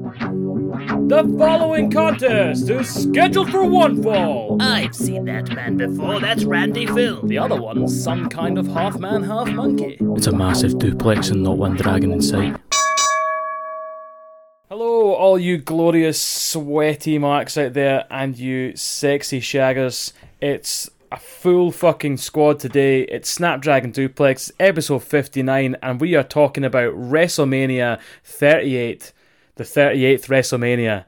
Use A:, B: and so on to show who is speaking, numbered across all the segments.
A: The following contest is scheduled for one fall.
B: I've seen that man before. That's Randy Phil.
A: The other one's some kind of half man, half monkey.
C: It's a massive duplex and not one dragon in sight.
A: Hello, all you glorious, sweaty marks out there, and you sexy shaggers. It's a full fucking squad today. It's Snapdragon Duplex, episode 59, and we are talking about WrestleMania 38, the 38th WrestleMania.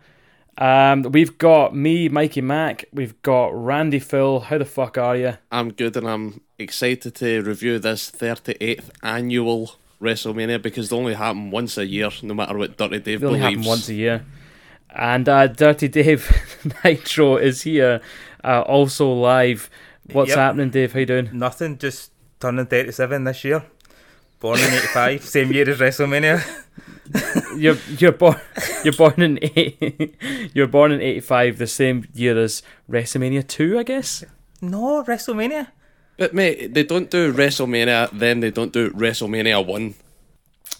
A: Um, we've got me, Mikey Mack, we've got Randy Phil. How the fuck are you?
D: I'm good and I'm excited to review this 38th annual WrestleMania because they only happen once a year, no matter what Dirty Dave
A: They only
D: believes.
A: happen once a year. And uh, Dirty Dave Nitro is here, uh, also live. What's
E: Yep.
A: happening, Dave? How you doing?
E: Nothing, just turning 37 this year. Born in 85, same year as WrestleMania.
A: You're you're born you're born in eight, you're born in eighty five, the same year as WrestleMania two, I guess.
E: No, WrestleMania.
D: But mate, they don't do WrestleMania, then they don't do WrestleMania one.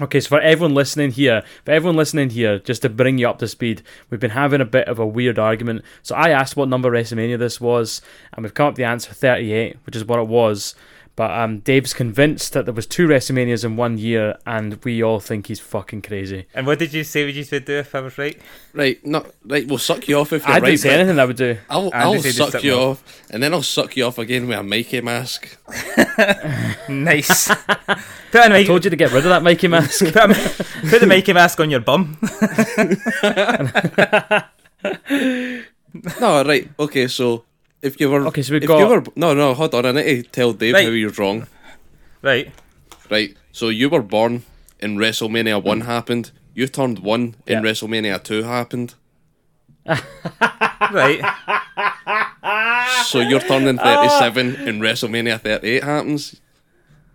A: Okay, so for everyone listening here, for everyone listening here, just to bring you up to speed, we've been having a bit of a weird argument. So I asked what number WrestleMania this was, and we've come up with the answer 38, which is what it was. But um, Dave's convinced that there was two WrestleManias in one year, and we all think he's fucking crazy.
E: And what did you say would you would do if I was right?
D: Right, no, right. We'll suck you off if you're
A: I
D: right.
A: didn't say
D: but
A: anything I would do.
D: I'll,
E: I
D: I'll
E: just said
D: suck
E: something
D: you
E: else.
D: off, and then I'll suck you off again with a Mickey mask.
E: Nice. put, a
A: I
E: mic-
A: told you to get rid of that Mikey mask.
E: put, a mi- put the Mickey mask on your bum.
D: No, right. Okay, so if you were
A: Okay, so we've
D: if
A: got-
D: you were no, no. Hold on, I need to tell Dave
E: Right.
D: how you're wrong.
E: Right.
D: Right. So you were born and WrestleMania
E: Mm.
D: one happened. You turned one
A: Yeah.
D: and WrestleMania two happened.
E: Right.
D: So you're turning
E: Ah.
D: 37 and WrestleMania 38 happens.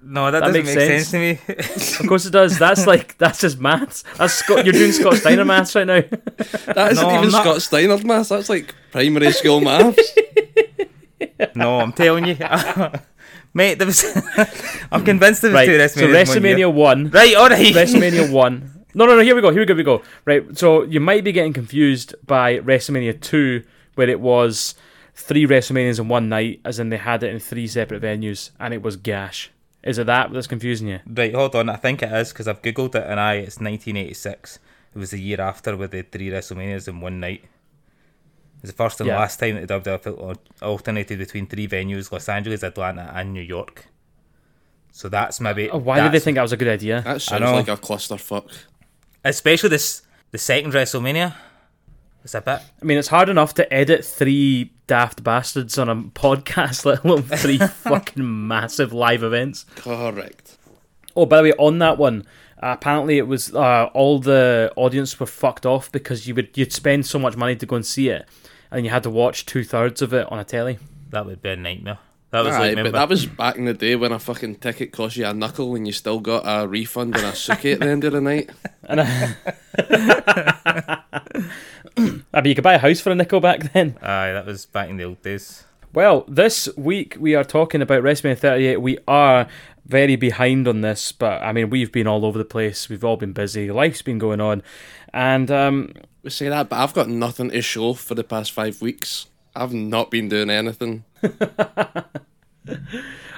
E: No, that,
A: That
E: doesn't
A: makes
E: make sense. to me.
A: Of course it does. That's like that's just maths. That's Scott. You're doing Scott Steiner maths right now.
D: That isn't
E: No, I'm
D: even
E: not-
D: Scott Steiner math. That's like primary school maths.
E: no, I'm telling you. Mate, there was. I'm convinced there was
A: Right.
E: two WrestleManias.
A: So
E: in one year.
A: WrestleMania one,
E: Right, alright.
A: WrestleMania one. No, no, no. Here we go. Here we go. Here we go. Right. So you might be getting confused by WrestleMania two, where it was three WrestleManias in one night, as in they had it in three separate venues, and it was gash. Is it that that's confusing you?
E: Right, hold on. I think it is because I've googled it, and I it's 1986. It was the year after with the three WrestleManias in one night. It was the first and
A: Yeah.
E: last time that the WWF al- alternated between three venues: Los Angeles, Atlanta, and New York. So that's maybe.
A: Oh, why did they
E: that's-
A: think that was a good idea?
D: That sounds
E: know.
D: like a clusterfuck.
E: Especially this, the second WrestleMania. It's a bit.
A: I mean, it's hard enough to edit three daft bastards on a podcast, let alone three fucking massive live events.
D: Correct.
A: Oh, by the way, on that one, uh, apparently it was uh, all the audience were fucked off because you would you'd spend so much money to go and see it, and you had to watch two thirds of it on a telly.
E: That would be a nightmare. That was
D: Aye,
E: like,
D: but
E: remember,
D: that was back in the day when a fucking ticket cost you a knuckle and you still got a refund and a sookie at the end of the night.
A: I mean, you could buy a house for a nickel back then.
E: aye, that was back in the old days.
A: Well, this week we are talking about WrestleMania 38. We are very behind on this, but I mean, we've been all over the place. We've all been busy. Life's been going on, and um,
D: We say that, but I've got nothing to show for the past five weeks. I've not been doing anything.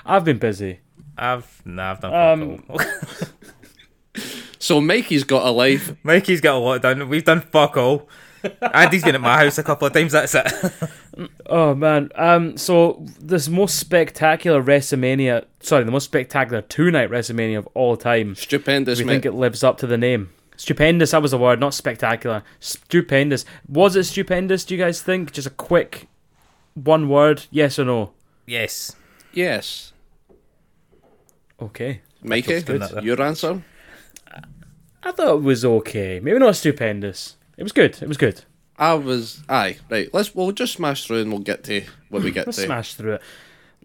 A: I've been busy.
E: I've nah, I've done.
A: Um,
E: fuck all.
D: So Mikey's got a life.
E: Mikey's got a lot done. We've done fuck all. Andy's been at my house a couple of times. That's it.
A: Oh man. Um so this most spectacular WrestleMania sorry, the most spectacular two night WrestleMania of all time.
D: Stupendous,
A: We think
D: mate.
A: it lives up to the name. Stupendous, that was the word, not spectacular. Stupendous. Was it stupendous, do you guys think? Just a quick one word, yes or no?
E: Yes.
D: Yes.
A: Okay.
D: Mikey,
E: good. Good.
D: your answer?
A: I thought it was okay. Maybe not stupendous. It was good. It was good.
D: I was aye, right. Let's we'll just smash through and we'll get to what we get
A: Let's
D: to.
A: smash through it.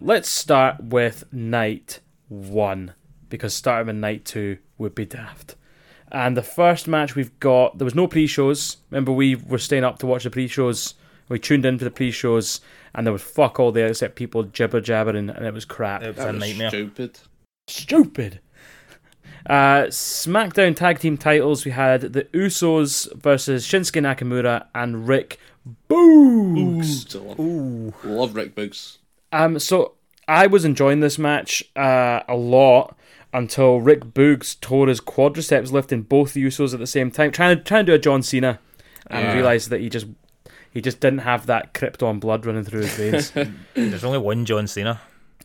A: Let's start with night one because starting with night two would be daft. And the first match we've got, there was no pre-shows. Remember, we were staying up to watch the pre-shows. We tuned in for the pre-shows, and there was fuck all there except people jibber jabbering, and it was crap.
E: It was
D: That
E: a
D: was
E: nightmare.
D: Stupid.
A: Stupid. Uh, SmackDown tag team titles we had the Usos versus Shinsuke Nakamura and Rick Boogs.
D: Still Love Rick Boogs.
A: Um, so I was enjoying this match uh, a lot until Rick Boogs tore his quadriceps lifting both the Usos at the same time, trying to trying to do a John Cena, and
E: Yeah.
A: realized that he just he just didn't have that Krypton blood running through his veins.
E: There's only one John Cena.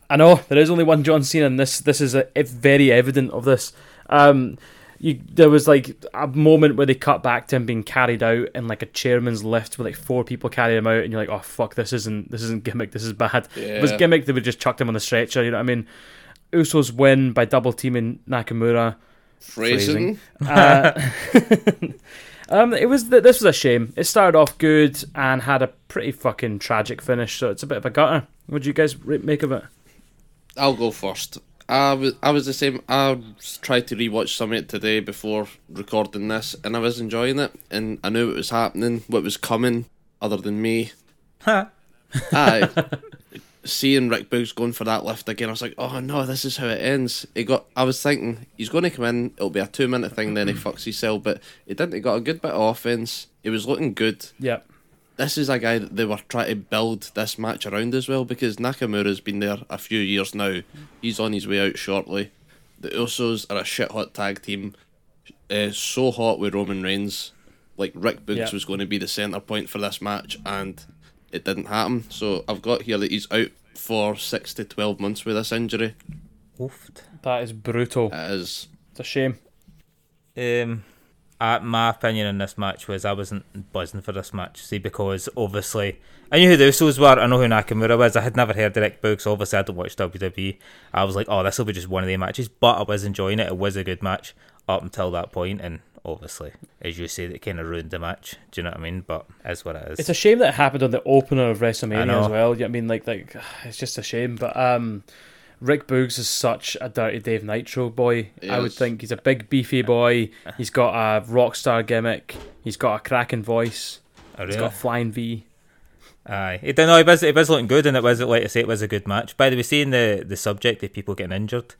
A: I know there is only one John Cena, and this this is a, e- very evident of this. Um, you, there was like a moment where they cut back to him being carried out in like a chairman's lift with like four people carrying him out, and you're like, oh fuck, this isn't this isn't gimmick, this is bad. If it was
D: Yeah.
A: gimmick, they would just chucked him on the stretcher. You know what I mean? Usos win by double teaming Nakamura. Uh,
D: Phrasing.
A: Um, it was th- this was a shame. It started off good and had a pretty fucking tragic finish, so it's a bit of a gutter. What do you guys re- make of it?
D: I'll go first. I was, I was the same. I s- tried to rewatch some of it today before recording this, and I was enjoying it. And I knew what was happening, what was coming, other than me. Aye. Seeing Rick Boogs going for that lift again, I was like, "Oh no, this is how it ends." He got. I was thinking he's going to come in. It'll be a two-minute thing. Then he fucks himself, but he didn't. He got a good bit of offense. He was looking good
A: Yeah.
D: this is a guy that they were trying to build this match around as well because Nakamura's been there a few years now. He's on his way out shortly. The Usos are a shit hot tag team, uh, so hot with Roman Reigns. Like Rick Boogs
A: Yeah.
D: was going to be the centre point for this match, and it didn't happen. So I've got here that he's out for six to twelve months with this injury.
E: Oofed.
A: That is brutal.
E: Uh,
D: As
A: It's a shame.
E: Um, I, my opinion on this match was I wasn't buzzing for this match. See, because obviously I knew who the Usos were. I know who Nakamura was. I had never heard of Rick Boogs. Obviously, I don't watch WWE. I was like, oh, this will be just one of the matches. But I was enjoying it. It was a good match up until that point, and obviously, as you say, that kind of ruined the match. Do you know what I mean? But as what it is.
A: It's a shame that it happened on the opener of
E: I
A: WrestleMania
E: know.
A: as well. You know what I mean, like, like it's just a shame. But um, Rick Boogs is such a dirty Dave Nitro boy. I would
D: is.
A: think he's a big beefy boy. He's got a rock star gimmick. He's got a cracking voice.
E: Oh,
A: He's
E: really?
A: got a flying V.
E: Aye, it did. No, it was it was looking good, and it was like I say, it was a good match. By the way, seeing the the subject of people getting injured,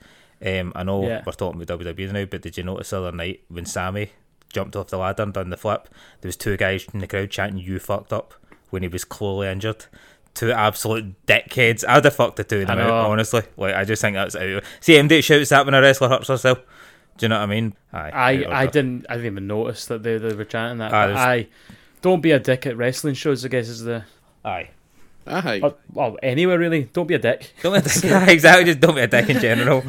E: um, I know
A: Yeah.
E: we're talking about WWE now, but did you notice the other night when Sammy jumped off the ladder and done the flip? There was two guys in the crowd chanting "You fucked up" when he was clearly injured. Two absolute dickheads. I'd have fucked the two of them
A: I
E: out,
A: know.
E: honestly. Like I just think that's out. See, MD shouts that when a wrestler hurts herself. Do you know what I mean? Aye,
A: I,
E: out
A: I
E: order.
A: didn't I didn't even notice that they, they were chanting that.
E: Ah,
A: but
E: there's-
A: I don't be a dick at wrestling shows. I guess is the
E: Aye.
D: aye,
A: or, well anywhere really. Don't be a dick.
E: Don't be a dick. Aye, exactly. Just don't be a dick in general.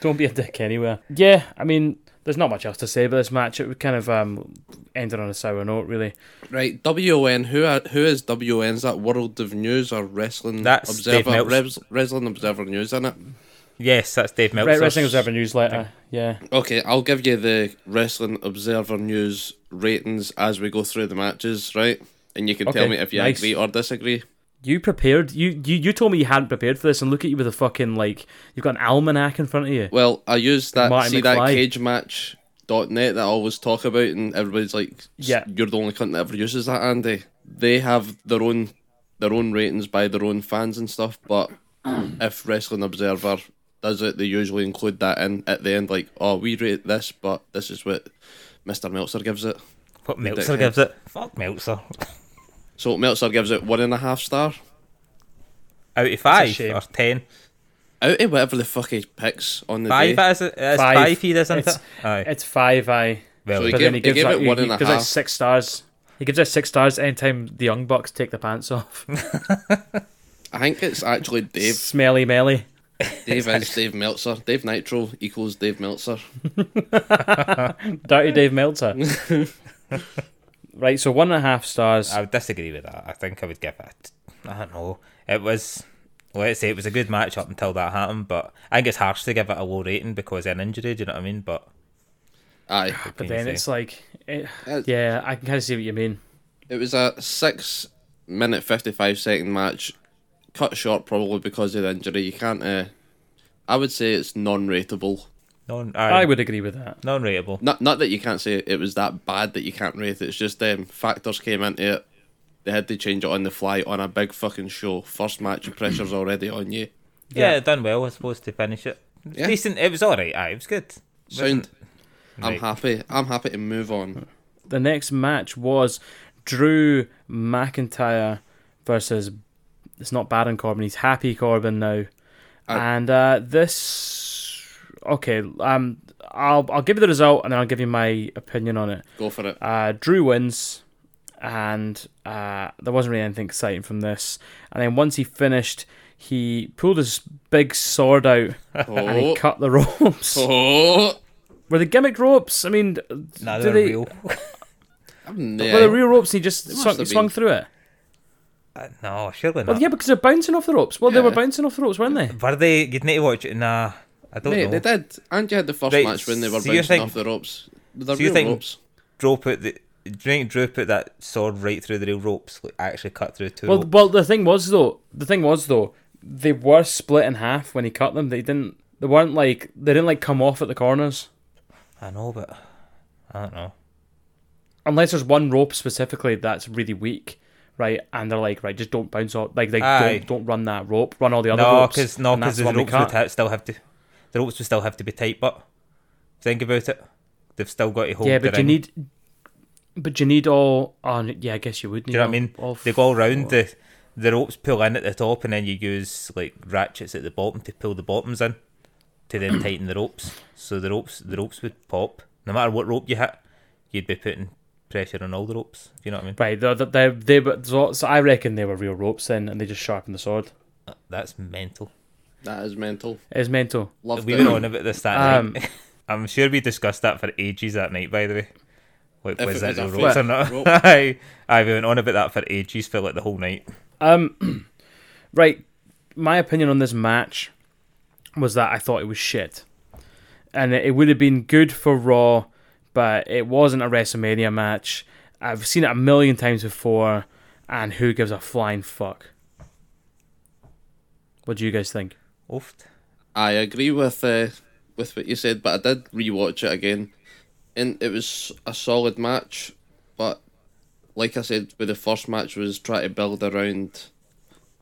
A: Don't be a dick anywhere. Yeah, I mean, there's not much else to say about this match. It would kind of um ended on a sour note, really.
D: right. WON. Who are, who is WON? Is that World of News or Wrestling
E: That's Dave
D: Observer?
E: Meltzer.
D: Res, Wrestling Observer News in it.
E: yes, that's Dave Meltzer.
A: Right, Wrestling Observer newsletter. Yeah.
D: Okay, I'll give you the Wrestling Observer News ratings as we go through the matches, right? And you can tell
A: Okay,
D: me if you
A: nice.
D: agree or disagree.
A: You prepared? You, you you told me you hadn't prepared for this, and look at you with a fucking like you've got an almanac in front of you.
D: Well, I use that
A: Martin
D: see
A: McFly.
D: that cage match dot net that I always talk about, and everybody's like, "S-
A: Yeah.
D: you're the only cunt that ever uses that, Andy." They have their own their own ratings by their own fans and stuff, but if Wrestling Observer does it, they usually include that in at the end, like, "Oh, we rate this, but this is what Mister Meltzer gives it."
E: What Meltzer
D: dickhead.
E: gives it? Fuck Meltzer.
D: So Meltzer gives it one and a half star.
E: Out of five
A: shame.
E: or ten?
D: out of whatever the fuck he picks on the
E: Five
D: day.
E: is it? It's five. he doesn't
A: It's,
E: it? Aye.
A: it's five. I.
E: well,
D: so he
A: But
D: gave-
A: then he gives
D: gave
A: out,
D: it one
A: he
D: and a
A: gives out
D: half.
A: six stars. He gives out six stars anytime the young bucks take the pants off.
D: I think it's actually Dave.
A: Smelly melly.
D: Dave is Dave Meltzer. Dave Nitro equals Dave Meltzer.
A: Dirty Dave Meltzer. right, so one and a half stars.
E: I would disagree with that. I think I would give it. I don't know. It was. Let's say it was a good match up until that happened, but I think it's harsh to give it a low rating because of an injury. Do you know what I mean? But
D: Aye.
A: but then
E: easy.
A: it's like, it,
D: Uh,
A: yeah, I can kind of see what you mean.
D: It was a six minute fifty five second match, cut short probably because of the injury. You can't. Uh, I would say it's non rateable.
E: non
A: I
E: aye,
A: would agree with that.
E: non rateable.
D: Not not that you can't say it was that bad that you can't rate it. It's just um, factors came into it. They had to change it on the fly on a big fucking show. First match, pressure's already on you.
E: Yeah, done well, I suppose, to finish it. It was
D: Yeah.
E: decent. It was all right. Aye, it was good.
D: Sound. I'm
E: Right.
D: happy. I'm happy to move on.
A: The next match was Drew McIntyre versus it's not Baron Corbin, he's Happy Corbin now. and uh, this okay, um I'll I'll give you the result and then I'll give you my opinion on it.
D: Go for it.
A: Uh, Drew wins, and uh, there wasn't really anything exciting from this. And then once he finished, he pulled his big sword out and he
D: Oh,
A: cut the ropes.
D: oh.
A: Were they gimmick ropes? I mean,
E: Nah,
A: do
E: they're
A: they-
E: real.
A: were
D: Yeah.
A: they real ropes? And he just
D: must
A: swung,
D: have
A: swung
D: been.
A: through it.
E: Uh, no, surely not.
A: Well, yeah, because they're bouncing off the ropes. Well, they were
D: Yeah.
A: bouncing off the ropes, weren't they?
E: Were they? You'd need to watch it. Nah, I don't
D: Mate,
E: know.
D: they did. And you had the first
E: Right,
D: match when they were
E: so you
D: bouncing
E: think-
D: off the ropes. The
E: so you
D: real
E: think-
D: ropes.
E: Drew put the drink. Drew put that sword right through the real ropes. Like, actually, cut through two.
A: Well,
E: ropes.
A: well, the thing was though, the thing was though, they were split in half when he cut them. They didn't. They weren't like they didn't like come off at the corners.
E: I know, but I don't know.
A: unless there's one rope specifically that's really weak, right? And they're like, right, just don't bounce off, like, like
E: Aye.
A: don't don't run that rope, run all the other
E: No,
A: ropes.
E: because no,
A: and
E: because
A: that's
E: the
A: when they
E: ropes would
A: cut.
E: ha- still have to. The ropes would still have to be tight. But think about it. They've still got to hold.
A: Yeah,
E: the
A: but you
E: ring.
A: need, but you need all. Oh, yeah, I guess you would. Need
E: Do you know
A: all-
E: what I mean?
A: all
E: they go round the the ropes pull in at the top, and then you use like ratchets at the bottom to pull the bottoms in, to then tighten the ropes. So the ropes the ropes would pop. No matter what rope you hit, you'd be putting pressure on all the ropes. Do you know what I mean?
A: Right, they they they were so, so I reckon they were real ropes then, and they just sharpened the sword.
E: That's mental.
D: That is mental.
A: It's mental.
D: Loved
E: We
D: it.
E: were on about this that
A: Um,
E: night. I'm sure we discussed that for ages that night. By the way, like
D: If
E: was
D: it
E: that
D: was
E: the
D: a
E: ropes or
D: fake
E: not?
D: rope.
E: I I went on about that for ages for like the whole night.
A: Um, right, my opinion on this match was that I thought it was shit, and it would have been good for Raw, but it wasn't a WrestleMania match. I've seen it a million times before, and who gives a flying fuck? What do you guys think?
E: Oofed.
D: I agree with uh, with what you said, but I did rewatch it again, and it was a solid match. But like I said, with the first match was try to build around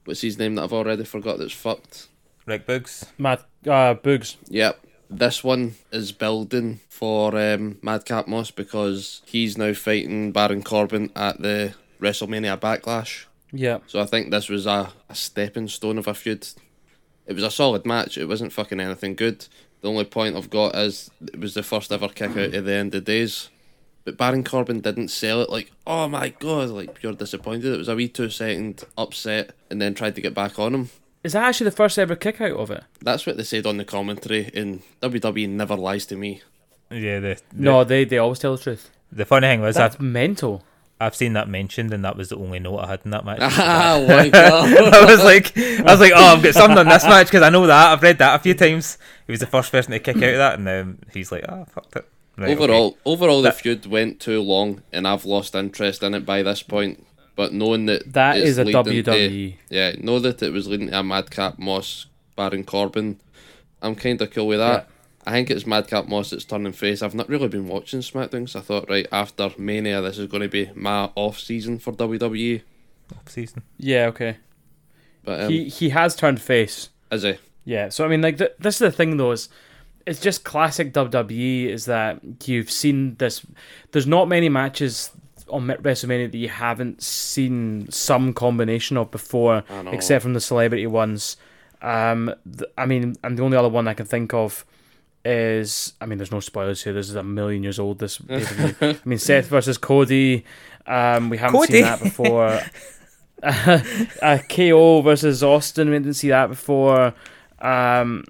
D: what's his name that I've already forgot that's fucked.
E: Rick Boogs.
A: Matt uh, Boogs.
D: Yep. This one is building for um, Madcap Moss because he's now fighting Baron Corbin at the WrestleMania Backlash.
A: Yeah,
D: So I think this was a, a stepping stone of a feud. It was a solid match. It wasn't fucking anything good. The only point I've got is it was the first ever kick out at the end of days. But Baron Corbin didn't sell it like, oh my god, like pure disappointed. It was a wee two second upset and then tried to get back on him.
A: is that actually the first ever kick out of it?
D: That's what they said on the commentary, and WWE never lies to me.
E: Yeah, the, the
A: No, they they always tell the truth.
E: The funny thing was, I've
A: That's mental.
E: I've seen that mentioned, and that was the only note I had in that match.
D: Ah, my god.
E: I was like, I was like, oh, I've got something on this match because I know that I've read that a few times. He was the first person to kick out of that, and um, he's like, ah, fucked it. Right, okay.
D: Overall, overall, the feud went too long, and I've lost interest in it by this point. But knowing that
A: That
D: it's
A: is a E.
D: leading to-
A: WWE.
D: yeah, know that it was leading to a Madcap Moss Baron Corbin. I'm kind of cool with that. I think it's Madcap Moss that's turning face. I've not really been watching SmackDown, so I thought, right after Mania, this is going to be my off season for WWE.
E: Off-season.
A: Yeah, okay.
D: But um,
A: he he has turned face.
D: is it?
A: Yeah, so I mean, like th- this is the thing though is it's just classic WWE is that you've seen this. There's not many matches on Ma- WrestleMania that you haven't seen some combination of before,
D: know.
A: except from the celebrity ones. Um, th- I mean, and the only other one I can think of is I mean, there's no spoilers here. This is a million years old. This pay-per-view. I mean, Seth versus Cody. Um, we haven't
E: Cody.
A: seen that before. uh, KO versus Austin. We didn't see that before. Um,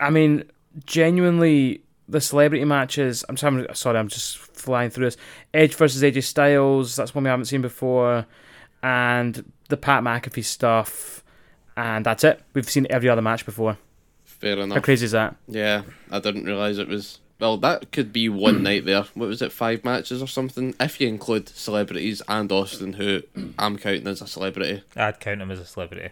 A: I mean, genuinely, the celebrity matches. I'm just having, sorry, I'm just flying through this. Edge versus AJ Styles. That's one we haven't seen before, and the Pat McAfee stuff. And that's it. We've seen every other match before.
D: Fair enough.
A: How crazy is that?
D: Yeah, I didn't realize it was. Well, that could be
A: Hmm.
D: one night there. What was it, five matches or something? If you include celebrities and Austin, who I'm counting as a celebrity.
E: I'd count him as a celebrity.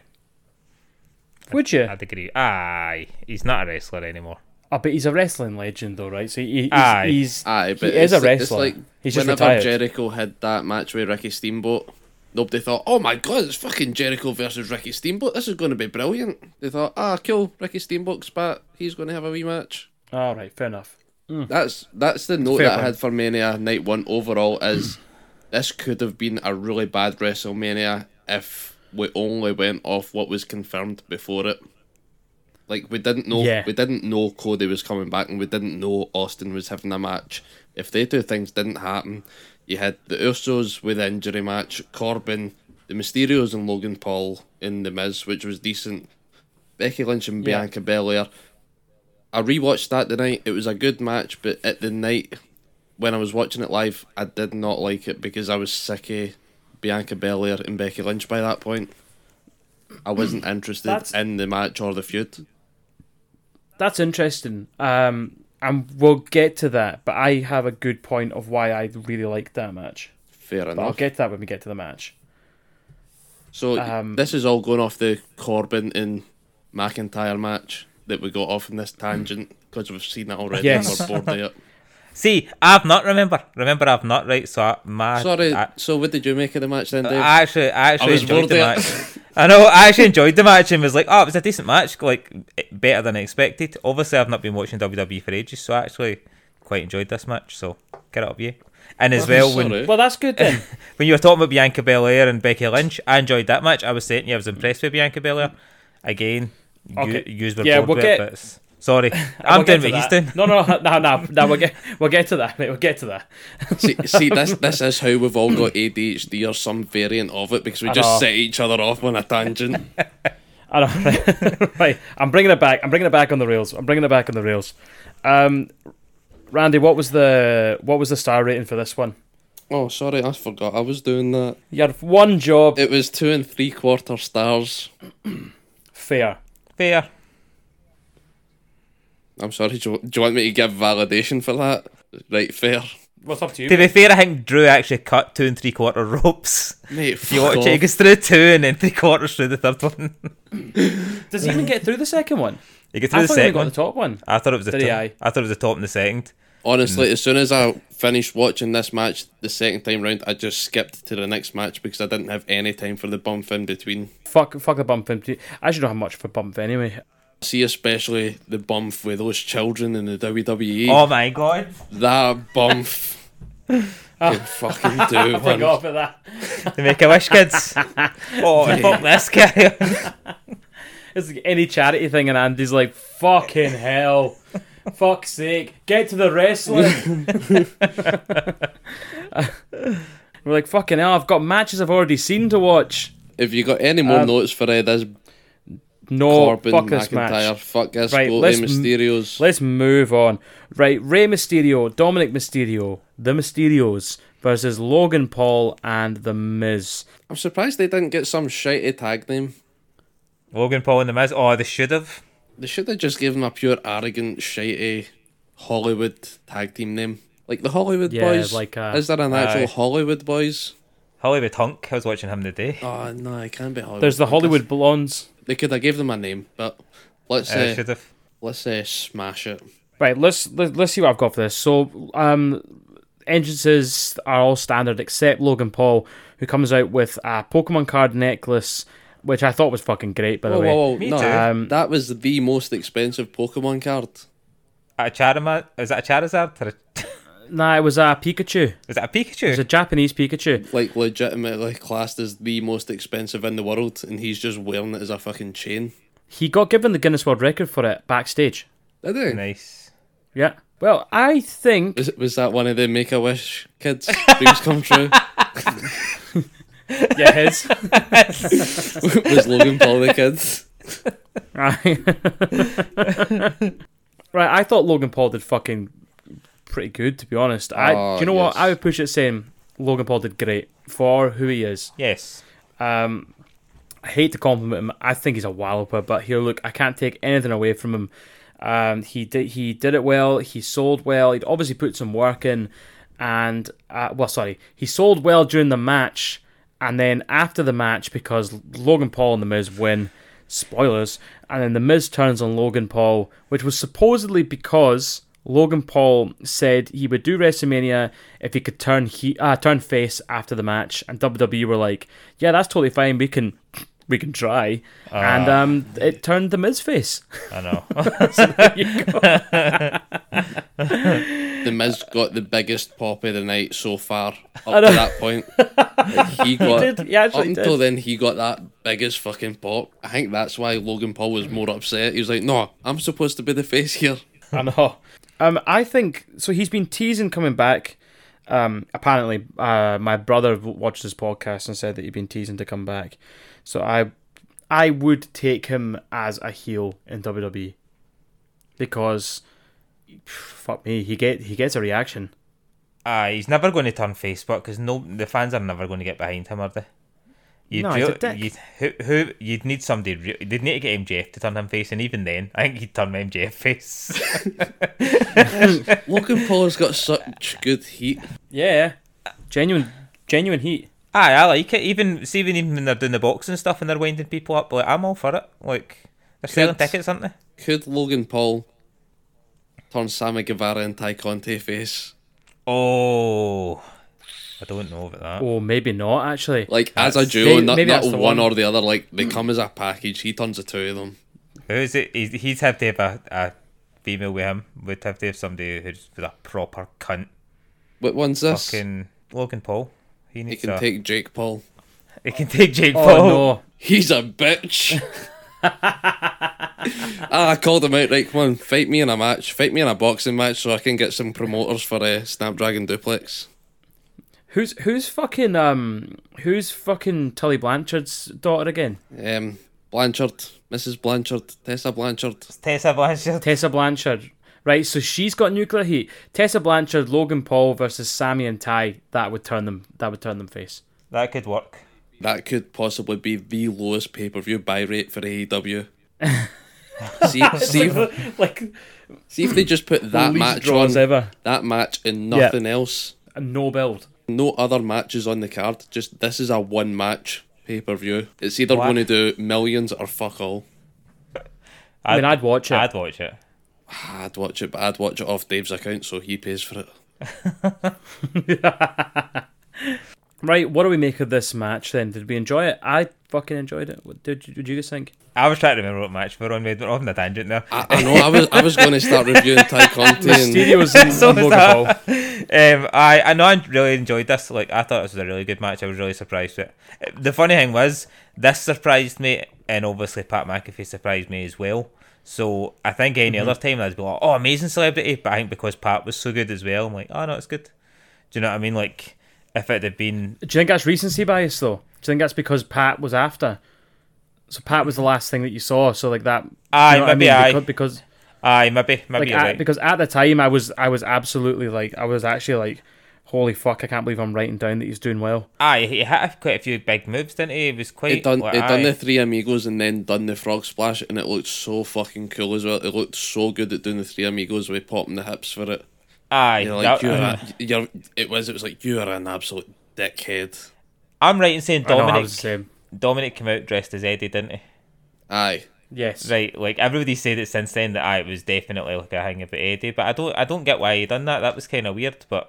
A: Would you?
E: I'd agree. Aye, he's not a wrestler anymore.
A: Oh, but he's a wrestling legend, though, right? So he, he's,
E: Aye.
A: he's
D: Aye, but
A: he is a
D: it's-
A: wrestler.
D: It's like
A: he's just
D: whenever
A: retired.
D: Jericho had that match with Ricky Steamboat, Nobody thought, oh my god, it's fucking Jericho versus Ricky Steamboat. This is going to be brilliant. They thought, ah, cool, Ricky Steamboat's back. He's going to have a wee match.
A: All right, fair enough.
D: That's that's the note
A: Fair
D: that I
A: point.
D: had for Mania Night One overall is this could have been a really bad WrestleMania if we only went off what was confirmed before it. Like we didn't know
A: Yeah.
D: we didn't know Cody was coming back and we didn't know Austin was having a match. If they two things didn't happen, you had the Usos with the injury match, Corbin, the Mysterios and Logan Paul in the Miz, which was decent. Becky Lynch and
A: Yeah.
D: Bianca Belair. I rewatched that tonight. It was a good match, but at the night when I was watching it live, I did not like it because I was sick of Bianca Belair and Becky Lynch by that point. I wasn't interested
A: That's-
D: in the match or the feud.
A: That's interesting. Um, and we'll get to that, but I have a good point of why I really liked that match.
D: Fair
A: But I'll
D: enough.
A: get to that when we get to the match.
D: So
A: Um,
D: this is all going off the Corbin and McIntyre match that we got off in this tangent because we've seen it already.
A: Yes.
D: And we're bored of it.
E: See, I've not remember. Remember, I've not right. So I, my
D: Sorry.
E: I,
D: so what did you make of the match then, Dave?
E: I actually, I actually
D: was
E: enjoyed the
D: bored
E: match. I know, I actually enjoyed the match and was like, oh, it was a decent match, like eh, better than I expected. Obviously, I've not been watching WWE for ages, so I actually quite enjoyed this match. So get it up you. And
A: Oh,
E: as well, when
D: Sorry.
A: Well, that's good then.
E: when you were talking about Bianca Belair and Becky Lynch, I enjoyed that match. I was saying, yeah, I was impressed with Bianca Belair. Again,
A: Okay.
E: you, yous were
A: Yeah,
E: bored
A: we'll
E: with
A: get-
E: it, but it's- sorry,
A: We'll
E: I'm
A: get
E: doing
A: to
E: what he's
A: that.
E: doing.
A: No, no, no, no, no. We'll get, we'll get to that, mate. We'll get to that.
D: see, see, this this is how we've all got ADHD or some variant of it because we
A: know.
D: just set each other off on a tangent.
A: I know, right? right. I'm bringing it back. I'm bringing it back on the rails. I'm bringing it back on the rails. Um, Randy, what was the what was the star rating for this one?
D: Oh, sorry, I forgot. I was doing that.
A: You had one job.
D: It was two and three quarter stars.
A: Fair.
E: Fair.
D: I'm sorry. Do you, do you want me to give validation for that? Right, fair,
A: What's up to
E: To
A: you?
E: be fair, I think Drew actually cut two and three quarter ropes.
D: mate.
E: If you want to
D: fuck
E: take
D: off.
E: us through two and then three quarters through the third one.
A: Does he even get through the second one?
E: You get through
A: I
E: the
A: thought he only
E: second
A: got
E: one.
A: the top one.
E: I thought it was the
A: Did he,
E: top.
A: aye?
E: I thought it was the top and the second.
D: Honestly, as soon as I finished watching this match the second time round, I just skipped to the next match because I didn't have any time for the bump in between.
A: Fuck, fuck the bump. in- I should not have much for bump anyway.
D: See, especially the bump with those children in the WWE.
E: Oh my god!
D: That bump. Could fucking do.
A: I
D: one.
A: forgot about that.
E: The Make a Wish kids. oh fuck this guy!
A: It's like any charity thing, and Andy's like, "Fucking hell, fuck's sake, get to the wrestling." We're like, "Fucking hell, I've got matches I've already seen to watch."
D: If you got any more
A: Um,
D: notes for uh, this
A: No,
D: Corbin
A: fuck this
D: McIntyre,
A: match.
D: fuck this
A: Right,
D: right, Goldie
A: let's m-
D: Mysterios.
A: Let's move on. Right, Rey Mysterio, Dominic Mysterio, the Mysterios versus Logan Paul and the Miz.
D: I'm surprised they didn't get some shitey tag name.
E: Logan Paul and the Miz. Oh, they should have.
D: They should have just given a pure arrogant, shitey Hollywood tag team name. Like the Hollywood
A: Yeah,
D: Boys.
A: like, uh,
D: Is there an actual
E: aye.
D: Hollywood Boys?
E: Hollywood Hunk. I was watching him today.
D: Oh no, it can't be Hollywood.
A: There's the
D: Boys.
A: Hollywood Blondes.
D: They could have gave them a name, but let's
E: Uh,
D: uh,
E: should have.
D: let's uh, smash it.
A: Right, let's let, let's see what I've got for this. So, um, entrances are all standard except Logan Paul, who comes out with a Pokemon card necklace, which I thought was fucking great. By the
D: Whoa,
A: way,
D: whoa, whoa!
E: Me
D: no,
E: too.
A: Oh, Um,
D: that was the most expensive Pokemon card.
E: A Charizard. Is that a Charizard or a...
A: nah, it was a Pikachu.
E: was that a Pikachu?
A: It's a Japanese Pikachu.
D: Like legitimately classed as the most expensive in the world, and he's just wearing it as a fucking chain.
A: He got given the Guinness World Record for it backstage.
D: Did he?
E: Nice.
A: Yeah. Well, I think
D: Was, it- was that one of the Make a Wish kids? Dreams come true.
A: yeah, his.
D: was Logan Paul the kids?
A: right, I thought Logan Paul did fucking pretty good, to be honest. I,
D: Oh,
A: do you know what?
D: yes.
A: I would push it saying Logan Paul did great for who he is.
E: Yes.
A: Um, I hate to compliment him. I think he's a walloper, but here, look, I can't take anything away from him. Um, he did he did it well. He sold well. He'd obviously put some work in, and uh, well, sorry, he sold well during the match, and then after the match because Logan Paul and the Miz win. Spoilers, and then the Miz turns on Logan Paul, which was supposedly because Logan Paul said he would do WrestleMania if he could turn he uh, turn face after the match, and WWE were like, "Yeah, that's totally fine. We can." We can try, and um, it turned the Miz face.
E: I know.
D: The Miz got the biggest pop of the night so far up to that point. Like, he got
A: did, he actually
D: up until
A: did.
D: then he got that biggest fucking pop. I think that's why Logan Paul was more upset. He was like, "No, I'm supposed to be the face here."
A: I know. Um, I think so. He's been teasing coming back. Um, apparently, uh, my brother w- watched his podcast and said that he'd been teasing to come back. So I, I would take him as a heel in WWE because, fuck me, he get he gets a reaction.
E: Ah, he's never going to turn Facebook because no, the fans are never going to get behind him, are they? You'd
A: No, he's a dick.
E: You'd, who, who, you'd need somebody. Re- they'd need to get MJF to turn him face, and even then, I think he'd turn MJF face.
D: Logan Paul has got such good heat.
A: Yeah, genuine, genuine heat.
E: Aye, I like it. Even see, even even when they're doing the boxing stuff and they're winding people up, like I'm all for it. Like they're selling
D: Kids.
E: tickets, aren't they?
D: Could Logan Paul turn Sammy Guevara and Ty Conte face?
E: Oh, I don't know about that.
A: Oh, maybe not actually.
D: Like as a
E: That's-
D: duo,
A: May-
D: not,
A: maybe
D: not
A: that's
D: one,
A: the one.
D: or the other. Like they come as a package. He turns the two of them.
E: Who is it? He's, he'd have to have a, a female with him. Would have to have somebody who's a proper cunt.
D: What one's this?
E: Fucking Logan Paul. He
D: he
E: needs
D: can
E: a-
D: take Jake Paul.
E: He can take Jake
A: oh,
E: Paul.
A: no,
D: He's a bitch. ah, I called him out. Right, come on, fight me in a match. Fight me in a boxing match so I can get some promoters for a uh, Snapdragon Duplex.
A: who's who's fucking um who's fucking Tully Blanchard's daughter again?
D: Um, Blanchard, Mrs. Blanchard, Tessa Blanchard.
E: Tessa Blanchard.
A: Tessa Blanchard. Right, so she's got nuclear heat. Tessa Blanchard, Logan Paul versus Sammy and Ty. That would turn them. That would turn them face.
E: That could work.
D: That could possibly be the lowest pay per view buy rate for AEW. see, see, if,
A: like
D: see if they just put that match on
A: draws ever.
D: that match and nothing else.
A: no build.
D: No other matches on the card. Just this is a one match pay per view. It's either
E: What?
D: going to do millions or fuck all.
A: I mean, I'd watch it.
E: I'd watch it.
D: I'd watch it, but I'd watch it off Dave's account, so he pays for it.
A: Right, what do we make of this match then? Did we enjoy it? I fucking enjoyed it. What did you, did you guys think?
E: I was trying to remember what match we were on. We went off on a tangent there.
D: I, I know. I was I was going to start reviewing Ty Conte and
A: Stereos and
E: So
A: Logan
E: was I.
A: Paul.
E: Um, I I know I really enjoyed this. Like I thought this was a really good match. I was really surprised with it. The funny thing was this surprised me, and obviously Pat McAfee surprised me as well. So I think any other time I'd be like, oh, amazing celebrity. But I think because Pat was so good as well, I'm like, oh no, it's good. Do you know what I mean? Like if it had been
A: Do you think that's recency bias though? Do you think that's because Pat was after? So Pat was the last thing that you saw. So like that.
E: Aye,
A: you know what
E: maybe
A: I
E: aye.
A: mean? Because- because
E: aye, maybe maybe
A: like
E: you're
A: at,
E: right.
A: because at the time I was I was absolutely like I was actually like holy fuck I can't believe I'm writing down that he's doing well.
E: aye, he had quite a few big moves, didn't he? It was quite.
D: they done
E: like,
D: they done
E: aye.
D: the three amigos and then done the frog splash, and it looked so fucking cool as well. It looked so good at doing the three amigos with popping the hips for it.
E: Aye,
D: You're like
E: that- uh,
D: you're, a, you're it was it was like you are an absolute dickhead.
E: I'm right in saying
A: I know, I
E: Dominic.
A: was the same.
E: Dominic came out dressed as Eddie, didn't he?
D: Aye,
A: Yes.
E: Right, like everybody said it since then that aye, it was definitely like a hang about Eddie, but I don't, I don't get why he done that. That was kind of weird, but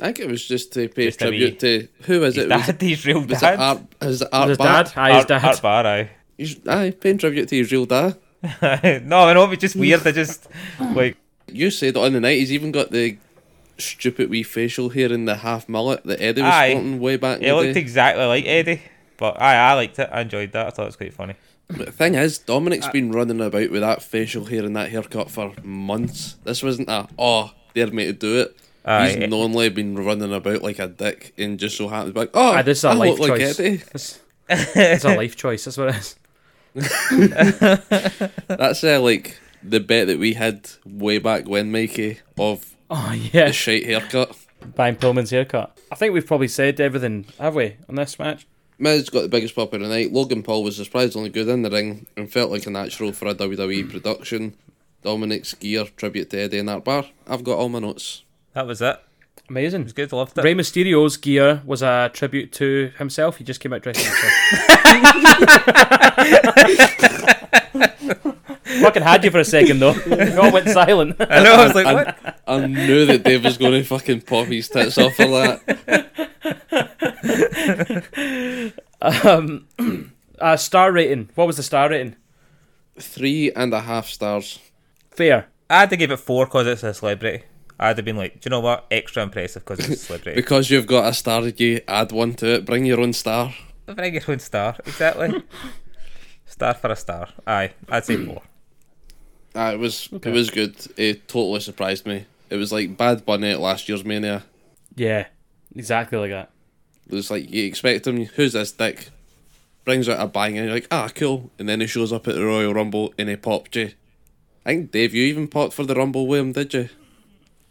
D: I think it was just to pay
E: Just a
D: tribute to who is
E: his
D: it? Was
E: dad,
D: it,
E: his real
D: was it
E: dad,
D: Art? Is it Art?
A: His
D: Bar-
A: dad, aye, his
E: Art- Art
A: dad.
E: Bar, aye.
D: He's- Aye, paying tribute to his real dad.
E: no, I know it was just weird. I just like
D: You said it on the night. He's even got the stupid wee facial hair and the half mullet that Eddie was
E: Aye.
D: sporting way back. In
E: it
D: the
E: looked
D: day.
E: exactly like Eddie, but aye, I liked it. I enjoyed that. I thought it was quite funny.
D: But the thing is, Dominic's
A: Uh,
D: been running about with that facial hair and that haircut for months. This wasn't a oh they're made to do it.
E: Aye.
D: He's knowingly been running about like a dick and just so happens to be like oh
A: Aye, Ah, this is a
D: I
A: life
D: look like
A: choice.
D: Eddie.
A: It's, it's a life choice. That's what it is.
D: That's uh, like the bet that we had way back when, Mikey, of
A: Oh yeah,
D: the shite haircut.
A: buying Pillman's haircut. I think we've probably said everything, have we, on this match?
D: Miz got the biggest pop of the night. Logan Paul was surprisingly good in the ring and felt like a natural for a WWE production. Dominic's gear tribute to Eddie and that bar. I've got all my notes.
E: That was it.
A: Amazing.
E: It's good. Loved it.
A: Rey Mysterio's gear was a tribute to himself. He just came out dressed as himself. fucking had you for a second though. you all went silent.
E: I know. I was like, what?
D: I knew that Dave was going to fucking pop his tits off for that.
A: Uh, star rating. What was the star rating?
D: Three and a half stars.
A: Fair.
E: I had to give it four because it's a celebrity. I'd have been like, do you know what? Extra impressive because it's a celebrity.
D: Because you've got a star, you add one to it. Bring your own star.
E: Bring your own star, exactly. star for a star. Aye, I'd say four.
D: Ah, it was it was good. It totally surprised me. It was like Bad Bunny at last year's Mania.
A: Yeah, exactly like that.
D: It was like you expect him. Who's this dick? Brings out a bang and you're like, ah, cool. And then he shows up at the Royal Rumble and he popped you. I think Dave, you even popped for the Rumble with him, did you?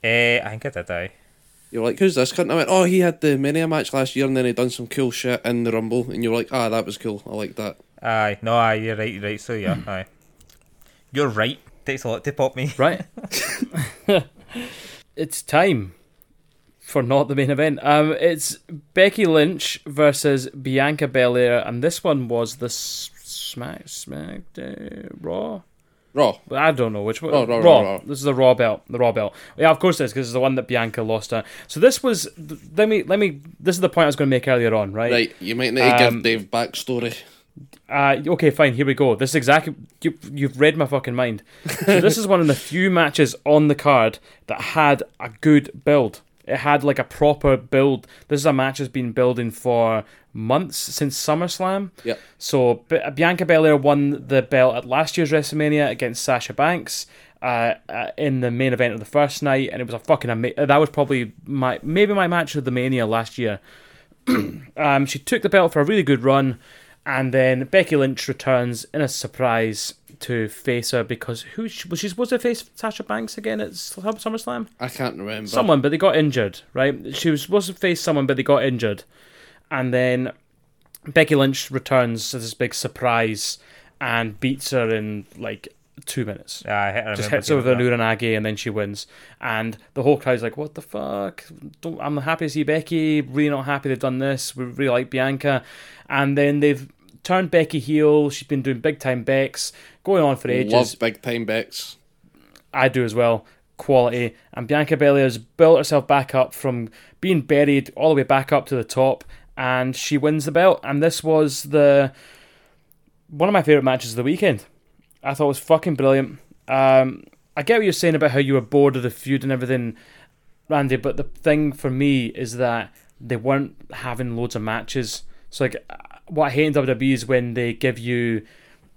E: Eh, I think I did. Aye.
D: You're like, who's this cunt? And I went, oh, he had the Mania match last year and then he done some cool shit in the Rumble. And you're like, ah, that was cool. I like that.
E: Aye, no, aye, you're right, you're right. So yeah,
A: Hmm.
E: aye. You're right. Takes a lot to pop me.
A: Right. it's time for not the main event. Um, it's Becky Lynch versus Bianca Belair, and this one was the S- Smack Smack uh, Raw.
D: Raw.
A: I don't know which one.
D: Raw, Raw, Raw, Raw.
A: This is the Raw belt. The Raw belt. Yeah, of course it is because it's the one that Bianca lost at. So this was. th- Let me. Let me. This is the point I was going to make earlier on, right?
D: Right, you might need to
A: Um,
D: give Dave backstory.
A: Uh, okay, fine. Here we go. This is exactly you, you've read my fucking mind. So this is one of the few matches on the card that had a good build. It had like a proper build. This is a match that's been building for months since SummerSlam.
D: Yep.
A: So B- Bianca Belair won the belt at last year's WrestleMania against Sasha Banks uh, uh, in the main event of the first night, and it was a fucking ama- that was probably my maybe my match of the Mania last year. Um, she took the belt for a really good run, and then Becky Lynch returns in a surprise to face her because who sh- was she supposed to face Sasha Banks again at Sl- SummerSlam?
D: I can't remember.
A: Someone, but they got injured, right? She was supposed to face someone, but they got injured, and then Becky Lynch returns to this big surprise and beats her in like two minutes
E: Aye, I remember.
A: just hits her
E: doing
A: with an
E: that.
A: Uranagi and then she wins. And the whole crowd's like, what the fuck? Don't, I'm happy to see Becky. Really not happy they've done this. We really like Bianca. And then they've turned Becky heel. She's been doing big time Becks, going on for ages.
D: Love big time Bex.
A: I do as well. Quality and Bianca Belair's built herself back up from being buried all the way back up to the top, and she wins the belt. And this was the one of my favorite matches of the weekend. I thought it was fucking brilliant. Um, I get what you're saying about how you were bored of the feud and everything, Randy. But the thing for me is that they weren't having loads of matches. So like, what I hate in WWE is when they give you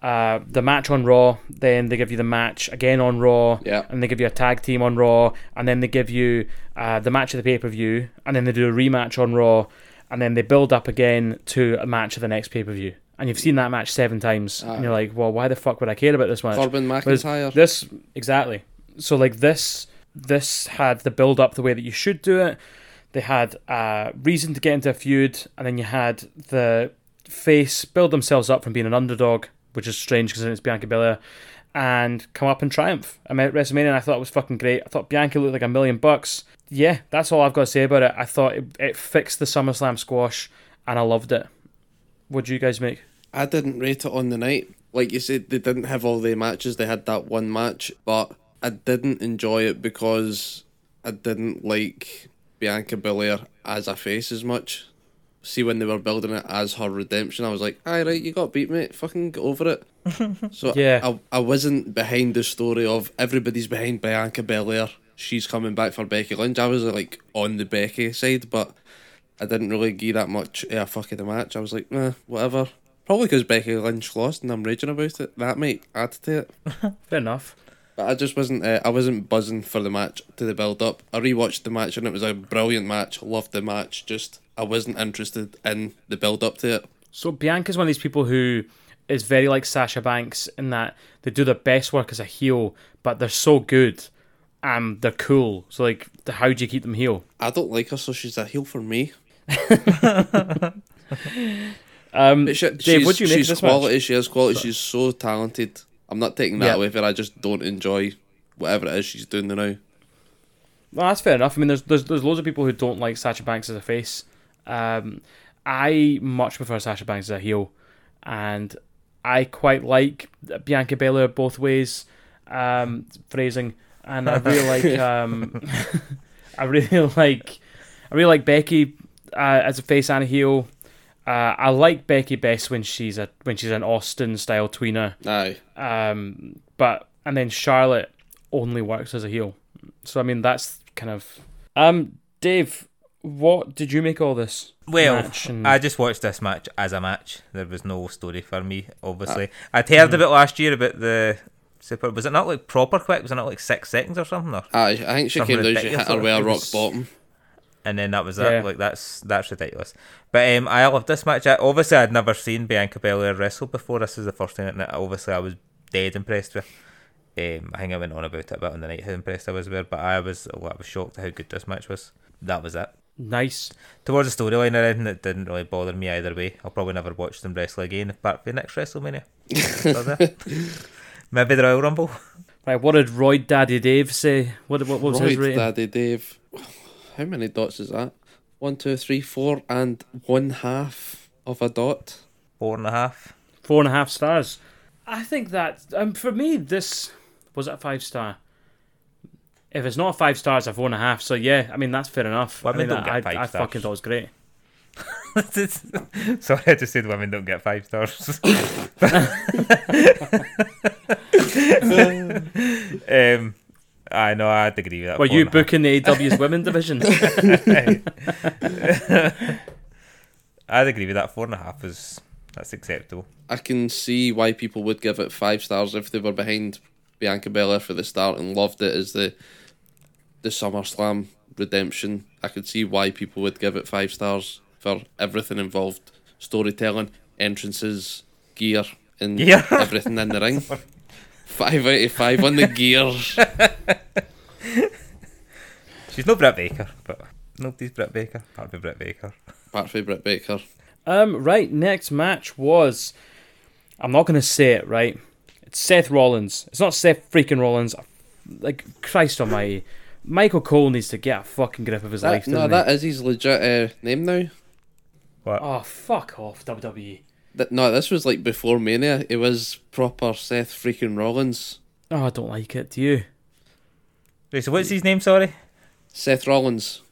A: uh, the match on Raw, then they give you the match again on Raw,
D: Yeah.
A: and they give you a tag team on Raw, and then they give you uh, the match of the pay per view, and then they do a rematch on Raw, and then they build up again to a match of the next pay per view. And you've seen that match seven times, and you're like, well, why the fuck would I care about this match?
D: Corbin
A: Whereas
D: McIntyre.
A: This exactly. So like this, this had the build up the way that you should do it. They had uh, reason to get into a feud, and then you had the face build themselves up from being an underdog, which is strange because it's Bianca Belair, and come up and triumph. I met WrestleMania, and I thought it was fucking great. I thought Bianca looked like a million bucks. Yeah, that's all I've got to say about it. I thought it, it fixed the SummerSlam squash, and I loved it. What do you guys make?
D: I didn't rate it on the night. Like you said, they didn't have all the matches. They had that one match, but I didn't enjoy it because I didn't like Bianca Belair as a face as much. See, when they were building it as her redemption, I was like, "All right, you got beat, mate. Fucking get over it." So
A: Yeah.
D: I, I wasn't behind the story of everybody's behind Bianca Belair. She's coming back for Becky Lynch. I was like on the Becky side, but I didn't really give that much eh, a fuck of the match. I was like, nah, whatever. Probably because Becky Lynch lost and I'm raging about it. That might add to it.
A: Fair enough.
D: But I just wasn't. Uh, I wasn't buzzing for the match to the build up. I rewatched the match and it was a brilliant match. Loved the match. Just I wasn't interested in the build up to it.
A: So Bianca's one of these people who is very like Sasha Banks in that they do their best work as a heel, but they're so good and they're cool. So like, how do you keep them heel?
D: I don't like her, so she's a heel for me.
A: Um,
D: But she-
A: Dave, what do you
D: she's
A: make of this
D: quality.
A: match?
D: She has quality. She's so talented. I'm not taking that
A: Yeah.
D: away from her. I just don't enjoy whatever it is she's doing now.
A: Well, that's fair enough. I mean, there's there's there's loads of people who don't like Sasha Banks as a face. Um, I much prefer Sasha Banks as a heel, and I quite like Bianca Belair both ways um, phrasing, and I really like um, I really like I really like Becky uh, as a face and a heel. Uh, I like Becky best when she's a when she's an Austin style tweener,
D: Aye.
A: um, but and then Charlotte only works as a heel. So I mean that's kind of um Dave. What did you make of all this?
E: Well,
A: match and-
E: I just watched this match as a match. There was no story for me,
A: Ah.
E: obviously. I'd
A: Hmm.
E: heard of it last year about the Super. Was it not like proper quick? Was it not like six seconds or something? Or,
D: Aye. I think she
E: Something
D: came down, she
E: ridiculous
D: hit her
E: like
D: with a
E: it
D: rock
E: was-
D: bottom.
E: and then that was that.
A: Yeah.
E: Like that's that's ridiculous. But um, I loved this match. I, obviously, I'd never seen Bianca Belair wrestle before. This is the first time, and obviously, I was dead impressed with. Um, I think I went on about it a bit on the night how impressed I was with, her, but I was oh, I was shocked at how good this match was. That was it.
A: Nice.
E: Towards the storyline or anything, it didn't really bother me either way. I'll probably never watch them wrestle again, apart from the next WrestleMania. Does it? Maybe the Royal Rumble.
A: Right, what did Royd Daddy Dave say? What what, what was his
D: Right,
A: rating?
D: Daddy Dave. How many dots is that? One, two, three, four, and one half of a dot.
E: Four and a half.
A: Four and a half stars. I think that um, for me this was it a five star. If it's not a five star, it's a four and a half. So yeah, I mean that's fair enough.
E: Well, I
A: I
E: mean,
A: mean,
E: don't get
A: I,
E: five
A: I
E: stars.
A: fucking thought it was great.
E: Sorry, I just said women don't get five stars. um, I know, I'd agree with that.
A: Were
E: four
A: you
E: and a half.
A: booking the AW's women division?
E: I'd agree with that. Four and a half is that's acceptable.
D: I can see why people would give it five stars if they were behind Bianca Belair for the start and loved it as the the SummerSlam redemption. I could see why people would give it five stars for everything involved: storytelling, entrances, gear, and
E: Gear.
D: everything in the ring. Five out of five on the gear.
E: She's no Britt Baker, but nobody's Britt Baker. Apart from Britt Baker.
D: Part for Britt Baker.
A: um, right, next match was. I'm not gonna say it. Right, it's Seth Rollins. It's not Seth freaking Rollins. Like Christ Almighty, Michael Cole needs to get a fucking grip of his
D: That-
A: life.
D: no,
A: doesn't he?
D: that is his legit uh, name now.
E: What?
A: Oh fuck off E. WWE.
D: That, no, this was like before Mania. It was proper Seth freaking Rollins.
A: Oh, I don't like it. Do you?
E: Right, so what's his name? Sorry.
D: Seth Rollins.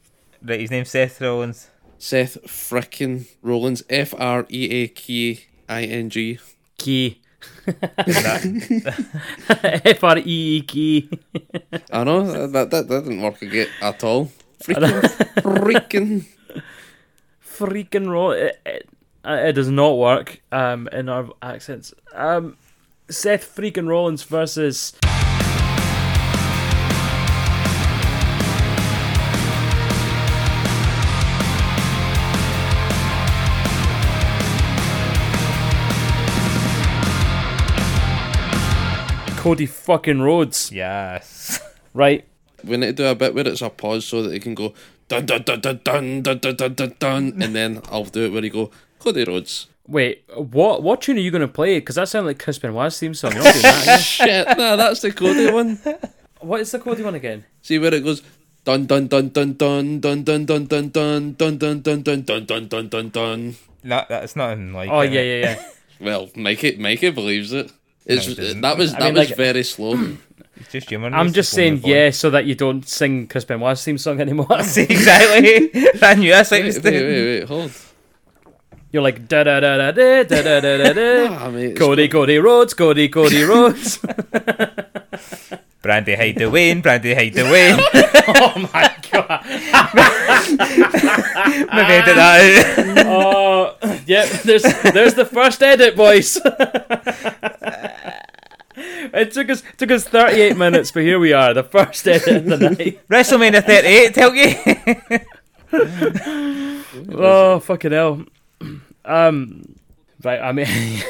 E: Right, his name's Seth Rollins.
D: Seth frickin' Rollins, F R E A K I N G.
A: Key. F R E E key.
D: I know that that, that didn't work again at all. Freaking, freaking.
A: Freaking roll. It, it, uh, it does not work um, in our accents. Um, Seth freaking Rollins versus. Cody fucking Rhodes,
E: Yes.
A: right?
D: We need to do a bit where it's a pause so that he can go dun dun dun dun dun dun dun dun dun, dun and then I'll do it where he go Cody Rhodes.
A: Wait, what what tune are you going to play? Because that sounded like Chris Benoit's theme song. You're not doing that, are
D: Shit, nah, that's the Cody one.
A: you? What is the Cody one again?
D: See where it goes. Dun dun dun dun dun dun dun dun dun dun dun dun dun dun dun dun dun dun dun.
E: No, that's nothing like.
A: Oh
E: it.
A: yeah, yeah, yeah.
D: Well, make it make it believes it.
E: No, it
D: It's,
E: doesn't.
D: that was
A: I
D: that
A: mean,
D: was
A: like-
D: very slow.
E: It's just humor.
A: I'm just saying yeah, so that you don't sing Chris Benoit's theme song anymore.
E: exactly. I knew that's what he
D: wait, wait,
E: was doing.
D: wait, wait, hold.
A: You're like da da da da da da da da da da.
D: Ah, mate, it's
A: Cody, Cody Rhodes, Cody, Cody Rhodes.
E: Brandy hide the Wayne. Brandy hide the Wayne.
A: oh my god.
E: Maybe edit that out.
A: Oh, yeah. There's there's the first edit, boys. It took us took us 38 minutes, but here we are, the first edit of the night.
E: WrestleMania 38. Tell you.
A: Oh fucking hell. Um, right. I mean,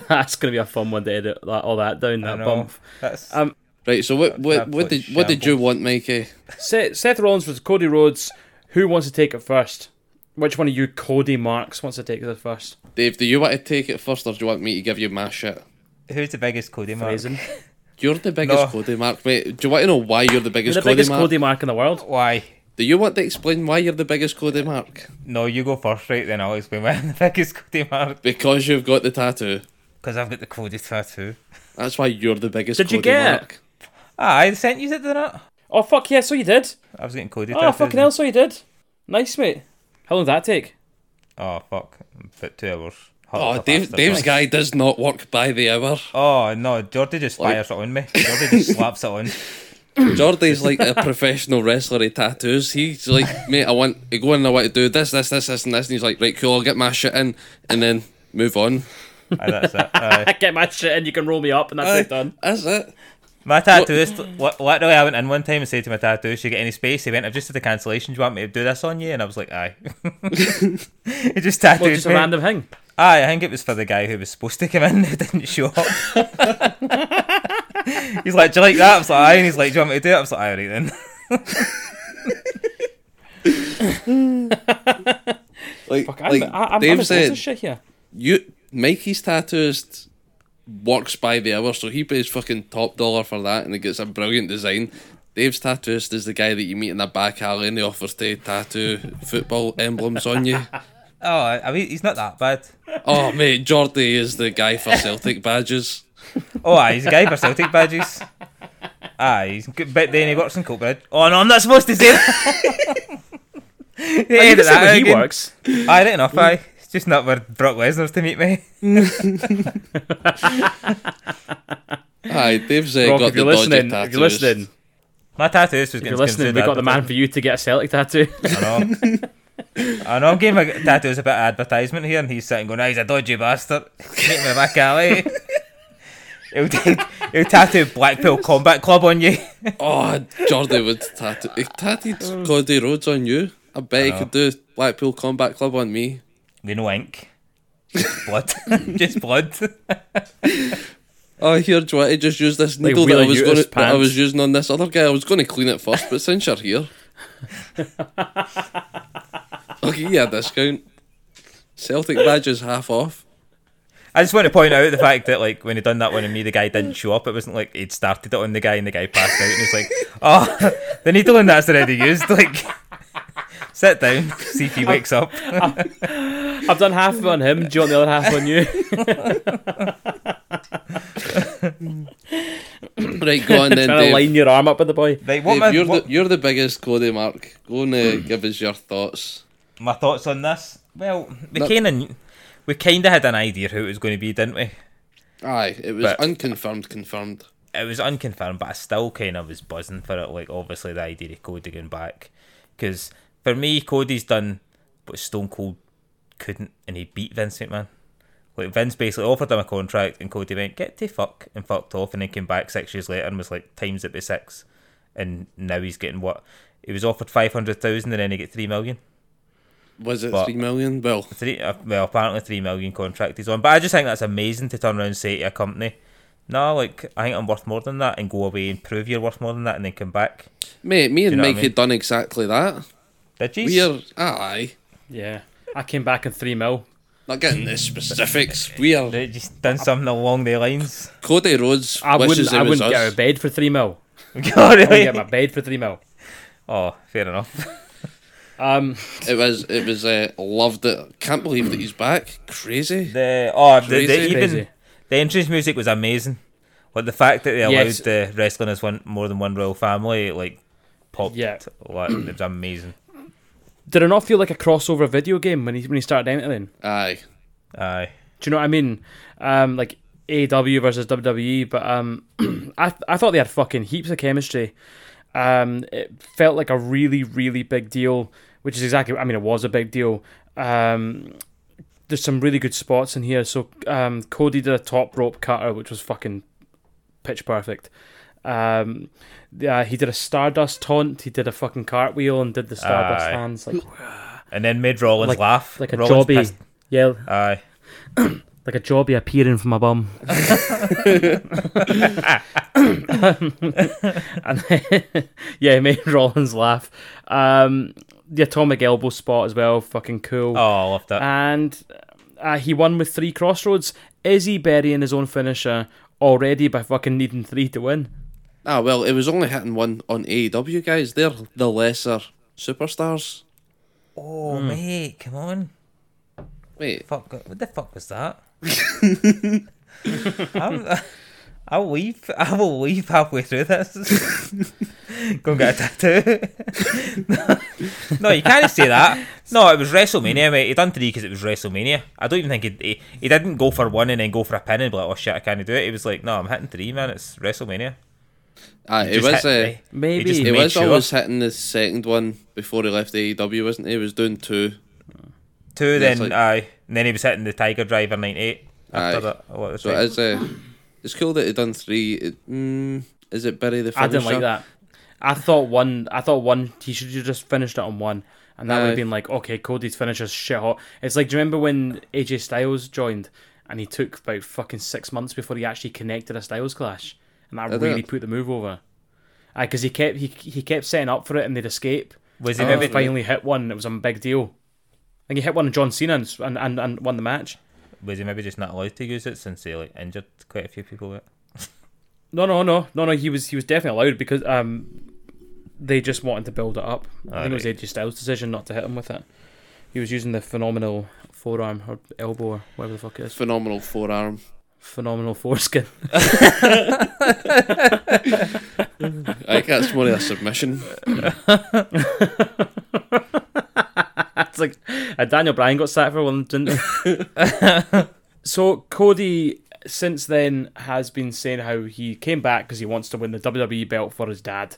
A: that's gonna be a fun one to edit that, all that down
E: I
A: that
E: know.
A: bump.
E: That's
A: Um,
D: Right, so what what, what
E: absolute
D: did what did you
E: shambles.
D: want, Mikey?
A: Seth, Seth Rollins versus Cody Rhodes. Who wants to take it first? Which one of you Cody Marks wants to take it first?
D: Dave, do you want to take it first or do you want me to give you my shit?
E: who's the biggest Cody mark?
A: Amazing.
D: You're the biggest
E: No.
D: Cody Mark, mate. Do you want to know why you're the biggest,
A: the
D: Cody,
A: biggest
D: Mark?
A: Cody Mark in the world.
E: Why?
D: Do you want to explain why you're the biggest Cody Mark?
E: No, you go first, right? Then I'll explain why I'm the biggest Cody mark.
D: Because you've got the tattoo.
E: because I've got the Cody tattoo.
D: That's why you're the biggest.
A: Did you
D: Cody
A: get it?
D: Mark.
E: Ah, I sent you that, didn't I?
A: Oh fuck yeah! So you did.
E: I was getting Cody
A: Oh
E: tattoos.
A: fucking hell! So you did. Nice mate. How long did that take?
E: Oh, fuck. About two hours.
D: Oh,
E: Hot
D: Dave,
E: bastard.
D: Dave's guy does not work by the hour.
E: Oh, no, Jordy just fires it on me. Jordy just slaps it on.
D: Hmm. Jordy's like a professional wrestler with tattoos. He's like, mate, I want to go in, I want to do this, this, this, this, and this. And he's like, right, cool, I'll get my shit in and then move on.
E: Aye, Ah, that's it. Uh, Aye.
A: I get my shit and you can roll me up, and that's it done.
D: That's it.
E: My tattooist, li- literally, I went in one time and said to my tattooist, "You get any space?" He went, "I've just did the cancellation. Do you want me to do this on you?" And I was like, "Aye." he just tattooed
A: Well, just a
E: me.
A: random thing.
E: Aye, I think it was for the guy who was supposed to come in who didn't show up. he's like, "Do you like that?" I was like, "Aye," and he's like, "Do you want me to do it?" I was like, "Aye, right then."
D: Like,
A: Fuck, I'm,
D: like
A: I, I'm, I'm
D: Dave
A: a
D: said,
A: shit here.
D: you Mikey's tattooist works by the hour, so he pays fucking top dollar for that, and he gets a brilliant design. Dave's tattooist is the guy that you meet in a back alley and he offers to tattoo football emblems on you.
E: Oh, I I mean, he's not that bad.
D: Oh mate, Jordy is the guy for Celtic badges.
E: Oh, aye, he's a guy for Celtic badges. Aye, he's good, but then he works in Coatbridge. Oh no, I'm not supposed to say that.
A: You
E: Yeah,
A: can say
E: that
A: where he
E: again.
A: works.
E: Aye, right enough, aye. It's just not where Brock Lesnar's to meet me.
D: Aye, Dave's uh,
A: Rock,
D: got
A: if you're
D: the dodgy
A: listening, if
D: tattoos.
A: you're listening,
E: My tattooist was
A: if
E: getting
A: you're listening,
E: construed
A: we got the man
E: advertising.
A: for you to get a Celtic tattoo.
E: I know. I know, I'm giving my tattoos a bit of advertisement here, and he's sitting going, "Ah, he's a dodgy bastard. Meet me back alley. he'll, take, he'll tattoo Blackpool Combat Club on you.
D: Oh, Jordy would tattoo. He
A: Mm.
D: tattooed Cody Rhodes on you. I bet he could do Blackpool Combat Club on me.
E: We no ink. Just blood. Just blood.
D: Oh, here, do you want to just use this needle that I
A: Wheeler
D: was
A: Utis
D: going to, that I
A: pants.
D: was using on this other guy? I was going to clean it first, but since you're here, okay, yeah, discount. Celtic badges half off.
E: I just want to point out the fact that, like, when he done that one on me, the guy didn't show up. It wasn't like he'd started it on the guy and the guy passed out, and he's like, "Oh, the needle in that's already used." Like, sit down, see if he wakes up.
A: I've done half of it on him. Do you want the other half on you?
D: Right, go on then,
A: Trying to
D: Dave.
A: line your arm up Hmm. with the boy.
E: Like, what,
D: Dave,
E: my,
D: you're,
E: what
D: the, you're the biggest Cody Mark. Go and uh, give us your thoughts.
E: my thoughts on this? Well, we
D: No.
E: kind of we kind of had an idea who it was going to be, didn't we?
D: Aye, it was
E: But-
D: unconfirmed, confirmed.
E: It was unconfirmed, but I still kind of was buzzing for it. Like, obviously, the idea of Cody going back, because for me, Cody's done what Stone Cold couldn't, and he beat Vince McMahon. Like Vince basically offered him a contract, and Cody went get to fuck and fucked off, and then came back six years later and was like times it by six, and now he's getting what he was offered five hundred thousand, and then he get three million.
D: Was it
E: But-
D: three million? Well,
E: three uh, well apparently three million contract he's on but i just think that's amazing to turn around and say to a company no like i think i'm worth more than that and go away and prove you're worth more than that and then come back
D: mate, me and
E: know what I
D: Mike
E: mean?
D: had done exactly that.
E: did you
D: We're aye,
A: Yeah. I came back in three mil.
D: not getting the specifics. We are
E: They just done something along the lines
D: Cody Rhodes.
A: I wouldn't.
D: wishes he
A: I
D: was
A: wouldn't get out
D: us.
A: of bed for three mil.
E: oh,
A: I wouldn't get my bed for three mil.
E: oh fair enough
A: Um,
D: It was it was uh, loved it. Can't believe that he's back. Crazy.
E: the oh the, the,
D: Crazy.
E: even
A: Crazy.
E: the entrance music was amazing like the fact that they allowed
A: Yes.
E: the wrestling as one more than one royal family like popped
A: Yeah.
E: like, it was amazing
A: did it not feel like a crossover video game when he when he started entering?
D: Aye.
E: aye
A: Do you know what I mean? Um, like AW versus WWE, but um, I th- I thought they had fucking heaps of chemistry. Um, it felt like a really really big deal, which is exactly. I mean, it was a big deal. Um, there's some really good spots in here. So um, Cody did a top rope cutter, which was fucking pitch perfect. Um, yeah, he did a Stardust taunt. He did a fucking cartwheel and did the Stardust
E: Aye.
A: hands like
E: and then made Rollins
A: Like-
E: laugh
A: like a
E: Rollins
A: jobby.
E: pissed-
A: Yeah,
E: aye
A: like a jobby appearing from my bum. and then, yeah, it made Rollins laugh. Um, the atomic elbow spot as well, fucking cool.
E: oh I loved that
A: And uh, he won with three crossroads. Is he burying his own finisher already by fucking needing three to win?
D: Ah well, it was only hitting one on AEW guys. They're the lesser superstars.
E: Oh mate, come on!
D: Wait,
E: Fuck! What the fuck was that? I'm, I'll leave. I will leave halfway through this. Go and get a tattoo. no, you can't say that. No, it was WrestleMania, mate. He done three because it was WrestleMania. I don't even think he, he he didn't go for one and then go for a pin and be like, oh shit, I can't do it. He was like, no, I'm hitting three, man. It's WrestleMania.
D: Aye,
E: He
D: it
E: just
D: was
E: hit
D: uh,
E: three.
A: Maybe.
E: just
A: He
D: He
E: made
D: was
E: sure.
D: always hitting the second one before he left AEW, wasn't he? He was doing two.
E: Two,
D: Yeah, it's
E: then
D: like-
E: aye, and then he was hitting the Tiger Driver '98. After
D: Aye.
E: that, oh, what was
D: So
E: it?
D: it is, uh, it's cool that he done three. It, mm, is it Barry the
A: I
D: Finisher?
A: didn't like that. I thought one. I thought one. He should have just finished it on one, and that would
D: Aye.
A: have been like, okay, Cody's finisher's shit hot. It's like, do you remember when AJ Styles joined, and he took about fucking six months before he actually connected a Styles clash, and that
D: Did
A: really
D: it?
A: put the move over. Because he kept he he kept setting up for it, and they'd escape.
E: Was he
D: oh.
A: And
E: maybe?
A: then finally hit one. It was a big deal. I think he hit one on John Cena and s- and, and, and won the match.
E: Was he maybe just not allowed to use it since he like injured quite a few people with it?
A: No, no, no, no, no. He was he was definitely allowed because um, they just wanted to build it up. I think it was
E: Alright.
A: AJ Styles' decision not to hit him with it. He was using the phenomenal forearm or elbow or whatever the fuck it is.
D: Phenomenal forearm.
A: Phenomenal foreskin.
D: I think that's more of a submission.
A: That's like uh, Daniel Bryan got sacked for one, didn't he? so Cody since then has been saying how he came back because he wants to win the WWE belt for his dad,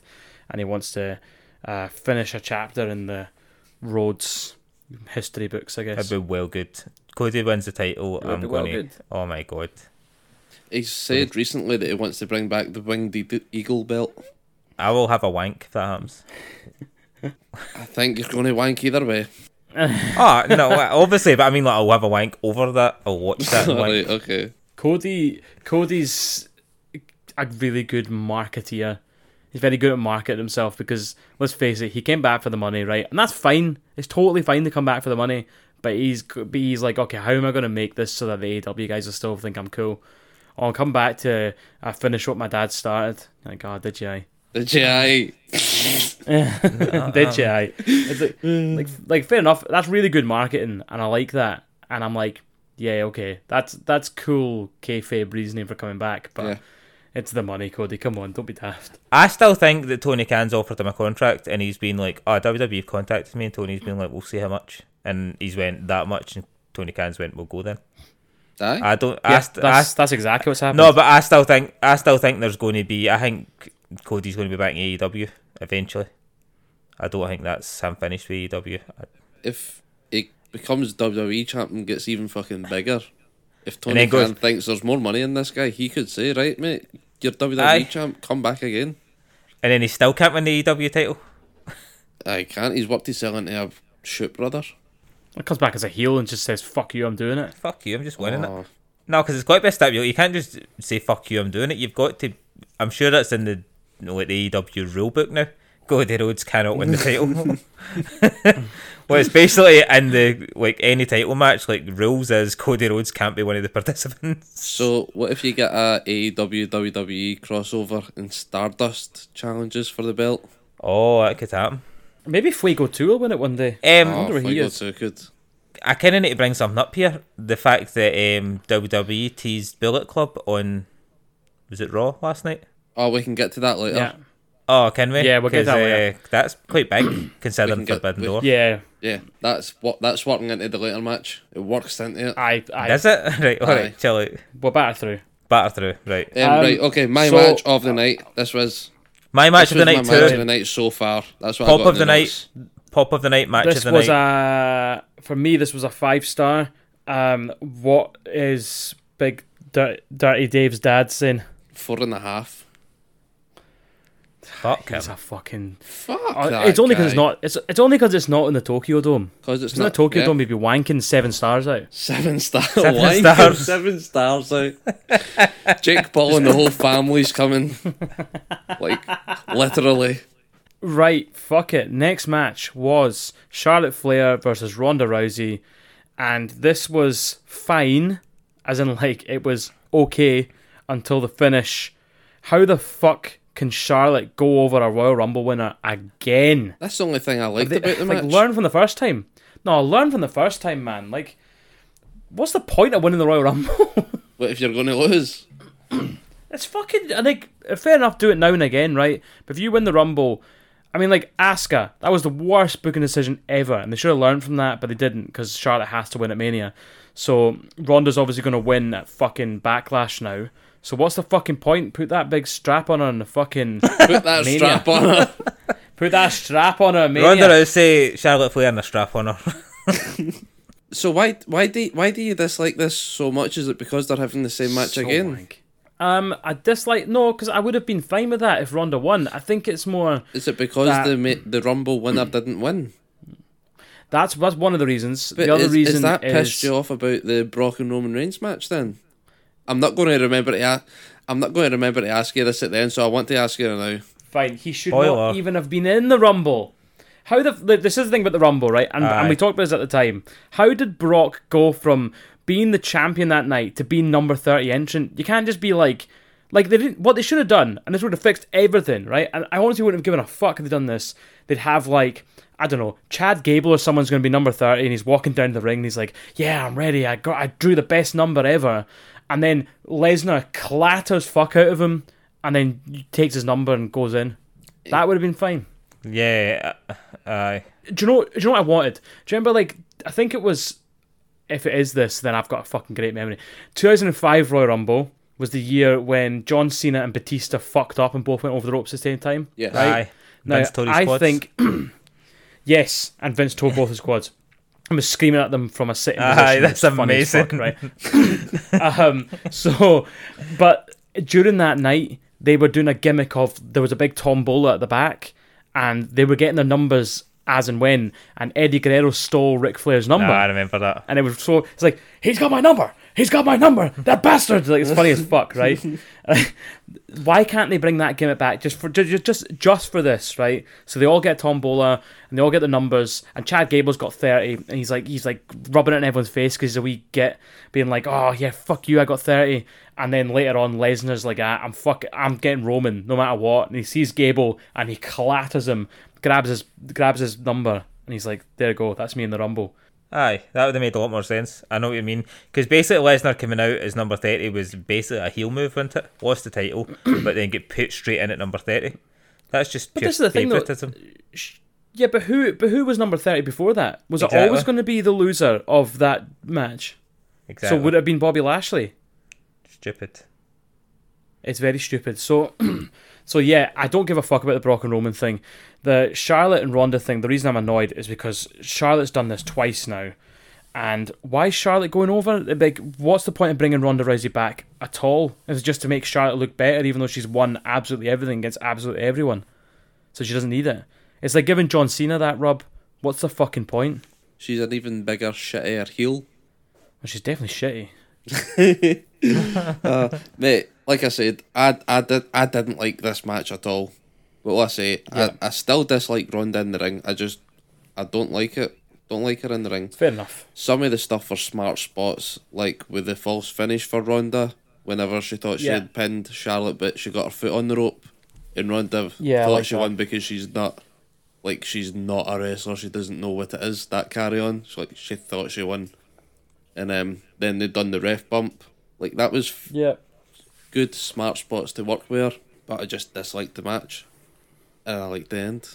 A: and he wants to uh, finish a chapter in the Rhodes history books, I guess.
E: It'd be well good. Cody wins the title.
A: would
E: I'm
A: be
E: gonna.
A: well good.
E: Oh my god.
D: He said recently that he wants to bring back the winged e- eagle belt.
E: I will have a wank if that happens.
D: I think you're going to wank either way.
E: Oh no, obviously, but I mean, like, I'll have a wank over that. I'll watch that. And, like,
D: Alright, okay.
A: Cody Cody's a really good marketeer. He's very good at marketing himself because let's face it, he came back for the money, right? And that's fine. It's totally fine to come back for the money, but he's but he's like, okay, how am I going to make this so that the AEW guys will still think I'm cool? I'll come back to I finish what my dad started. Like, oh, did you? aye?
D: Did you aye?
A: did you? aye? Um, It's like,
E: Mm.
A: like, like, fair enough. That's really good marketing, and I like that. And I'm like, yeah, okay, that's that's cool. Kayfabe reasoning for coming back, but
D: Yeah.
A: it's the money, Cody. Come on, don't be daft.
E: I still think that Tony Khan's offered him a contract, and he's been like, "Oh, WWE have contacted me," and Tony's been like, "We'll see how much," and he's went that much, and Tony Khan's went, "We'll go then."
D: Aye?
E: I don't. I, st- I
A: that's, that's exactly what's happened.
E: No, but I still think I still think there's going to be. I think Cody's going to be back in AEW eventually. I don't think that's him finished with E AEW.
D: if he becomes WWE champion, gets even fucking bigger. If
E: And
D: Tony
E: then goes-
D: Khan thinks there's more money in this guy, he could say, right, mate, you're WWE
E: Aye.
D: champ, come back again.
E: And then he still can't win the AEW title.
D: I can't. He's worked himself into a shoot brother.
A: it comes back as a heel and just says, "Fuck you, I'm doing it."
E: Fuck you! I'm just winning
D: Oh.
E: it. No, because it's got to be a stipulation. You can't just say "fuck you," I'm doing it. You've got to. I'm sure that's in the you know, like the AEW rule book now. Cody Rhodes cannot win the title. well, it's basically in the like any title match. Like rules is Cody Rhodes can't be one of the participants.
D: So, what if you get a E AEW WWE E crossover and Stardust challenges for the belt?
E: Oh, that could happen.
A: Maybe Fuego too will win it one day.
E: Um,
D: Oh,
A: where he
D: Fuego
A: is.
D: too could.
E: I kind of need to bring something up here. The fact that um, WWE teased Bullet Club on was it Raw last night?
D: Oh, we can get to that later.
A: Yeah,
E: Oh, can we?
A: Yeah, we'll get
E: 'Cause,
A: that later.
E: uh, that's quite big
D: We can
E: considering
D: get-
E: Forbidden
D: we-
E: Door.
A: yeah.
D: Yeah, that's what that's working into the later match. It works into it.
A: I, I,
E: Is it right? All
D: Aye.
E: right, chill out.
A: we're back through.
E: Batter through, right?
D: Um,
A: Um,
D: right, okay, my
A: so-
D: match of the night. This was
E: My match of
D: this
E: the
D: was
E: night
D: my match of
E: too.
D: the night so far. That's what I
E: Pop
D: got
E: of
D: in
E: the
D: notes.
E: night. Pop of the night match
A: this
E: of the
A: was
E: night.
A: a for me. This was a five star. Um, what is Big Dir- Dirty Dave's dad saying?
D: Four and a half.
E: Fuck him.
A: It's a fucking.
D: Fuck
A: Uh,
D: that
A: it's only because it's
D: guy.
A: not. It's it's only because it's not in the Tokyo Dome.
D: 'Cause it's
A: It's not
D: not-
A: the Tokyo
D: yeah.
A: Dome. We'd be wanking seven stars out.
D: Seven stars.
E: Seven
D: Why
E: stars.
D: give Seven stars out. Jake Paul and the whole family's coming. Like, literally.
A: Right, fuck it. Next match was Charlotte Flair versus Ronda Rousey, and this was fine, as in like it was okay until the finish. How the fuck can Charlotte go over a Royal Rumble winner again?
D: That's the only thing I liked
A: They-
D: about the
A: like
D: match.
A: learn from the first time. No, learn from the first time, man. Like, what's the point of winning the Royal Rumble?
D: What if you're going to lose?
A: It's fucking. I think fair enough. Do it now and again, right? But if you win the Rumble, I mean, like Asuka, that was the worst booking decision ever, and they should have learned from that, but they didn't because Charlotte has to win at Mania. So Ronda's obviously going to win at fucking Backlash now. So what's the fucking point? Put that big strap on her and the fucking
D: Put that
A: Mania.
D: strap on her.
A: put that strap on her. at Mania.
E: Ronda Rousey, Charlotte Flair, and a strap on her.
D: So why why do why do you dislike this so much? Is it because they're having the same match again?
A: wank. Um, I dislike no, because I would have been fine with that if Ronda won. I think it's more
D: Is it because
A: That-
D: the ma- the Rumble winner didn't win?
A: that's that's one of the reasons.
D: But
A: the other
D: is,
A: reason
D: is that
A: is
D: pissed you off about the Brock and Roman Reigns match? Then I'm not going to remember to. a- I'm not going to remember to ask you this at the end, so I want to ask you now.
A: fine. He should
E: Spoiler.
A: not even have been in the Rumble. How the the- this is the thing about the Rumble, right? And, and
E: Aye.
A: we talked about this at the time. How did Brock go from being the champion that night to being number thirty entrant? You can't just be like, like they didn't. What they should have done, and this would have fixed everything, right? And I honestly wouldn't have given a fuck if they'd done this. They'd have like. I don't know. Chad Gable or someone's going to be number thirty, and he's walking down the ring, and he's like, "Yeah, I'm ready. I got, I drew the best number ever." And then Lesnar clatters fuck out of him, and then takes his number and goes in. That would have been fine.
E: yeah, uh, aye.
A: Do you know? Do you know what I wanted? Do you remember? Like, I think it was. If it is this, then I've got a fucking great memory. 2005 Royal Rumble was the year when John Cena and Batista fucked up and both went over the ropes at the same time.
D: Yes.
E: aye.
A: Now,
E: Vince Tory
A: I
E: squads.
A: think yes, and Vince tore both his quads. and was screaming at them from a sitting
E: Aye,
A: position. It
E: that's
A: was funny as
E: amazing.
A: right? um, so, but during that night, they were doing a gimmick of there was a big tombola at the back, and they were getting their numbers as and when, and Eddie Guerrero stole Ric Flair's number
E: Aye, I remember that.
A: and it was so it's like he's got my number he's got my number that bastard like it's funny as fuck right why can't they bring that gimmick back just for just just, just for this right so they all get tombola and they all get the numbers and chad gable's got 30 and he's like he's like rubbing it in everyone's face because he's a wee git being like oh yeah fuck you i got 30 and then later on lesnar's like ah, i'm fuck i'm getting roman no matter what and he sees gable and he clatters him grabs his grabs his number and he's like there you go that's me in the rumble
E: Aye, that would have made a lot more sense. I know what you mean. Because basically, Lesnar coming out as number 30 was basically a heel move, wasn't it? Lost the title, but then get put straight in at number 30. That's just pure
A: this is the thing, though.
E: favouritism.
A: Yeah, but who but who was number thirty before that? Was it
E: Exactly.
A: always going to be the loser of that match?
E: Exactly.
A: So would it have been Bobby Lashley?
E: Stupid.
A: It's very stupid. So so yeah, I don't give a fuck about the Brock and Roman thing. The Charlotte and Ronda thing, the reason I'm annoyed is because Charlotte's done this twice now. And why is Charlotte going over? Like, what's the point of bringing Ronda Rousey back at all? It's just to make Charlotte look better, even though she's won absolutely everything against absolutely everyone. So she doesn't need it. It's like giving John Cena that rub. What's the fucking point?
D: She's an even bigger shittier heel,
A: Well, she's definitely shitty.
D: mate. Like I said, I I did I didn't like this match at all. What will I say? I, I still dislike Ronda in the ring. I just I don't like it. Don't like her in the ring.
A: Fair enough.
D: some of the stuff were smart spots, like with the false finish for Ronda. Whenever she thought she
A: Yeah.
D: had pinned Charlotte, but she got her foot on the rope, and Ronda
A: Yeah, I
D: thought
A: like
D: she
A: that.
D: won because she's not, like she's not a wrestler. She doesn't know what it is. That carry on. She like she thought she won, and um, then they done the ref bump. Like that was f-
A: Yeah.
D: good smart spots to work with, her, but I just disliked the match, and I liked the end,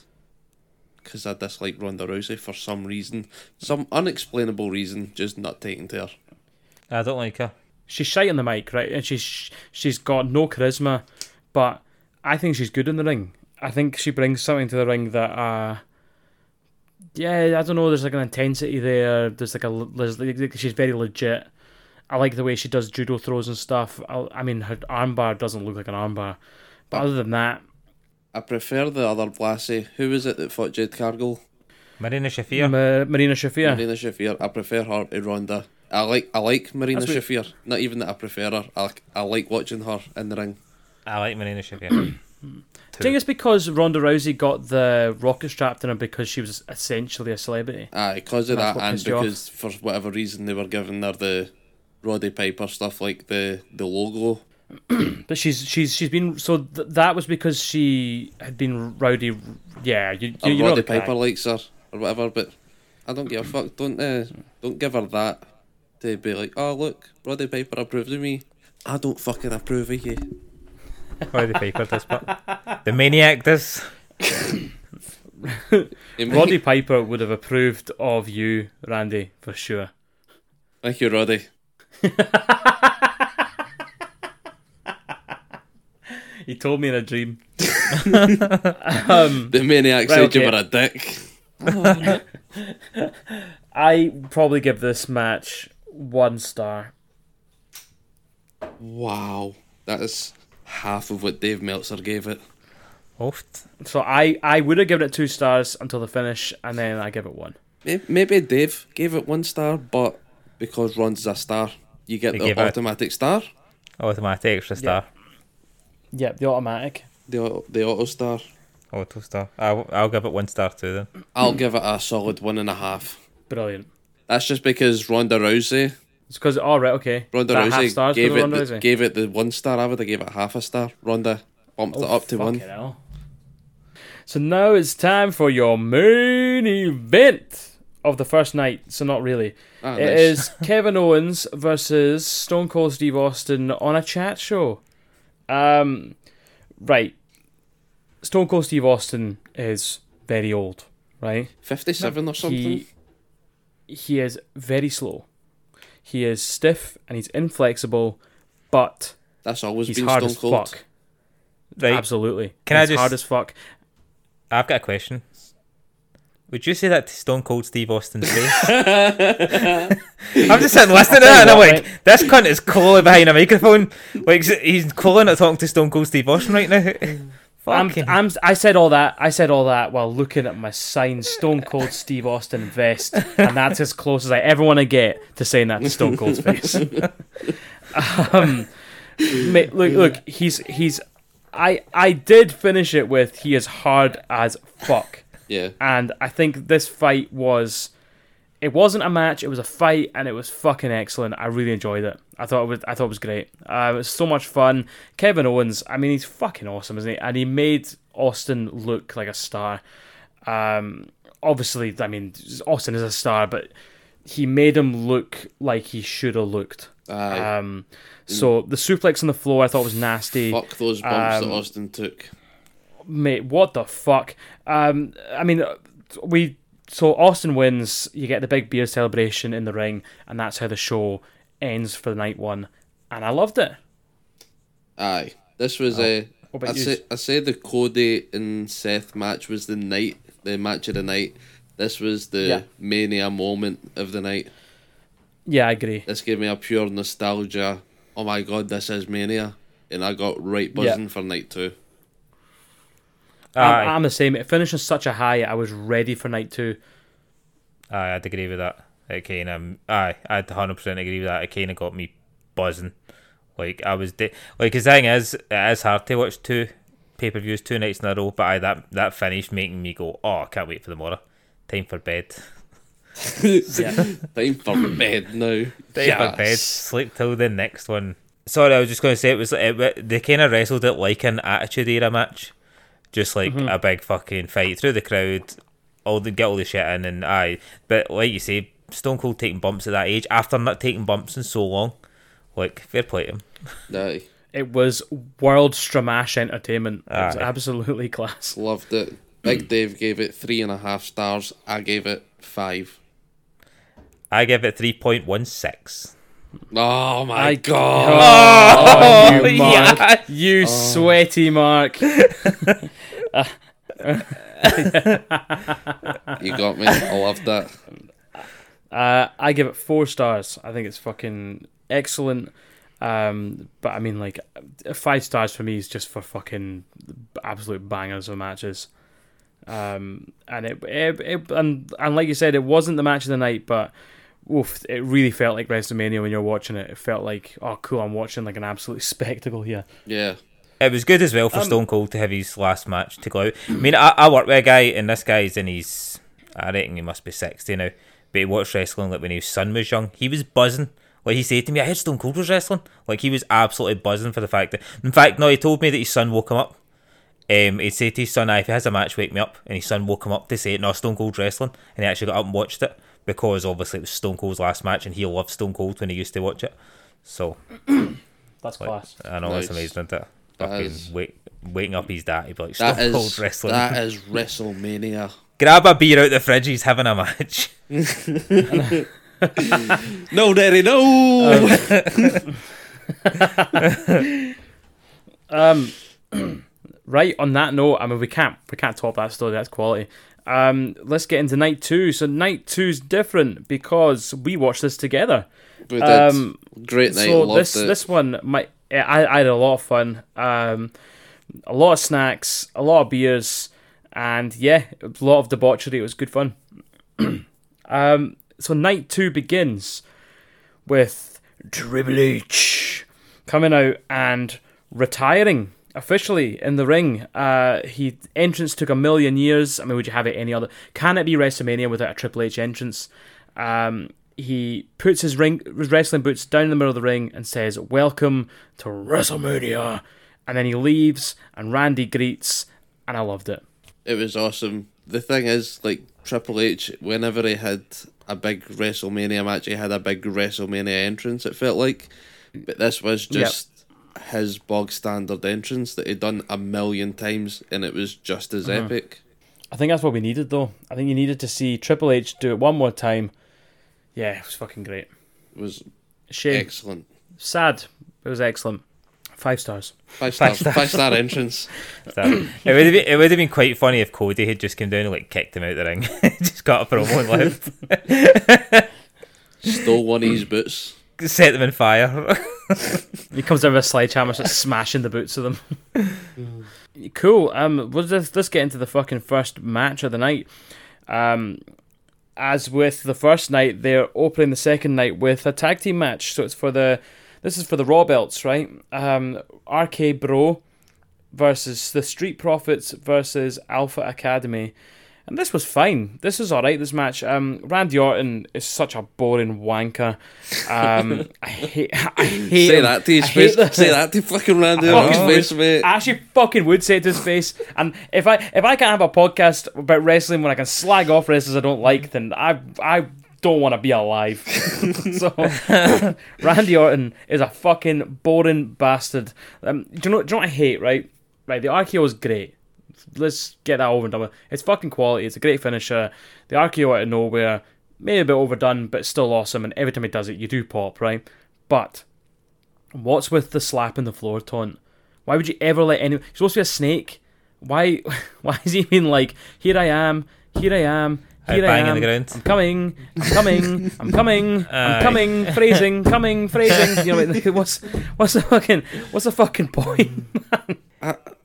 D: because I disliked Ronda Rousey for some reason, some unexplainable reason, just not taking to her.
E: I don't like her.
A: She's shite on the mic, right? And she's she's got no charisma, but I think she's good in the ring. I think she brings something to the ring that uh yeah, I don't know, there's like an intensity there. There's like a l- there's like, she's very legit. I like the way she does judo throws and stuff. I, I mean, her armbar doesn't look like an armbar, but other than that,
D: I prefer the other Blassie. Who is it that fought Jade Cargill?
E: Marina Shafir.
A: Ma- Marina Shafir.
D: Marina Shafir. I prefer her to Ronda. I like I like Marina
A: That's what-
D: Shafir. Not even that I prefer her. I, I like watching her in the ring.
E: I like Marina Shafir.
A: I think it's because Ronda Rousey got the rocket strapped in her because she was essentially a celebrity.
D: Aye, because of
A: That's
D: that,
A: what
D: and
A: pissed you off.
D: because for whatever reason they were giving her the Roddy Piper stuff like the the logo
A: But she's she's she's been so th- that was because she had been rowdy. Yeah, you
D: or
A: you, you know
D: Roddy
A: the
D: Piper
A: paper.
D: likes her or whatever. But I don't give a fuck. Don't uh, don't give her that. They'd be like, oh, look, Roddy Piper approved of me. I don't fucking approve of you.
E: Roddy Piper does, but the maniac does.
D: It might-
A: Roddy Piper would have approved of you, Randy, for sure.
D: Thank you, Roddy.
A: He told me in a dream.
D: The maniac
A: Right,
D: said you
A: okay.
D: were a dick.
A: I probably give this match one star.
D: Wow. That is half of what Dave Meltzer gave it.
E: Oft.
A: So I, I would have given it two stars until the finish, and then I give it one.
D: May- Maybe Dave gave it one star, but because Ron's a star, you get
E: They
D: the
E: gave it-
D: automatic star,
E: Automatic Oh, extra star.
A: Yep, the automatic.
D: the, au- the auto star.
E: Auto Oh, star. I'll, I'll give it one star too then.
D: I'll give it a solid one and a half.
A: Brilliant.
D: That's just because Ronda Rousey,
A: It's because, alright, okay.
D: Ronda
A: that half
D: Rousey
A: stars
D: gave
A: for
D: it
A: Ronda
D: the,
A: Rousey.
D: gave it the one star. I would have gave it half a star. Ronda bumped
A: Oh,
D: it up to one.
A: Fucking hell. So now it's time for your main event of the first night. So not really.
D: Ah,
A: It
D: nice.
A: is Kevin Owens versus Stone Cold Steve Austin on a chat show. Um, right. Stone Cold Steve Austin is very old, right?
D: Fifty-seven or something.
A: He he is very slow. He is stiff and he's inflexible, but
D: That's always
A: he's
D: been
A: hard
D: Stone
A: as
D: Cold.
A: fuck.
E: Right.
A: Absolutely.
E: Can I
A: He's
E: just-
A: hard as fuck.
E: I've got a question. Would you say that to Stone Cold Steve Austin's face? I'm just sitting listening to that and I'm
A: Right.
E: like, this cunt is clearly behind a microphone. Like, he's clearly not talking to Stone Cold Steve Austin right now.
A: I'm,
E: Fucking.
A: I'm, I said all that. I said all that while looking at my signed Stone Cold Steve Austin vest, and that's as close as I ever want to get to saying that to Stone Cold's face. um, mate, look, look, he's he's. I I did finish it with he is hard as fuck,
D: Yeah.
A: and I think this fight was. It wasn't a match. It was a fight, and it was fucking excellent. I really enjoyed it. I thought it was. I thought it was great. Uh, it was so much fun. Kevin Owens. I mean, he's fucking awesome, isn't he? And he made Austin look like a star. Um, obviously, I mean, Austin is a star, but he made him look like he should have looked.
D: Aye.
A: Um, so the suplex on the floor, I thought was nasty
D: fuck those bumps
A: um,
D: that Austin took.
A: mate, what the fuck? Um, I mean, uh, we so Austin wins. You get the big beer celebration in the ring, and that's how the show ends for the night one. And I loved it.
D: Aye. This was a.
A: Oh, about
D: I
A: yous?
D: say, I say the Cody and Seth match was the night, the match of the night. This was the
A: Yeah.
D: mania moment of the night.
A: Yeah, I agree.
D: This gave me a pure nostalgia. Oh my god, this is mania, and I got right buzzing for night two.
A: I'm,
E: Aye,
A: I'm the same. It finished on such a high. I was ready for night two.
E: aye, I'd agree with that. It kind of, aye, I'd 100% agree with that. It kind of got me buzzing. Like, I was, de- like, his thing is, it is hard to watch two pay per views, two nights in a row, but aye, that, that finished making me go, oh, I can't wait for tomorrow. Time for bed.
D: Time for bed now.
E: Stay for bed, sleep till the next one. Sorry, I was just going to say it was it, wa- they kind of wrestled it like an Attitude Era match, just like a big fucking fight through the crowd, all the get all the shit in and aye. But like you say, Stone Cold taking bumps at that age after not taking bumps in so long, like fair play to him.
D: Aye,
A: It was world stramash entertainment. It was
E: Aye.
A: absolutely class.
D: loved it. Big Dave gave it three and a half stars. I gave it five.
E: I give it three point one six.
D: Oh my
A: I-
D: god!
A: Oh, you Mark. You sweaty Mark.
D: You got me. I loved that.
A: Uh, I give it four stars. I think it's fucking excellent. Um, but I mean, like, five stars for me is just for fucking absolute bangers of matches. Um, and it, it, it and, and like you said, it wasn't the match of the night, but oof, it really felt like WrestleMania when you're watching it. It felt like, oh, cool, I'm watching like an absolute spectacle here.
D: Yeah.
E: It was good as well for Stone Cold to have his last match to go out. I mean, I, I work with a guy, and this guy's in his, I reckon he must be 60 now, but he watched wrestling like when his son was young. He was buzzing. Like he said to me, I heard Stone Cold was wrestling. Like he was absolutely buzzing for the fact that, in fact, no, he told me that his son woke him up. Um, he'd say to his son, "Aye, if he has a match, wake me up. And his son woke him up to say, no, Stone Cold wrestling. And he actually got up and watched it. because obviously it was Stone Cold's last match and he loved Stone Cold when he used to watch it. So
A: That's class.
E: I know it's
D: Nice.
E: amazing, isn't it?
D: That
E: Fucking
D: is-
E: wait, waking up his dad, he'd be like Stone
D: That is
E: Cold wrestling.
D: that is WrestleMania.
E: Grab a beer out the fridge, he's having a match.
D: No, Derry, no.
A: Um, Right. On that note, I mean, we can't we can't top that story. That's quality. Um, let's get into night two. So night two's different because we watched this together.
D: we did.
A: Um,
D: Great night.
A: so
D: loved
A: this
D: it.
A: this one, my I, I had a lot of fun. Um, a lot of snacks, a lot of beers, and yeah, a lot of debauchery. It was good fun. um, so night two begins with Triple H coming out and retiring officially in the ring. Uh, he entrance took a million years. I mean, would you have it any other? Can it be WrestleMania without a Triple H entrance? Um, he puts his ring, his wrestling boots down in the middle of the ring and says, "Welcome to WrestleMania," and then he leaves and Randy greets, and I loved it.
D: It was awesome. The thing is, like Triple H, whenever he had a big WrestleMania match, he had a big WrestleMania entrance. It felt like, but this was just his bog standard entrance that he'd done a million times, and it was just as
A: Uh-huh.
D: epic.
A: I think that's what we needed, though. I think you needed to see Triple H do it one more time. Yeah, it was fucking great.
D: It was
A: Shame,
D: excellent.
A: sad. It was excellent. Five stars.
D: Five star, five star entrance.
E: That- it would have been it would have been quite funny if Cody had just come down and like kicked him out the ring, just got a promo and left,
D: Stole one of his boots.
E: set them in fire.
A: He comes down with a sledgehammer, starts smashing the boots of them. cool. Um, let's just, let's get into the fucking first match of the night. Um, as with the first night, they're opening the second night with a tag team match. So it's for the this is for the Raw belts, right? Um, RK Bro versus the Street Profits versus Alpha Academy. And this was fine. This is all right. This match. Um, Randy Orton is such a boring wanker. Um, I hate. I hate.
D: Say
A: him.
D: that to
A: um,
D: his
A: I hate
D: face.
A: this.
D: Say that to fucking Randy
A: Fucking
D: Orton's
A: would-
D: face, mate.
A: I actually fucking would say it to his face. And if I if I can't have a podcast about wrestling when I can slag off wrestlers I don't like, then I I don't want to be alive. so Randy Orton is a fucking boring bastard. Um, do you know do you know what I hate? Right, right. The RKO is great. Let's get that over and done with. It's fucking quality. It's a great finisher. The RKO out of nowhere, maybe a bit overdone, but still awesome. And every time he does it, you do pop, right? But What's with the slap in the floor taunt? Why would you ever let anyone? He's supposed to be a snake. Why? Why is he being like, "Here I am, here I am, here I
E: bang on
A: am,
E: the ground.
A: I'm coming, I'm coming, I'm coming, I'm coming, phrasing, coming, phrasing." You know, like, what's what's the fucking what's the fucking point?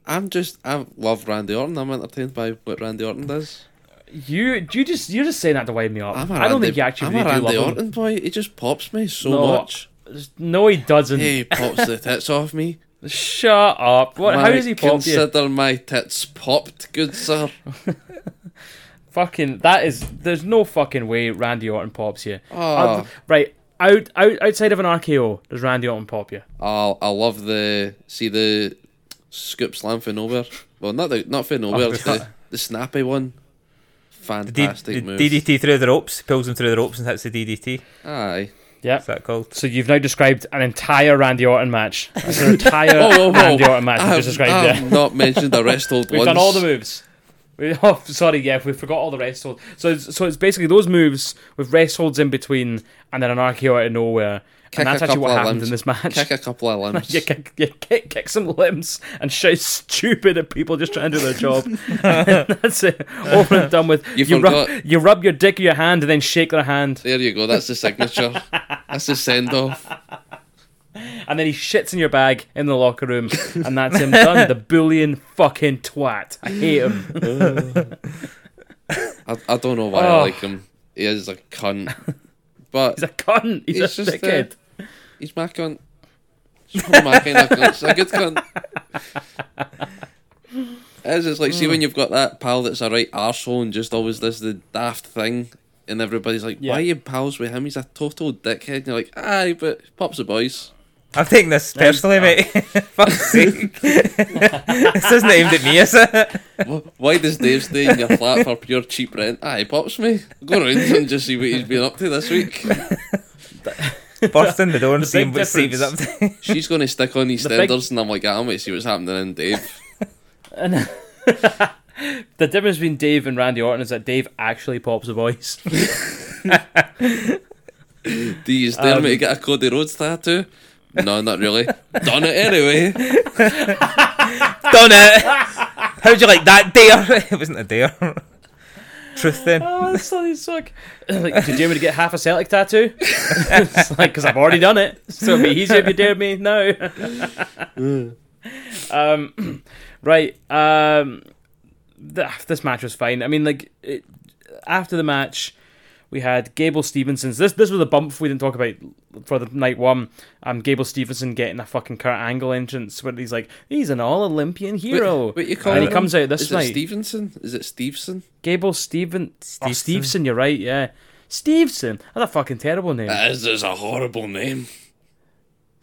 D: I'm just, I love Randy Orton. I'm entertained by what Randy Orton does.
A: You you just you're just saying that to wind me up.
D: I'm a
A: I don't
D: Randy,
A: think you actually
D: I'm a
A: really do
D: Randy
A: love him.
D: Orton boy. He just pops me so
A: No.
D: much.
A: No, he doesn't.
D: He pops the tits off me.
A: Shut up. What? How
D: Mike,
A: does he pop you?
D: Consider my tits popped, good sir.
A: Fucking that is there's no fucking way Randy Orton pops you.
D: Oh.
A: Um, right. Out, out outside of an RKO, does Randy Orton pop you?
D: Oh, I love the see the scoop slam for nowhere. Well, not the not for
A: Oh,
D: nowhere. the, the snappy one.
E: D-
D: Fantastic
E: the
D: move.
E: DDT through the ropes, pulls him through the ropes, and hits the DDT. Is
D: Aye.
A: Yeah.
E: that called?
A: So you've now described an entire Randy Orton match. That's an entire
D: Oh, oh, oh.
A: Randy Orton match you
D: I've,
A: just described
D: I've
A: there.
D: not mentioned the rest hold
A: We've
D: um, once.
A: done all the moves. We, oh, sorry, yeah, we forgot all the rest holds. So, it's, so it's basically those moves with rest holds in between, and then an RKO out of nowhere,
D: Kick
A: and that's
D: a
A: actually what
D: couple of
A: happened
D: limbs.
A: in this match.
D: Kick a couple of limbs.
A: you kick, you kick, kick some limbs and shout stupid at people just trying to do their job. And that's it. Over and done with.
D: You
A: rub,
D: forgot-
A: you rub your dick in your hand and then shake their hand.
D: There you go. That's the signature. that's the send off.
A: And then he shits in your bag in the locker room. And that's him done. The bullying fucking twat. I hate him.
D: I, I don't know why
A: Oh.
D: I like him. He is a cunt. But
A: He's a cunt. He's,
D: He's
A: a
D: just a-
A: dickhead.
D: He's my cunt. He's one of my kind of cunt. He's a good cunt. It's just like, see
A: Hmm.
D: when you've got that pal that's a right arsehole and just always does the daft thing, and everybody's like,
A: Yeah.
D: why are you pals with him? He's a total dickhead. And you're like, aye, but pops the boys.
E: I'm taking this
A: Oh.
E: personally, mate. Fuck's sake. this isn't aimed at me, is it?
D: Wh- Why does Dave stay in your flat for pure cheap rent? Aye, pops me. Go round and just see what he's been up to this week.
E: Burst in the door and
A: The
E: see
A: big
E: what Steve is up
A: difference.
E: to.
D: She's going to stick on these
A: The big-
D: standards, and I'm like, I'm going to see what's happening in Dave.
A: And the difference between Dave and Randy Orton is that Dave actually pops a voice.
D: Do you dare
A: Um,
D: me to get a Cody Rhodes tattoo? No, not really. Done it anyway.
E: Done it! How'd you like that dare? it wasn't a dare. Truth then.
A: oh, that sounded sick. Like, did you want me to get half a Celtic tattoo? it's like, because I've already done it. So it'd be easier if you dared me now. um, right. Um, th- this match was fine. I mean, like, it, after the match, we had Gable Stevenson's. This this was the bump we didn't talk about for the night one. Um, Gable Stevenson getting a fucking Kurt Angle entrance where he's like, he's an all Olympian hero.
D: What you
A: and
D: calling
A: he comes out this
D: Is
A: night.
D: it Stevenson? Is it Stevenson?
A: Gable Steven oh,
E: Steveson.
A: Steveson, you're right, yeah. Steveson. That's a fucking terrible name.
D: That is, is a horrible name.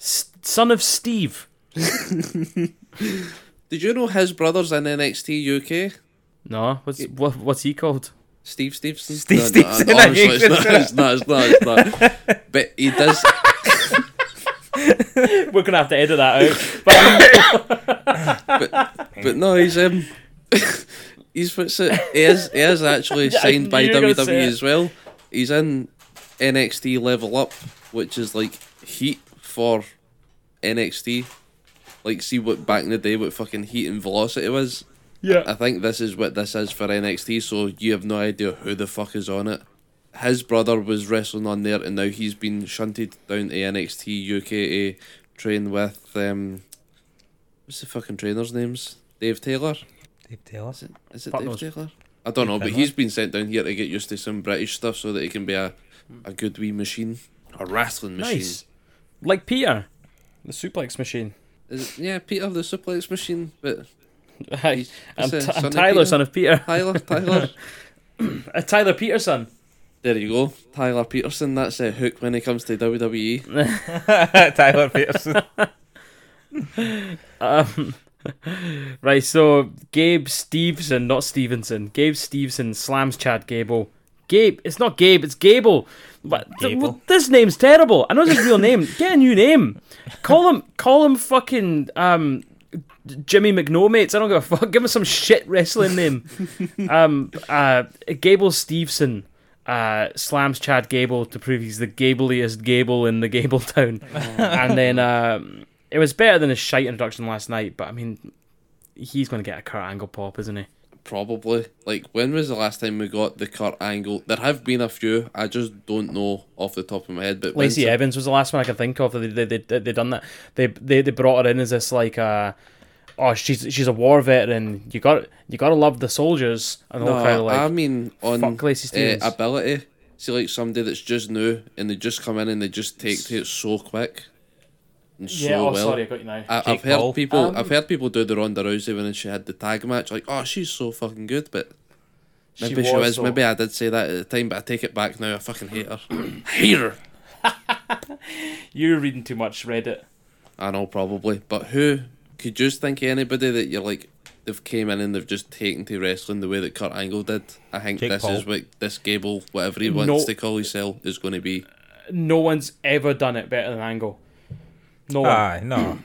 A: S- son of Steve.
D: Did you know his brother's in NXT UK?
A: No, what's what, what's he called?
D: Steve Stevenson?
E: Steve
D: no,
E: Stevenson,
D: No,
E: I
D: honestly,
E: think
D: it's not, it's not, it's not, it's not. But he does.
A: We're gonna have to edit that out. But
D: But no, he's um, he's what's it? He is he is actually
A: Yeah, I
D: signed by
A: knew you were gonna
D: WWE
A: say it.
D: as well. He's in NXT Level Up, which is like heat for NXT. Like, see what back in the day, what fucking heat and velocity was. I
A: yeah,
D: think this is what this is for NXT. So you have no idea who the fuck is on it. His brother was wrestling on there, and now he's been shunted down to NXT UK to train with um, what's the fucking trainer's names? Dave Taylor.
E: Dave Taylor.
D: Is it, is it
A: Fuck
D: Dave
A: knows.
D: Taylor? I don't know, but he's been sent down here to get used to some British stuff so that he can be a, a good wee machine, a wrestling machine.
A: nice. Like Peter, the suplex machine,
D: Is it, yeah, Peter the suplex machine, but
A: and,
D: it's, uh,
A: Ty-
D: son of
A: Tyler,
D: Peter.
A: son of Peter,
D: Tyler, Tyler.
A: uh, Tyler Peterson.
D: there you go, Tyler Peterson. That's a hook when it comes to E. WWE.
E: Tyler Peterson.
A: Um, right, so Gabe Stevenson, not Stevenson. Gabe Stevenson slams Chad Gable. Gabe, it's not Gabe, it's Gable. But th-
E: Gable.
A: this name's terrible. I know it's his real name. Get a new name. Call him, call him fucking um, Jimmy McNomates. I don't give a fuck. Give him some shit wrestling name. um, uh, Gable Stevenson. Uh, slams Chad Gable to prove he's the gabliest Gable in the Gable town, and then um, it was better than his shite introduction last night, but I mean, he's going to get a Kurt Angle pop, isn't he?
D: Probably. Like, when was the last time we got the Kurt Angle? There have been a few. I just don't know off the top of my head. But when's
A: Lacey
D: the-
A: Evans was the last one I can think of that they they, they, they done that. They, they they brought her in as this like uh oh she's she's a war veteran. You got you got to love the soldiers and all
D: No,
A: kind of
D: I
A: like
D: mean on
A: fuck Lacey Stevens.
D: uh, ability. See, like somebody that's just new and they just come in and they just take to it so quick and so well.
A: oh, got you now.
D: I,
E: Jake
D: I've heard
E: Paul.
D: people. I've heard people do the Ronda Rousey when she had the tag match. Like, oh, she's so fucking good, but maybe she, was. Maybe I did say that at the time, but I take it back now. I fucking hate her. hate her.
A: You're reading too much Reddit.
D: I know probably, but who could you just think of anybody that you're like they've came in and they've just taken to wrestling the way that Kurt Angle did? I think
E: Jake
D: this
E: Paul.
D: is what this Gable, whatever he
A: No.
D: wants to call himself, is going to be.
A: No one's ever done it better than Angle. No one.
E: Aye, no.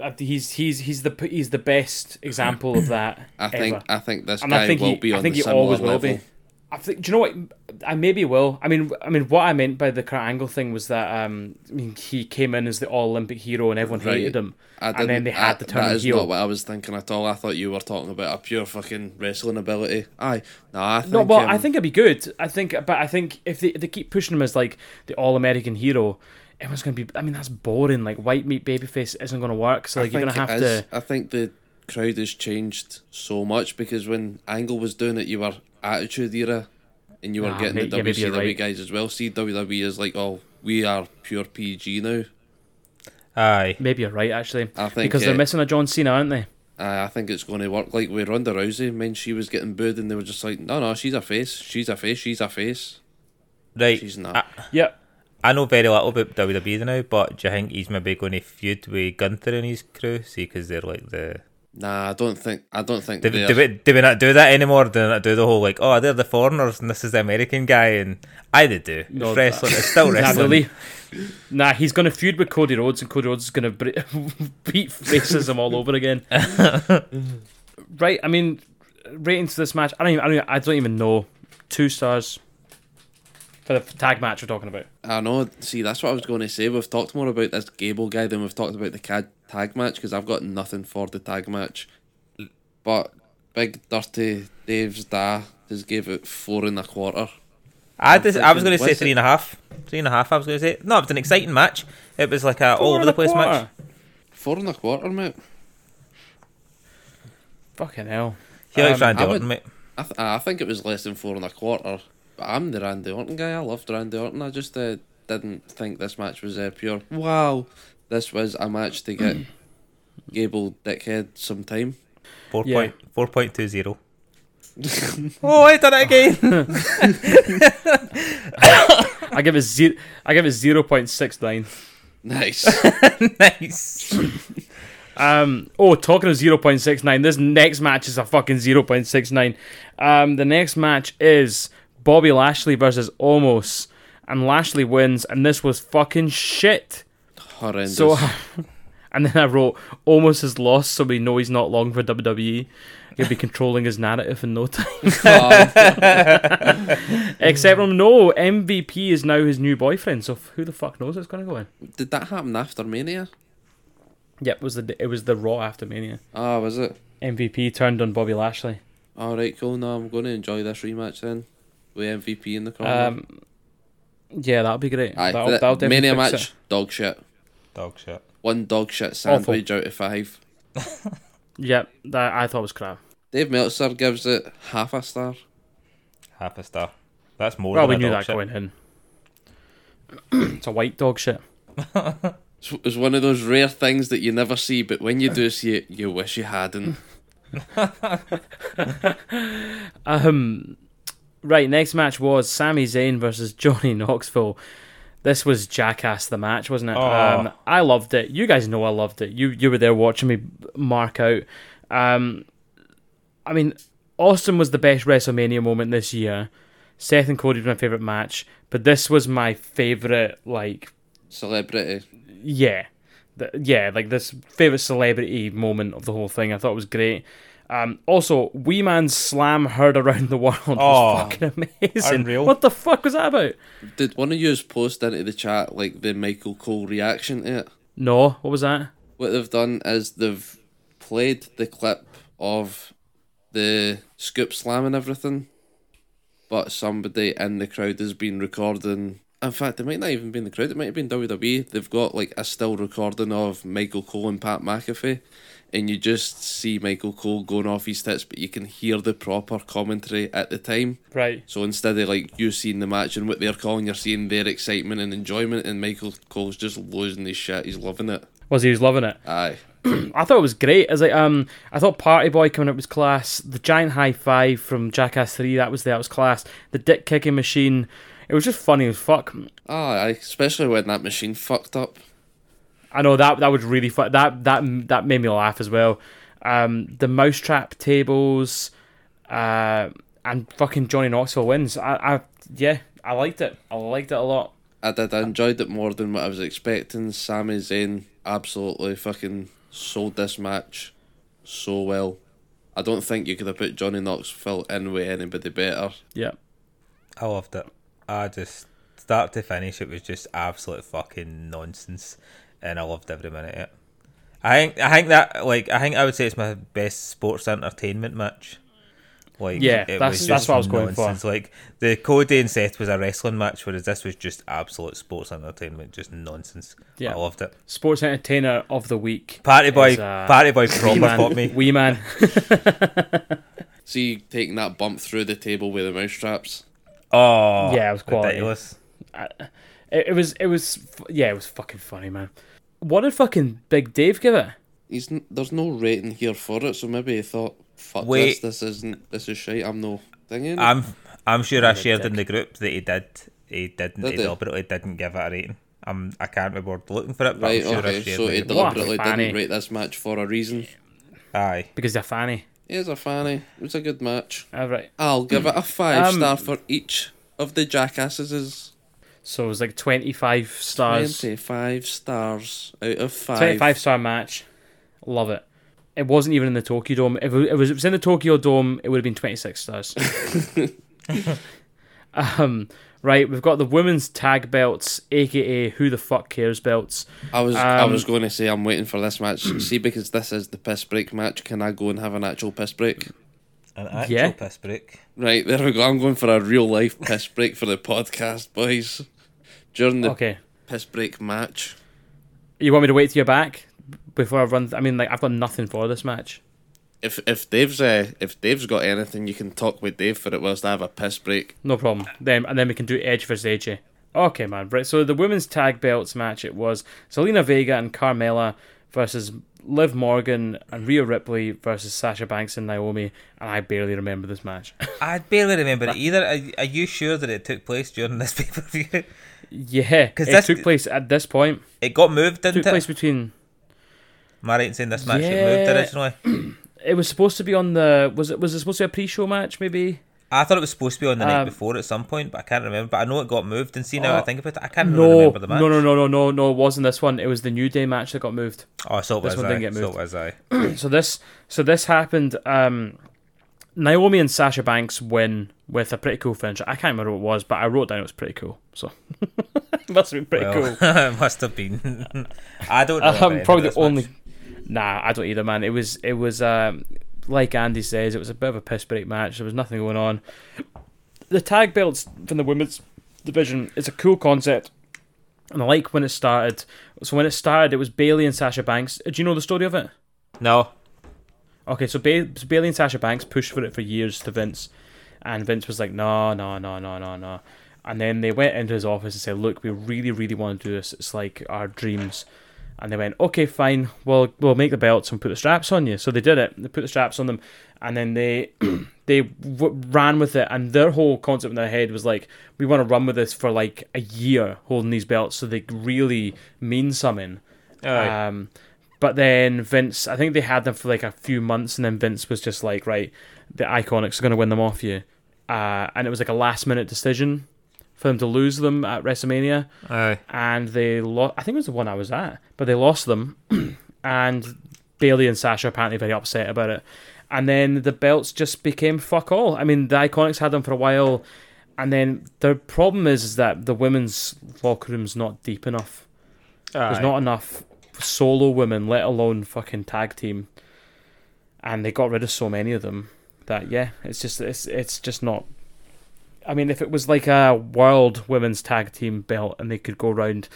A: Uh, he's he's he's the he's the best example of that.
D: I think
A: ever.
D: I think this
A: and
D: guy
A: I think
D: will
A: he,
D: be on
A: I think
D: the
A: he
D: similar
A: always
D: level.
A: will be. I think. Do you know what? I maybe will. I mean, I mean, what I meant by the Kurt Angle thing was that um, I mean, he came in as the all Olympic hero and everyone
D: Right.
A: hated him,
D: I
A: and then
D: didn't-
A: they
D: I-
A: had to turn
D: That
A: him
D: is
A: heel.
D: not what I was thinking at all. I thought you were talking about a pure fucking wrestling ability. Aye, no, I think.
A: No, well,
D: um,
A: I think it'd be good. I think, but I think if they, they keep pushing him as like the all American hero, everyone's gonna be. I mean, that's boring. Like white meat babyface isn't gonna work. So
D: I
A: like you're gonna
D: think it
A: have
D: is.
A: to.
D: I think the crowd has changed so much because when Angle was doing it, you were Attitude Era, and you were
A: Ah,
D: getting
A: mate,
D: the
A: yeah, maybe you're
D: WCW
A: right.
D: guys as well. See, WWE is like, oh, we are pure PG now.
E: Aye.
A: Maybe you're right, actually,
D: I think
A: because they're
D: it-
A: missing a John Cena, aren't they?
D: Uh, I think it's going to work. Like with Ronda Rousey, when she was getting booed, and they were just like, no, no, she's a face, she's a face, she's a face.
E: Right.
D: She's not.
E: I,
A: Yeah.
E: I know very little about WWE now, but do you think he's maybe going to feud with Gunther and his crew? See, because they're like the
D: Nah, I don't think. I don't think.
E: do,
D: they're-
E: do, we, do we not do that anymore? Do we not do the whole like, oh, they're the foreigners and this is the American guy? And I did do.
A: No,
E: it's wrestling. It's still
A: Nah,
E: wrestling.
A: really. Nah, he's going to feud with Cody Rhodes, and Cody Rhodes is going to bre- beat racism all over again. right, I mean, ratings for this match, I don't even, I don't even, I don't even know. Two stars for the tag match we're talking about.
D: I know. See, that's what I was going to say. We've talked more about this Gable guy than we've talked about the CAD tag match because I've got nothing for the tag match. But Big Dirty Dave's Da has gave it four and a quarter.
E: I, dis- I was
D: thinking,
E: going to say
D: was
E: three
D: it-
E: and a half. Three and a half, I was going to say. No, it was an exciting match. It was like a all over the place match.
D: Four and a quarter, mate.
A: Fucking hell.
E: He likes
A: Um,
E: Randy
D: I would-
E: Orton, mate.
D: I, th- I think it was less than four and a quarter. But I'm the Randy Orton guy. I loved Randy Orton. I just uh, didn't think this match was uh, pure. Wow, this was a match to get Gable dickhead some time.
E: 4
A: Yeah.
E: point, 4.20. oh, I done it again.
A: I give it zero. I give it zero point six nine.
D: Nice.
E: nice.
A: Um. Oh, talking of zero point six nine, this next match is a fucking zero point six nine. Um. The next match is Bobby Lashley versus Omos, and Lashley wins, and this was fucking shit.
D: Horrendous.
A: So, and then I wrote Omos has lost, so we know he's not long for WWE. He'll be controlling his narrative in no time. Except from no MVP is now his new boyfriend. So who the fuck knows what's going to go in?
D: Did that happen after Mania?
A: Yep, it was the it was the Raw after Mania.
D: Ah, was it?
A: MVP turned on Bobby Lashley.
D: All right, cool. Now I'm going to enjoy this rematch then with MVP in the corner.
A: Um,
E: Oh,
A: yeah, that'll be great.
D: Aye,
A: that'll,
D: that-
A: that'll definitely
D: Mania
A: fix
D: match,
A: it.
D: dog shit.
E: Dog shit.
D: One dog shit sandwich out of five.
A: Yep, that I thought was crap.
D: Dave Meltzer gives it half a star.
E: Half a star. That's more
A: Well, we
E: than a
A: knew
E: dog
A: that
E: shit.
A: going in. it's a white dog shit.
D: It's- It's one of those rare things that you never see, but when you do see it, you wish you hadn't.
A: Um, right, next match was Sami Zayn versus Johnny Knoxville. This was jackass the match, wasn't it?
E: Oh.
A: Um, I loved it. You guys know I loved it. You you were there watching me mark out. Um, I mean, Austin was the best WrestleMania moment this year. Seth and Cody was my favorite match, but this was my favorite like
D: Celebrity.
A: yeah, Th- yeah, like this favorite celebrity moment of the whole thing. I thought it was great. Um, also, Wee Man's slam heard around the world was
E: Oh,
A: fucking amazing.
E: unreal.
A: What the fuck was that about?
D: Did one of you post into the chat like the Michael Cole reaction to it?
A: No, what was that?
D: What they've done is they've played the clip of the scoop slam and everything, but somebody in the crowd has been recording. In fact, it might not even be in the crowd. It might have been WWE. They've got like a still recording of Michael Cole and Pat McAfee, and you just see Michael Cole going off his tits, but you can hear the proper commentary at the time.
A: Right.
D: So instead of like you seeing the match and what they're calling, you're seeing their excitement and enjoyment, and Michael Cole's just losing his shit. He's loving it.
A: Was he was loving it?
D: Aye.
A: I thought it was great. As like, um, I thought Party Boy coming up was class. The giant high five from Jackass Three that was that was class. The dick kicking machine. It was just funny as fuck.
D: Ah, aye, especially when that machine fucked up.
A: I know that that would really fu- that that that made me laugh as well. Um, the mousetrap tables, uh, and fucking Johnny Knoxville wins. I, I yeah, I liked it. I liked it a lot.
D: I did. I enjoyed it more than what I was expecting. Sami Zayn absolutely fucking sold this match so well. I don't think you could have put Johnny Knoxville in with anybody better.
A: Yeah,
E: I loved it. I just start to finish, it was just absolute fucking nonsense, and I loved every minute of it. I think I think that like I think I would say it's my best sports entertainment match. Like
A: Yeah, that's- that's what I was going for.
E: for. Like the Cody and Seth was a wrestling match, whereas this was just absolute sports entertainment, just nonsense.
A: Yeah.
E: I loved it.
A: sports entertainer of the week.
E: Party boy,
A: It's, uh,
E: party boy, proper fought me.
A: wee man.
D: See, taking that bump through the table with the mousetraps.
E: Oh,
A: Yeah, it was quality.
E: Ridiculous.
A: It, it was it was f- yeah, it was fucking funny, man. What did fucking Big Dave give it?
D: He's n- there's no rating here for it, so maybe he thought, "Fuck
E: Wait.
D: this, this isn't, this is shit. I'm no thingy.
E: I'm I'm sure I shared in the group that he did. he didn't.
D: Did
E: he
D: he?
E: deliberately didn't give it a rating. I'm I can't remember looking for it, but
D: Right,
E: I'm sure I
D: okay,
E: shared
D: so
E: the
D: he
E: rating.
D: deliberately
A: What a fanny.
D: didn't rate this match for a reason.
E: Aye.
A: because they're fanny.
D: Here's a fanny. It was a good match.
A: All right.
D: I'll give it a five
A: Um,
D: star for each of the jackasses.
A: So it was like 25 stars.
D: 25 stars out of 5.
A: 25 star match. Love it. It wasn't even in the Tokyo Dome. If it was, if it was in the Tokyo Dome, it would have been 26 stars. um, right, we've got the women's tag belts, aka Who the Fuck Cares belts.
D: I was I
A: Um,
D: was going to say I'm waiting for this match. See, because this is the piss break match. Can I go and have an actual piss break?
E: An actual
A: Yeah.
E: piss break.
D: Right there we go. I'm going for a real life piss break for the podcast, boys. During the
A: Okay.
D: piss break match,
A: You want me to wait till you're back before I run? I mean, like, I've got nothing for this match.
D: if if Dave's uh, if Dave's got anything, you can talk with Dave for it whilst I have a piss break.
A: No problem. Then and then we can do Edge versus AJ. Okay, man. Right. So the women's tag belts match it was Selena Vega and Carmella versus Liv Morgan and Rhea Ripley versus Sasha Banks and Naomi. And I barely remember this match.
E: I barely remember it either. Are, are you sure that it took place during this pay per view?
A: yeah,
E: 'Cause
A: it
E: that's-
A: took place at this point.
E: It got moved,
A: Took
E: didn't
A: place
E: it?
A: between.
E: Am I right in saying this match got moved
A: Yeah.
E: originally?
A: It was supposed to be on the. Was it? Was it supposed to be a pre-show match? Maybe.
E: I thought it was supposed to be on the night
A: Um,
E: before at some point, but I can't remember. But I know it got moved, and see now I
A: Oh,
E: think about it, I can't really
A: No,
E: remember the
A: no,
E: match.
A: no, no, no, no, no. It wasn't this one. It was the New Day match that got moved.
E: Oh, so it
A: This
E: was
A: one
E: I.
A: didn't get
E: So it
A: moved.
E: was I.
A: So this so this happened. Um, Naomi and Sasha Banks win with a pretty cool finish. I can't remember what it was, but I wrote down it was pretty cool. So must have been pretty
E: Well,
A: cool.
E: it must have been. I don't know. about any
A: Um,
E: of
A: probably
E: this
A: the only.
E: match.
A: Nah, I don't either, man. It was it was um, like Andy says, it was a bit of a piss break match. There was nothing going on. The tag belts from the women's division. It's a cool concept. And I like when it started. So when it started, it was Bailey and Sasha Banks. Do you know the story of it?
E: No.
A: Okay, so, ba- so Bailey and Sasha Banks pushed for it for years to Vince, and Vince was like, no, no, no, no, no, no. And then they went into his office and said, look, we really, really want to do this. It's like our dreams. And they went, okay, fine. Well, we'll make the belts and put the straps on you. So they did it. They put the straps on them, and then they they w- ran with it. And their whole concept in their head was like, we want to run with this for like a year, holding these belts, so they really mean something.
E: Aye.
A: Um, but then Vince, I think they had them for like a few months, and then Vince was just like, right, the Iconics are going to win them off you. Uh, and it was like a last minute decision for them to lose them at WrestleMania.
E: Aye.
A: And they lost, I think it was the one I was at, but they lost them. and Bailey and Sasha apparently very upset about it. And then the belts just became fuck all. I mean, the Iconics had them for a while. And then the problem is, is that the women's locker room's not deep enough. There's not enough solo women, let alone fucking tag team. And they got rid of so many of them that yeah, it's just it's it's just not. I mean, if it was like a world women's tag team belt and they could go round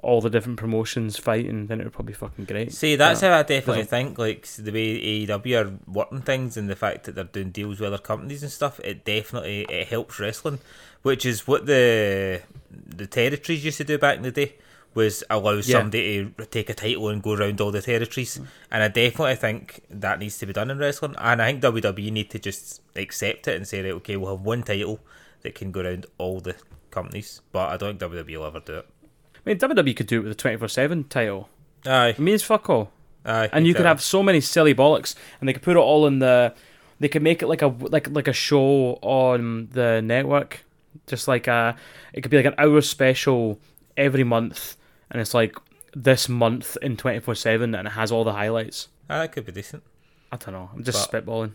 A: all the different promotions fighting, then it would probably be fucking great.
E: See, that's
A: But-
E: how I definitely think. Like s- the way AEW are working things and the fact that they're doing deals with other companies and stuff, it definitely it helps wrestling, which is what the the territories used to do back in the day was allow somebody to take a title and go around all the territories. And I definitely think that needs to be done in wrestling. And I think WWE need to just accept it and say, right, okay, we'll have one title that can go around all the companies. But I don't think WWE will ever do it.
A: I mean, WWE could do it with the twenty four seven title.
E: Aye,
A: It means fuck all.
E: aye.
A: and you could
E: exactly.
A: have so many silly bollocks, and they could put it all in the. They could make it like a like like a show on the network, just like a. It could be like an hour special every month, and it's like this month in twenty four seven, and it has all the highlights.
E: Aye, that could be decent.
A: I don't know. I'm just
E: But-
A: spitballing.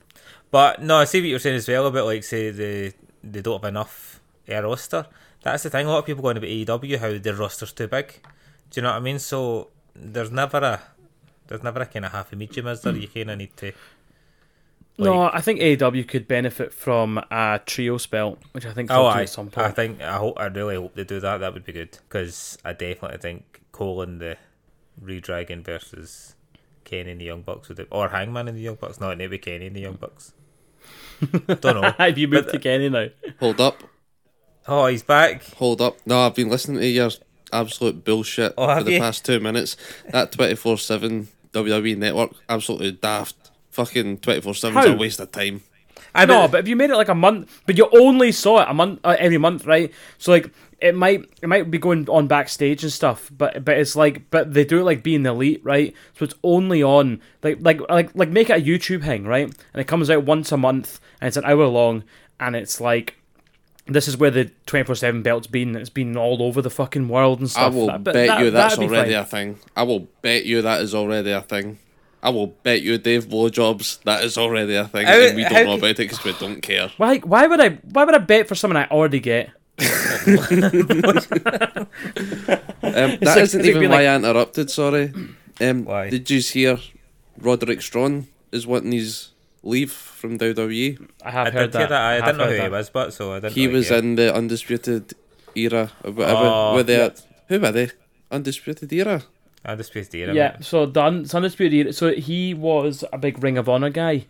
E: But no, I see what you're saying as well about like say the they don't have enough air roster. That's the thing. A lot of people going about AEW how their roster's too big. Do you know what I mean? So there's never a there's never a kind of happy medium, is there? You kind of need to.
A: no, I think AEW could benefit from a trio spell, which I think they'll
E: Oh,
A: do
E: I,
A: at some point.
E: I think I hope I really hope they do that. That would be good because I definitely think Cole and the Redragon versus Kenny and the Young Bucks would do, or Hangman and the Young Bucks. No, it need to be Kenny and the Young Bucks. Don't know.
A: Have you moved to Kenny now?
D: Hold up,
E: Oh, he's back.
D: hold up. No, I've been listening to your absolute bullshit
E: Oh,
D: for
E: have
D: the
E: you?
D: past two minutes. That twenty four E seven WWE network, absolutely daft. Fucking twenty four seven is
A: How?
D: a waste of time.
E: I
A: no, but if you made it like a month, but you only saw it a month uh, every month, right? So like it might it might be going on backstage and stuff, but but it's like but they do it like being the elite, right? So it's only on like like like like make it a YouTube thing, right? And it comes out once a month and it's an hour long and it's like this is where the twenty four seven belt's been. It's been all over the fucking world and
D: I
A: stuff.
D: will
A: That- Oh, but
D: bet
A: that-
D: you that's
A: that'd be
D: already
A: fine.
D: a thing. I will bet you that is already a thing. I will bet you Dave blowjobs that is already a thing,
E: How-
D: and we don't
E: how
D: know
E: can-
D: about it because we don't care.
A: Why? Why would I? Why would I bet for something I already get?
D: Um,
A: like- it's
D: that isn't
A: like
D: even
A: being
D: why
A: like-
D: I interrupted. Sorry. Um,
E: Why?
D: Did you hear Roderick Strong is wanting his leave from E? WWE?
A: I have
E: I
A: heard
E: did hear that. I,
A: have
E: didn't know
A: heard
E: who
A: that.
E: he was, but so I didn't.
D: He
E: know
D: was
E: cared.
D: in the Undisputed Era or whatever.
E: Oh,
A: Ah,
D: were they? Who were they? Undisputed Era.
E: I just used to hear him.
A: Yeah, so done. So undisputed. Era- So he was a big Ring of Honor guy,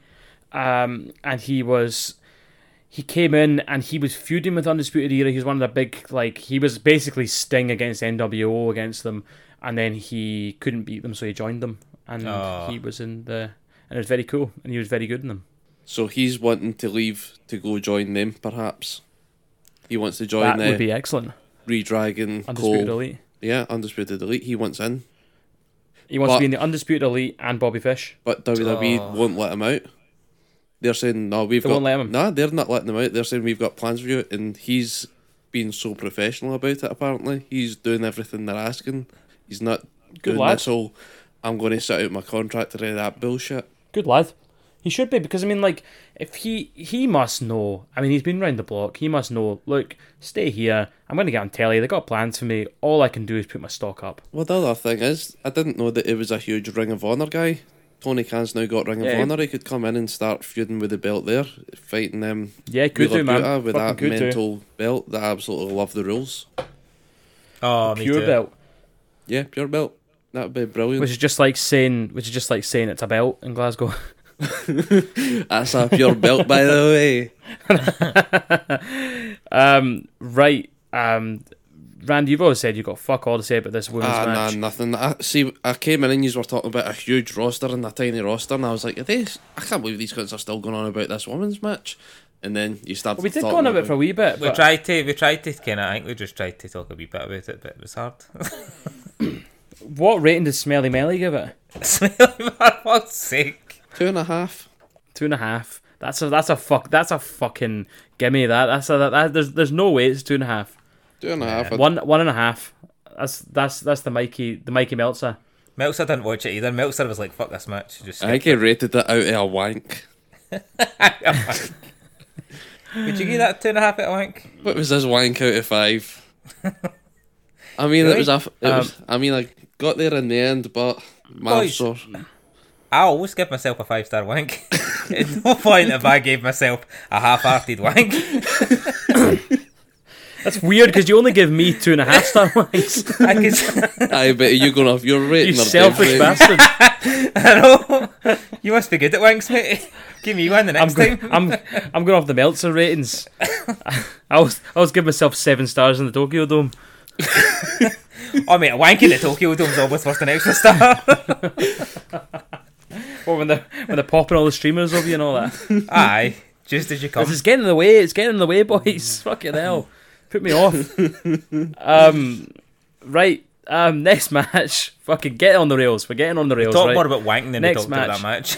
A: um, and he was he came in and he was feuding with Undisputed Era. He was one of the big like he was basically Sting against NWO against them, and then he couldn't beat them, so he joined them, and
E: Aw.
A: he was in the and it was very cool, and he was very good in them.
D: So he's wanting to leave to go join them, perhaps. He wants to join
A: That
D: the
A: would be excellent.
D: Redragon
A: Undisputed
D: Cole.
A: Elite.
D: Yeah, Undisputed Elite. He wants in,
A: He wants
D: But-
A: to be in the Undisputed Elite and Bobby Fish.
D: but WWE won't let him out. They're saying no, we've
A: They
D: got.
A: won't let him in.
D: Nah, they're not letting him out. They're saying we've got plans for you, and he's being so professional about it. Apparently, he's doing everything they're asking. He's not doing
A: lad.
D: this whole. I'm going to set out my contract and all that bullshit.
A: Good lad. He should be because I mean, like, if he he must know. I mean, he's been round the block. He must know. Look, stay here. I'm going to get on telly. They got plans for me. All I can do is put my stock up.
D: Well, the other thing is, I didn't know that he was a huge Ring of Honor guy. Tony Khan's now got Ring of
A: Yeah.
D: Honor. He could come in and start feuding with the belt there, fighting them.
A: Yeah, could do, man.
D: with
A: Fucking
D: that
A: could do.
D: mental belt that I absolutely love the rules.
E: Oh, me
A: Pure
E: too.
A: belt,
D: Yeah, pure belt. That would be brilliant.
A: which is just like saying, which is just like saying it's a belt in Glasgow.
D: That's a pure belt, by the way.
A: um, right. Um, Randy, you've always said you got fuck all to say about this women's
D: Ah, nah,
A: match.
D: nothing. I, see, I came in and you were talking about a huge roster and a tiny roster, and I was like, "Are they? I can't believe these guys are still going on about this women's match. And then you started.
A: Well, we did
D: talking
A: go on a bit for a wee bit.
E: We
A: but-
E: tried to, we tried to kind of. I think we just tried to talk a wee bit about it, but it was hard.
A: What rating did Smelly Melly give it?
E: For fuck's sake!
D: two and a half.
A: Two and a half. That's a that's a fuck. That's a fucking gimme that. That's a that, that there's there's no way it's two and a half.
D: Two and a half. I-
A: One one and a half. That's that's that's the Mikey the Mikey Meltzer.
E: Meltzer didn't watch it either. Meltzer was like, "Fuck this match." Just
D: I think he rated it out of a wank.
E: would you give that two and a half out? I think.
D: What was his wank out of five? I mean, it was a. f- It was, I mean, I got there in the end, but man,
E: Boys.
D: so
E: I always give myself a five star wank. At no point if I gave myself a half hearted wank.
A: That's weird because you only give me two and a half star wings.
E: I could,
D: I bet you going off your rating.
A: You
D: or Dave's
A: selfish
D: rating.
A: bastard.
E: I know. You must be good at wanks, mate. Give me one the
A: I'm
E: next
A: going,
E: time.
A: I'm I'm going off the Meltzer ratings. I was I was giving myself seven stars in the Tokyo Dome.
E: Oh mate, a wank in the Tokyo Dome's always worth an extra star.
A: Or when they're when they're popping all the streamers over you and all that.
E: Aye, just as you come.
A: This is getting in the way. It's getting in the way, boys. Fucking hell, put me off. um, right. Um, next match. Fucking get on the rails. We're getting on the rails.
E: Talk
A: right?
E: more about wanking than
A: Next
E: we talked about that match.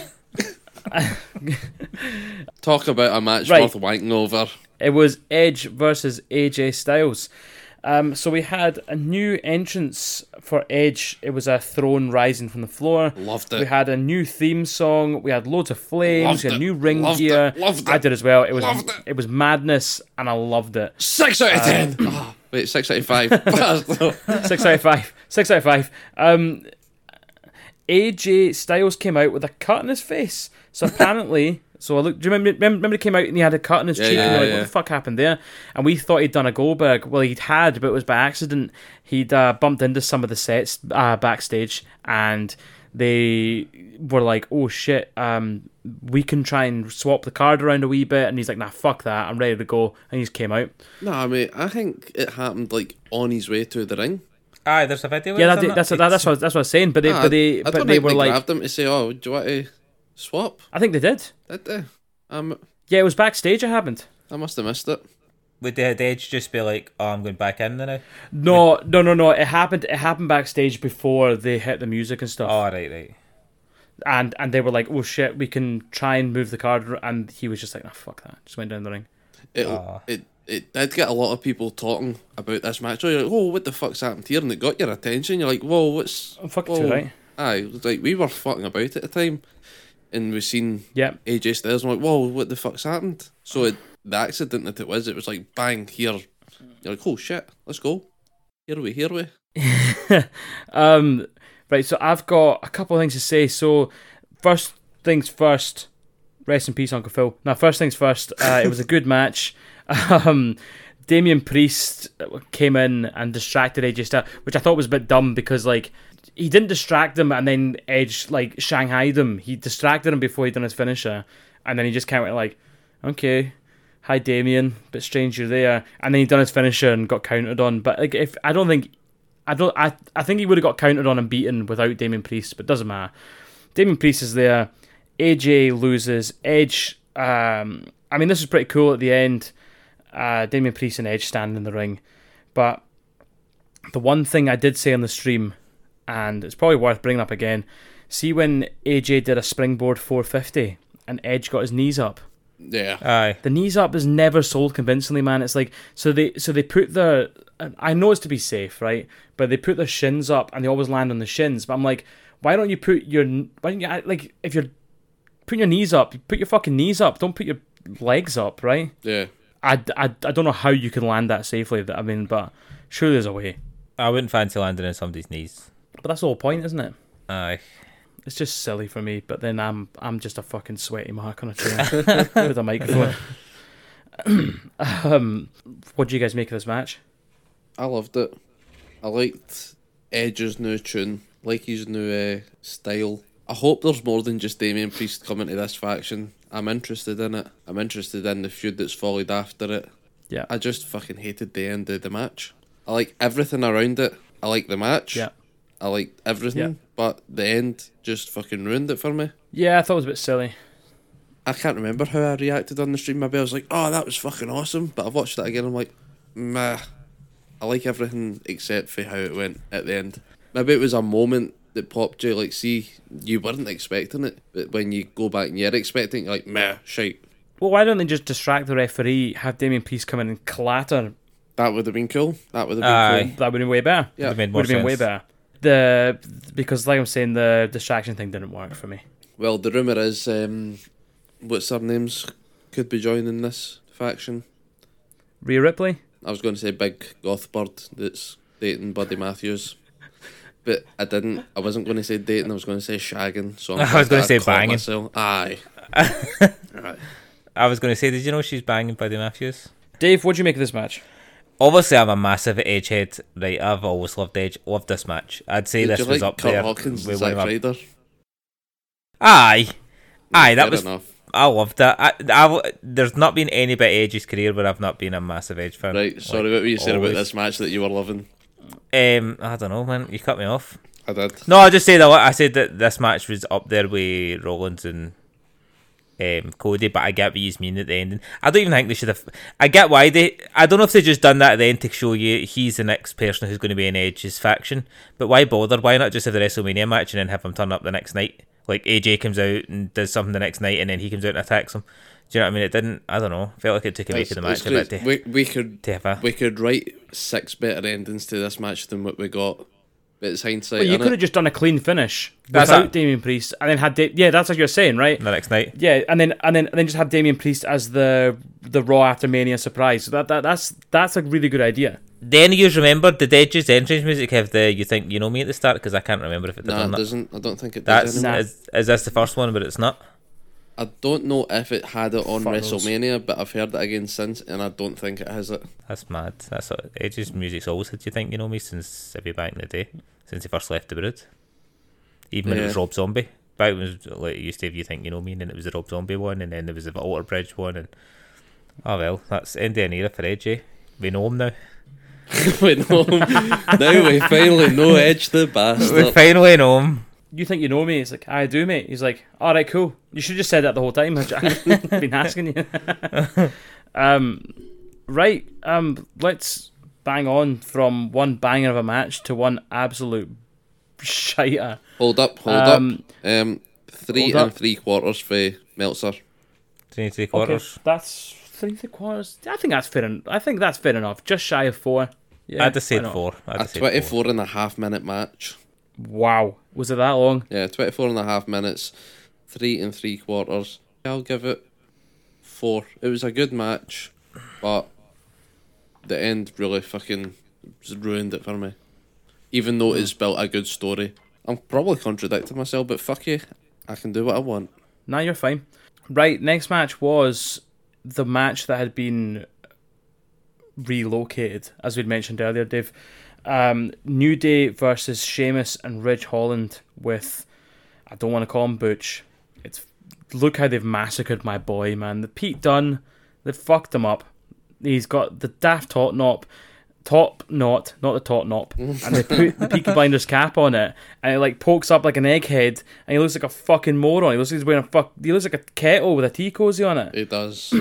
D: Talk about a match
A: Right.
D: worth wanking over.
A: It was Edge versus AJ Styles. Um, so we had a new entrance for Edge. It was a throne rising from the floor.
D: Loved
A: We
D: it.
A: had a new theme song. We had loads of flames.
D: Loved
A: We had
D: it.
A: new ring
D: Loved it.
A: gear.
D: Loved
A: I
D: it.
A: did as well. It was
D: Loved it.
A: it was madness, and I loved it.
D: Six out of ten. Ah, wait, six out of five. Bastard.
A: six out of five. Six out of five. Um, AJ Styles came out with a cut in his face. So apparently, so I look. Do you remember? Remember, remember he came out and he had a cut in his cheek, and
D: yeah,
A: you're like,
D: yeah.
A: "What the fuck happened there?" And we thought he'd done a Goldberg. Well, he'd had, but it was by accident. He'd uh, bumped into some of the sets uh, backstage, and they were like, "Oh shit, um, we can try and swap the card around a wee bit." And he's like, "Nah, fuck that. I'm ready to go." And he just came out.
D: no, I mean, I think it happened like on his way to the ring.
E: Aye, there's a video.
A: Yeah,
E: that's
A: that, that's that's what that's what I was saying. But they,
D: Ah,
A: but they,
D: I
A: but
D: don't
A: they
D: think
A: were like,
D: grabbed him to say, "Oh, do you want to swap?"
A: I think they did.
D: Did they? Um,
A: Yeah, it was backstage. It happened.
D: I must have missed it.
E: Would the the Edge just be like, "Oh, I'm going back in now"?
A: No, no, no, no. It happened. It happened backstage before they hit the music and stuff.
E: Oh, right, right.
A: and and they were like, "Oh shit, we can try and move the card." And he was just like, "Nah, fuck that." Just went down the ring.
D: It it it did get a lot of people talking about this match. Oh, you're like, oh, what the fuck's happened here? And it got your attention. You're like, whoa, what's
A: Oh, fuck, it's
D: whoa.
A: alright.
D: Aye, it was like we were fucking about at the time, and we seen
A: Yep.
D: AJ Styles. And I'm like, whoa, what the fuck's happened? So it, the accident that it was, it was like bang here. You're like, oh shit, let's go. Here we, here we.
A: Um, right. So I've got a couple of things to say. So first things first. Rest in peace, Uncle Phil. Now, first things first. Uh, it was a good match. Um, Damian Priest uh, came in and distracted Edge Styles, which I thought was a bit dumb because like he didn't distract them and then Edge like Shanghai them. He distracted him before he done his finisher, and then he just kind of like, okay, hi Damien, bit strange you're there. And then he done his finisher and got countered on. But like if I don't think I don't I, I think he would have got countered on and beaten without Damien Priest, but doesn't matter. Damien Priest is there. AJ loses. Edge. Um, I mean, this is pretty cool at the end. Uh, Damien Priest and Edge stand in the ring, but the one thing I did say on the stream, and it's probably worth bringing up again. See when AJ did a springboard 450 and Edge got his knees up.
D: Yeah,
E: Aye.
A: The knees up is never sold convincingly, man. It's like so they so they put their I know it's to be safe, right? But they put their shins up and they always land on the shins. But I'm like, why don't you put your why don't you like if you're putting your knees up, put your fucking knees up. Don't put your legs up, right?
D: yeah.
A: I, I, I don't know how you can land that safely. I mean, but surely there's a way.
E: I wouldn't fancy landing on somebody's knees.
A: But that's the whole point, isn't it?
E: Aye.
A: It's just silly for me, but then I'm I'm just a fucking sweaty mark on a chair with a microphone. um, what do you guys make of this match?
D: I loved it. I liked Edge's new tune, like his new uh, style. I hope there's more than just Damien Priest coming to this faction. I'm interested in it. I'm interested in the feud that's followed after it.
A: Yeah.
D: I just fucking hated the end of the match. I like everything around it. I like the match.
A: Yeah.
D: I liked everything,
A: Yeah.
D: but the end just fucking ruined it for me.
A: Yeah, I thought it was a bit silly.
D: I can't remember how I reacted on the stream. Maybe I was like, "Oh, that was fucking awesome," but I've watched that again. I'm like, "Meh." I like everything except for how it went at the end. Maybe it was a moment that popped you. Like, see, you weren't expecting it, but when you go back and you're expecting, it, you're like, "Meh, shite."
A: Well, why don't they just distract the referee, have Damien Priest come in and clatter?
D: That would have been cool. That would have been
E: Aye.
D: cool.
A: That would have been way better.
D: Yeah.
E: Would've made more
A: would have been way
E: sense.
A: better. The because, like I'm saying, the distraction thing didn't work for me.
D: Well, the rumor is, um, what's her names could be joining this faction.
A: Rhea Ripley.
D: I was going to say big goth bird that's dating Buddy Matthews, but I didn't. I wasn't going to say dating. I was going to say shagging. So I'm
E: I was gonna
D: glad
E: say
D: I caught
E: banging.
D: Myself. Aye. Right.
E: I was going to say, did you know she's banging Buddy Matthews?
A: Dave, what do you make of this match?
E: Obviously, I'm a massive Edge head. Right, I've always loved Edge. Loved this match. I'd say
D: Did
E: this
D: you
E: was
D: like
E: up
D: Kurt
E: there.
D: Hawkins and
E: with
D: Zack
E: one of my-
D: Ryder?
E: Aye. Aye, that
D: Fair
E: was.
D: enough.
E: I loved that. I, I, there's not been any bit of Edge's career where I've not been a massive Edge fan.
D: Right. Sorry, what were you saying about this match that you were loving?
E: this? Um, I don't know, man. You cut me off.
D: I did.
E: No, I just said that. I said that this match was up there with Rollins and um, Cody, but I get what you mean at the end. I don't even think they should have. I get why they. I don't know if they just done that at the end to show you he's the next person who's going to be in Edge's faction. But why bother? Why not just have the WrestleMania match and then have him turn up the next night? Like AJ comes out and does something the next night, and then he comes out and attacks him. Do you know what I mean? It didn't. I don't know. Felt like it took a week of the match a bit.
D: great.
E: To,
D: we, we could
E: to have a-
D: we could write six better endings to this match than what we got. But it's hindsight.
A: Well, you
D: innit?
A: could have just done a clean finish
E: That's
A: without
E: it.
A: Damien Priest, and then had da- yeah, that's what you're saying, right?
E: the next night.
A: Yeah, and then and then and then just have Damien Priest as the the Raw after Mania surprise. So that, that that's that's a really good idea.
E: Then you remember did Edge's entrance music have the "You Think You Know Me" at the start? Because I can't remember if it did
D: Nah,
E: or
D: it
E: not.
D: doesn't. I don't think it does.
E: That's
D: anymore.
A: Nah.
E: is, is this the first one, but it's not.
D: I don't know if it had it on
A: Fuck knows.
D: WrestleMania, but I've heard it again since, and I don't think it has it.
E: That's mad. That's what, Edge's music's always had. You think you know me since every back in the day, since he first left the Brood, even when it was
D: Yeah.
E: Rob Zombie. Back when it was like it used to have you think you know me, and then it was the Rob Zombie one, and then there was the Alter Bridge one, and oh well, that's end of an era for Edge. eh? We know him now.
D: we know him. now we finally know Edge the
E: We
D: bastard.
E: finally know him.
A: you think you know me? It's like, I do, mate. He's like, all right, cool. You should have just said that the whole time. I've been asking you. um, right. Um, let's bang on from one banger of a match to one absolute shiter.
D: Hold up, hold
A: Um,
D: up. Um, three
A: hold
D: and
A: up.
D: three quarters for Meltzer.
E: Three and three
A: Okay,
E: quarters.
A: that's three and three quarters. I think that's fair. En- I think that's fair enough. Just shy of four. Yeah,
E: I'd have
A: why
E: said
A: not?
E: four. I'd
D: A
E: have said four.
D: 24 and a half minute match.
A: Wow, was it that long?
D: Yeah, 24 and a half minutes. Three and three quarters. I'll give it four. It was a good match, but the end really fucking ruined it for me. Even though it's built a good story. I'm probably contradicting myself, but fuck you. I can do what I want.
A: Nah, you're fine. Right, next match was the match that had been relocated, as we'd mentioned earlier, Dave. Um, New Day versus Sheamus and Ridge Holland with, I don't want to call him Butch. It's Look how they've massacred my boy, man. The Pete Dunne, they fucked him up. He's got the daft top knot, top knot, not the top knot, and they put the Peaky Blinders cap on it, and it like pokes up like an egghead, and he looks like a fucking moron. He looks like he's wearing a fuck. He looks like a kettle with a tea cozy on it.
D: It does.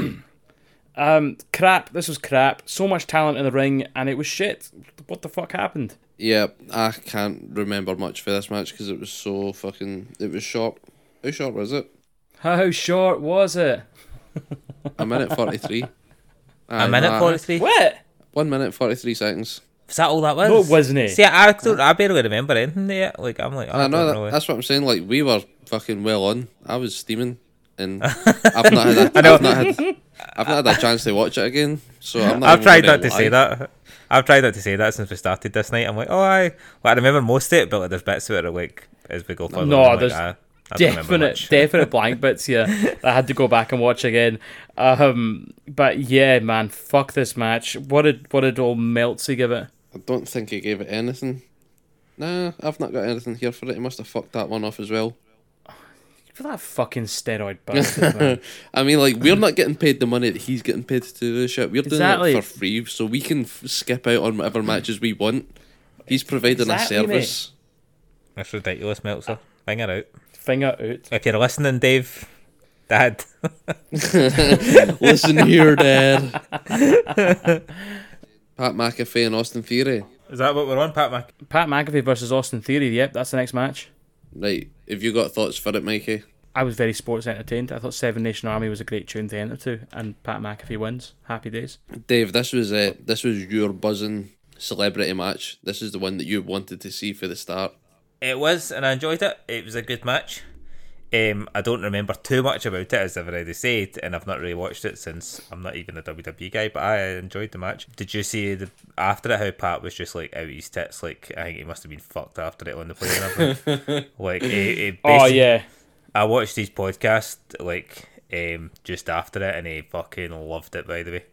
A: Um, crap. This was crap. So much talent in the ring, and it was shit. What the fuck happened?
D: Yeah, I can't remember much for this match because it was so fucking. It was short. How short was it?
A: How short was it?
D: A minute forty three.
E: A minute forty-three.
A: What?
D: One minute forty three seconds.
E: Is that all that was?
A: No, it wasn't it?
E: See, I, don't, I barely remember anything there. Like, I'm like, oh,
D: I know
E: don't
D: that.
E: really-
D: That's what I'm saying. Like we were fucking well on. I was steaming, and I've not had. A, I've not had. I've not had a chance to watch it again. So I'm not
E: I've
D: even
E: tried
D: gonna
E: not to say
D: lie.
E: that. I've tried not to say that since we started this night. I'm like, oh, I, well, I remember most of it, but like, there's bits of it like as we go further.
A: No,
E: on, I'm like,
A: there's
E: ah, I don't remember
A: definite
E: much.
A: definite blank bits here that I had to go back and watch again. Um, but yeah, man, fuck this match. What did what did old Meltzy give it?
D: I don't think he gave it anything. Nah, I've not got anything here for it. He must have fucked that one off as well.
A: For that fucking steroid bastard. man.
D: I mean, like, we're not getting paid the money that he's getting paid to do this shit. We're
A: Exactly.
D: doing it for free, so we can f- skip out on whatever matches we want. He's providing
A: Exactly,
D: a service.
E: That's ridiculous, Meltzer. Bang it out.
A: Finger out.
E: If you're listening, Dave, Dad,
D: Listen here, Dad. Pat McAfee and Austin Theory.
E: is that what we're on, Pat Mac?
A: Pat McAfee versus Austin Theory. Yep, that's the next match.
D: Right, have you got thoughts for it, Mikey?
A: I was very sports entertained. I thought Seven Nation Army was a great tune to enter to, and Pat McAfee wins. Happy days.
D: Dave, this was uh, this was your buzzing celebrity match. This is the one that you wanted to see for the start.
E: It was, and I enjoyed it. It was a good match. Um, I don't remember too much about it, as I've already said, and I've not really watched it since I'm not even a WWE guy. But I enjoyed the match. Did you see the after it how Pat was just like out his tits? Like I think he must have been fucked after it on the plane. I think. like it, it
A: Oh
E: basically-
A: yeah.
E: I watched his podcast like um, just after it, and he fucking loved it. By the way,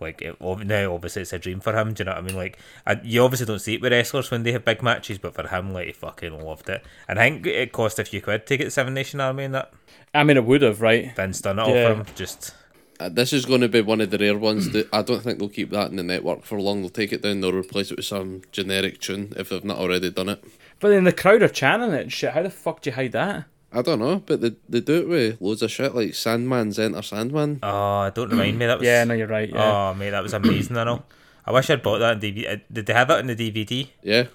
E: like it, ob- now, obviously, it's a dream for him. Do you know what I mean? Like, I, you obviously don't see it with wrestlers when they have big matches, but for him, like, he fucking loved it. And I think it cost a few quid to get Seven Nation Army and that.
A: I mean, it would have right.
E: Vince done it all
A: Yeah.
E: for him. Just
D: Uh, This is going to be one of the rare ones that I don't think they'll keep that in the network for long. They'll take it down. They'll replace it with some generic tune if they've not already done it.
A: But then the crowd are chanting it and shit. How the fuck do you hide that?
D: I don't know, but they, they do it with loads of shit like Sandman's Enter Sandman.
E: oh, don't remind me that was
A: Yeah, no, you're right. Yeah.
E: oh mate, that was amazing. I know. I wish I'd bought that on DVD. uh, Did they have it on the DVD?
D: Yeah,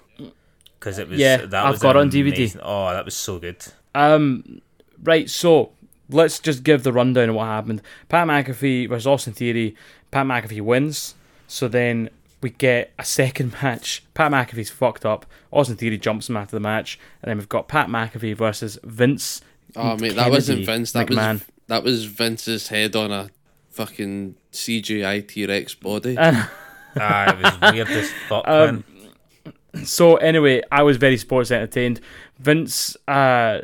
E: Because it was
A: Yeah,
E: that
A: I've
E: was
A: got it on DVD.
E: amazing- Oh, that was so good.
A: Um, right, so let's just give the rundown of what happened. Pat McAfee versus Austin Theory. Pat McAfee wins. So then we get a second match. Pat McAfee's fucked up. Austin Theory jumps him after the match, and then we've got Pat McAfee versus Vince.
D: oh mate, that wasn't
A: Kennedy
D: Vince. That
A: McMahon.
D: was that was Vince's head on a fucking CGI T Rex body.
A: Uh,
E: Ah, it was weird as fuck,
A: Um,
E: man.
A: So anyway, I was very sports entertained. Vince uh,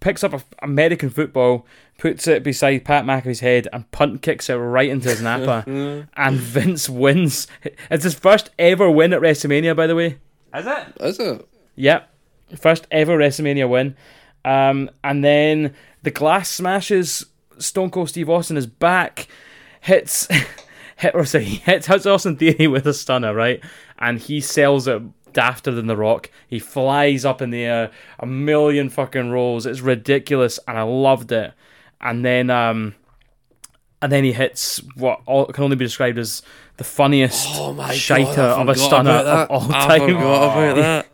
A: picks up a American football, puts it beside Pat McAfee's head, and punt kicks it right into his napper. and Vince wins. It's his first ever win at WrestleMania, by the way.
E: Is it?
D: Is it?
A: Yep. First ever WrestleMania win. Um, and then the glass smashes Stone Cold Steve Austin is back, hits hit or sorry, hits hits Austin Theory with a stunner, right? And he sells it dafter than The Rock. He flies up in the air, a million fucking rolls. It's ridiculous, and I loved it. And then, um, and then he hits what all, can only be described as the funniest
D: Oh my
A: shiter
D: god! I
A: of a
D: forgot
A: stunner
D: about
A: of
D: that.
A: all
D: I
A: time.
D: forgot about that.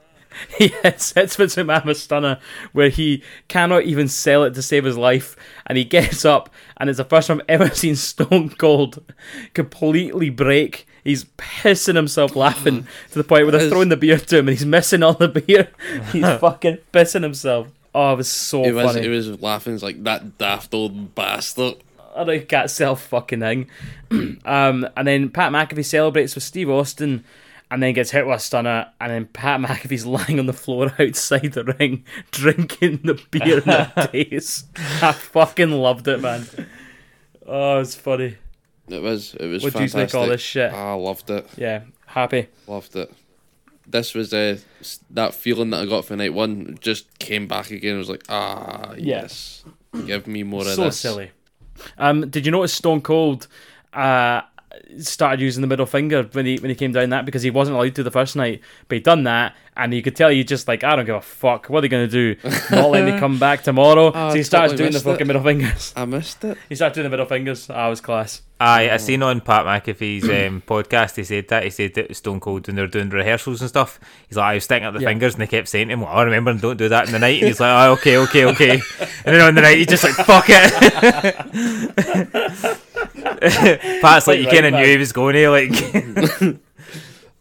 A: he hits, hits Vince McMahon stunner where he cannot even sell it to save his life, and he gets up, and it's the first time I've ever seen Stone Cold completely break. He's pissing himself laughing to the point where they're
D: Yes.
A: throwing the beer to him, and he's missing all the beer. He's fucking pissing himself. Oh, it was so
D: He was,
A: funny.
D: he was laughing. He's like that daft old bastard.
A: I don't cat self fucking thing. um, and then Pat McAfee celebrates with Steve Austin and then gets hit with a stunner and then Pat McAfee's lying on the floor outside the ring drinking the beer in the days. I fucking loved it, man. Oh, it's funny.
D: It was. It was.
A: What do you
D: fantastic.
A: think of all this shit?
D: I loved it.
A: Yeah, happy.
D: Loved it. This was uh, s- that feeling that I got for night one. Just came back again. I was like, ah, yes. Give me more of
A: so
D: this.
A: silly. Um, did you notice Stone Cold uh, started using the middle finger when he when he came down that because he wasn't allowed to the first night, but he'd done that and you could tell he just like I don't give a fuck. What are they gonna do? Not let me come back tomorrow. so he starts
D: Oh, totally
A: doing the
D: missed
A: fucking
D: it.
A: middle fingers.
D: I missed it.
A: He started doing the middle fingers. Ah, it was class.
E: Aye,
A: Mm.
E: I seen on Pat McAfee's um, podcast, he said that. He said that Stone Cold, when they were doing rehearsals and stuff, he's like, I was sticking up the
A: Yeah.
E: fingers, and they kept saying to him, well, I remember, and don't do that in the night. And he's like, oh, okay, okay, okay. And then on the night, he's just like, fuck it. Pat's like, you
A: Quite
E: kind
A: right,
E: of knew he was going here. Like,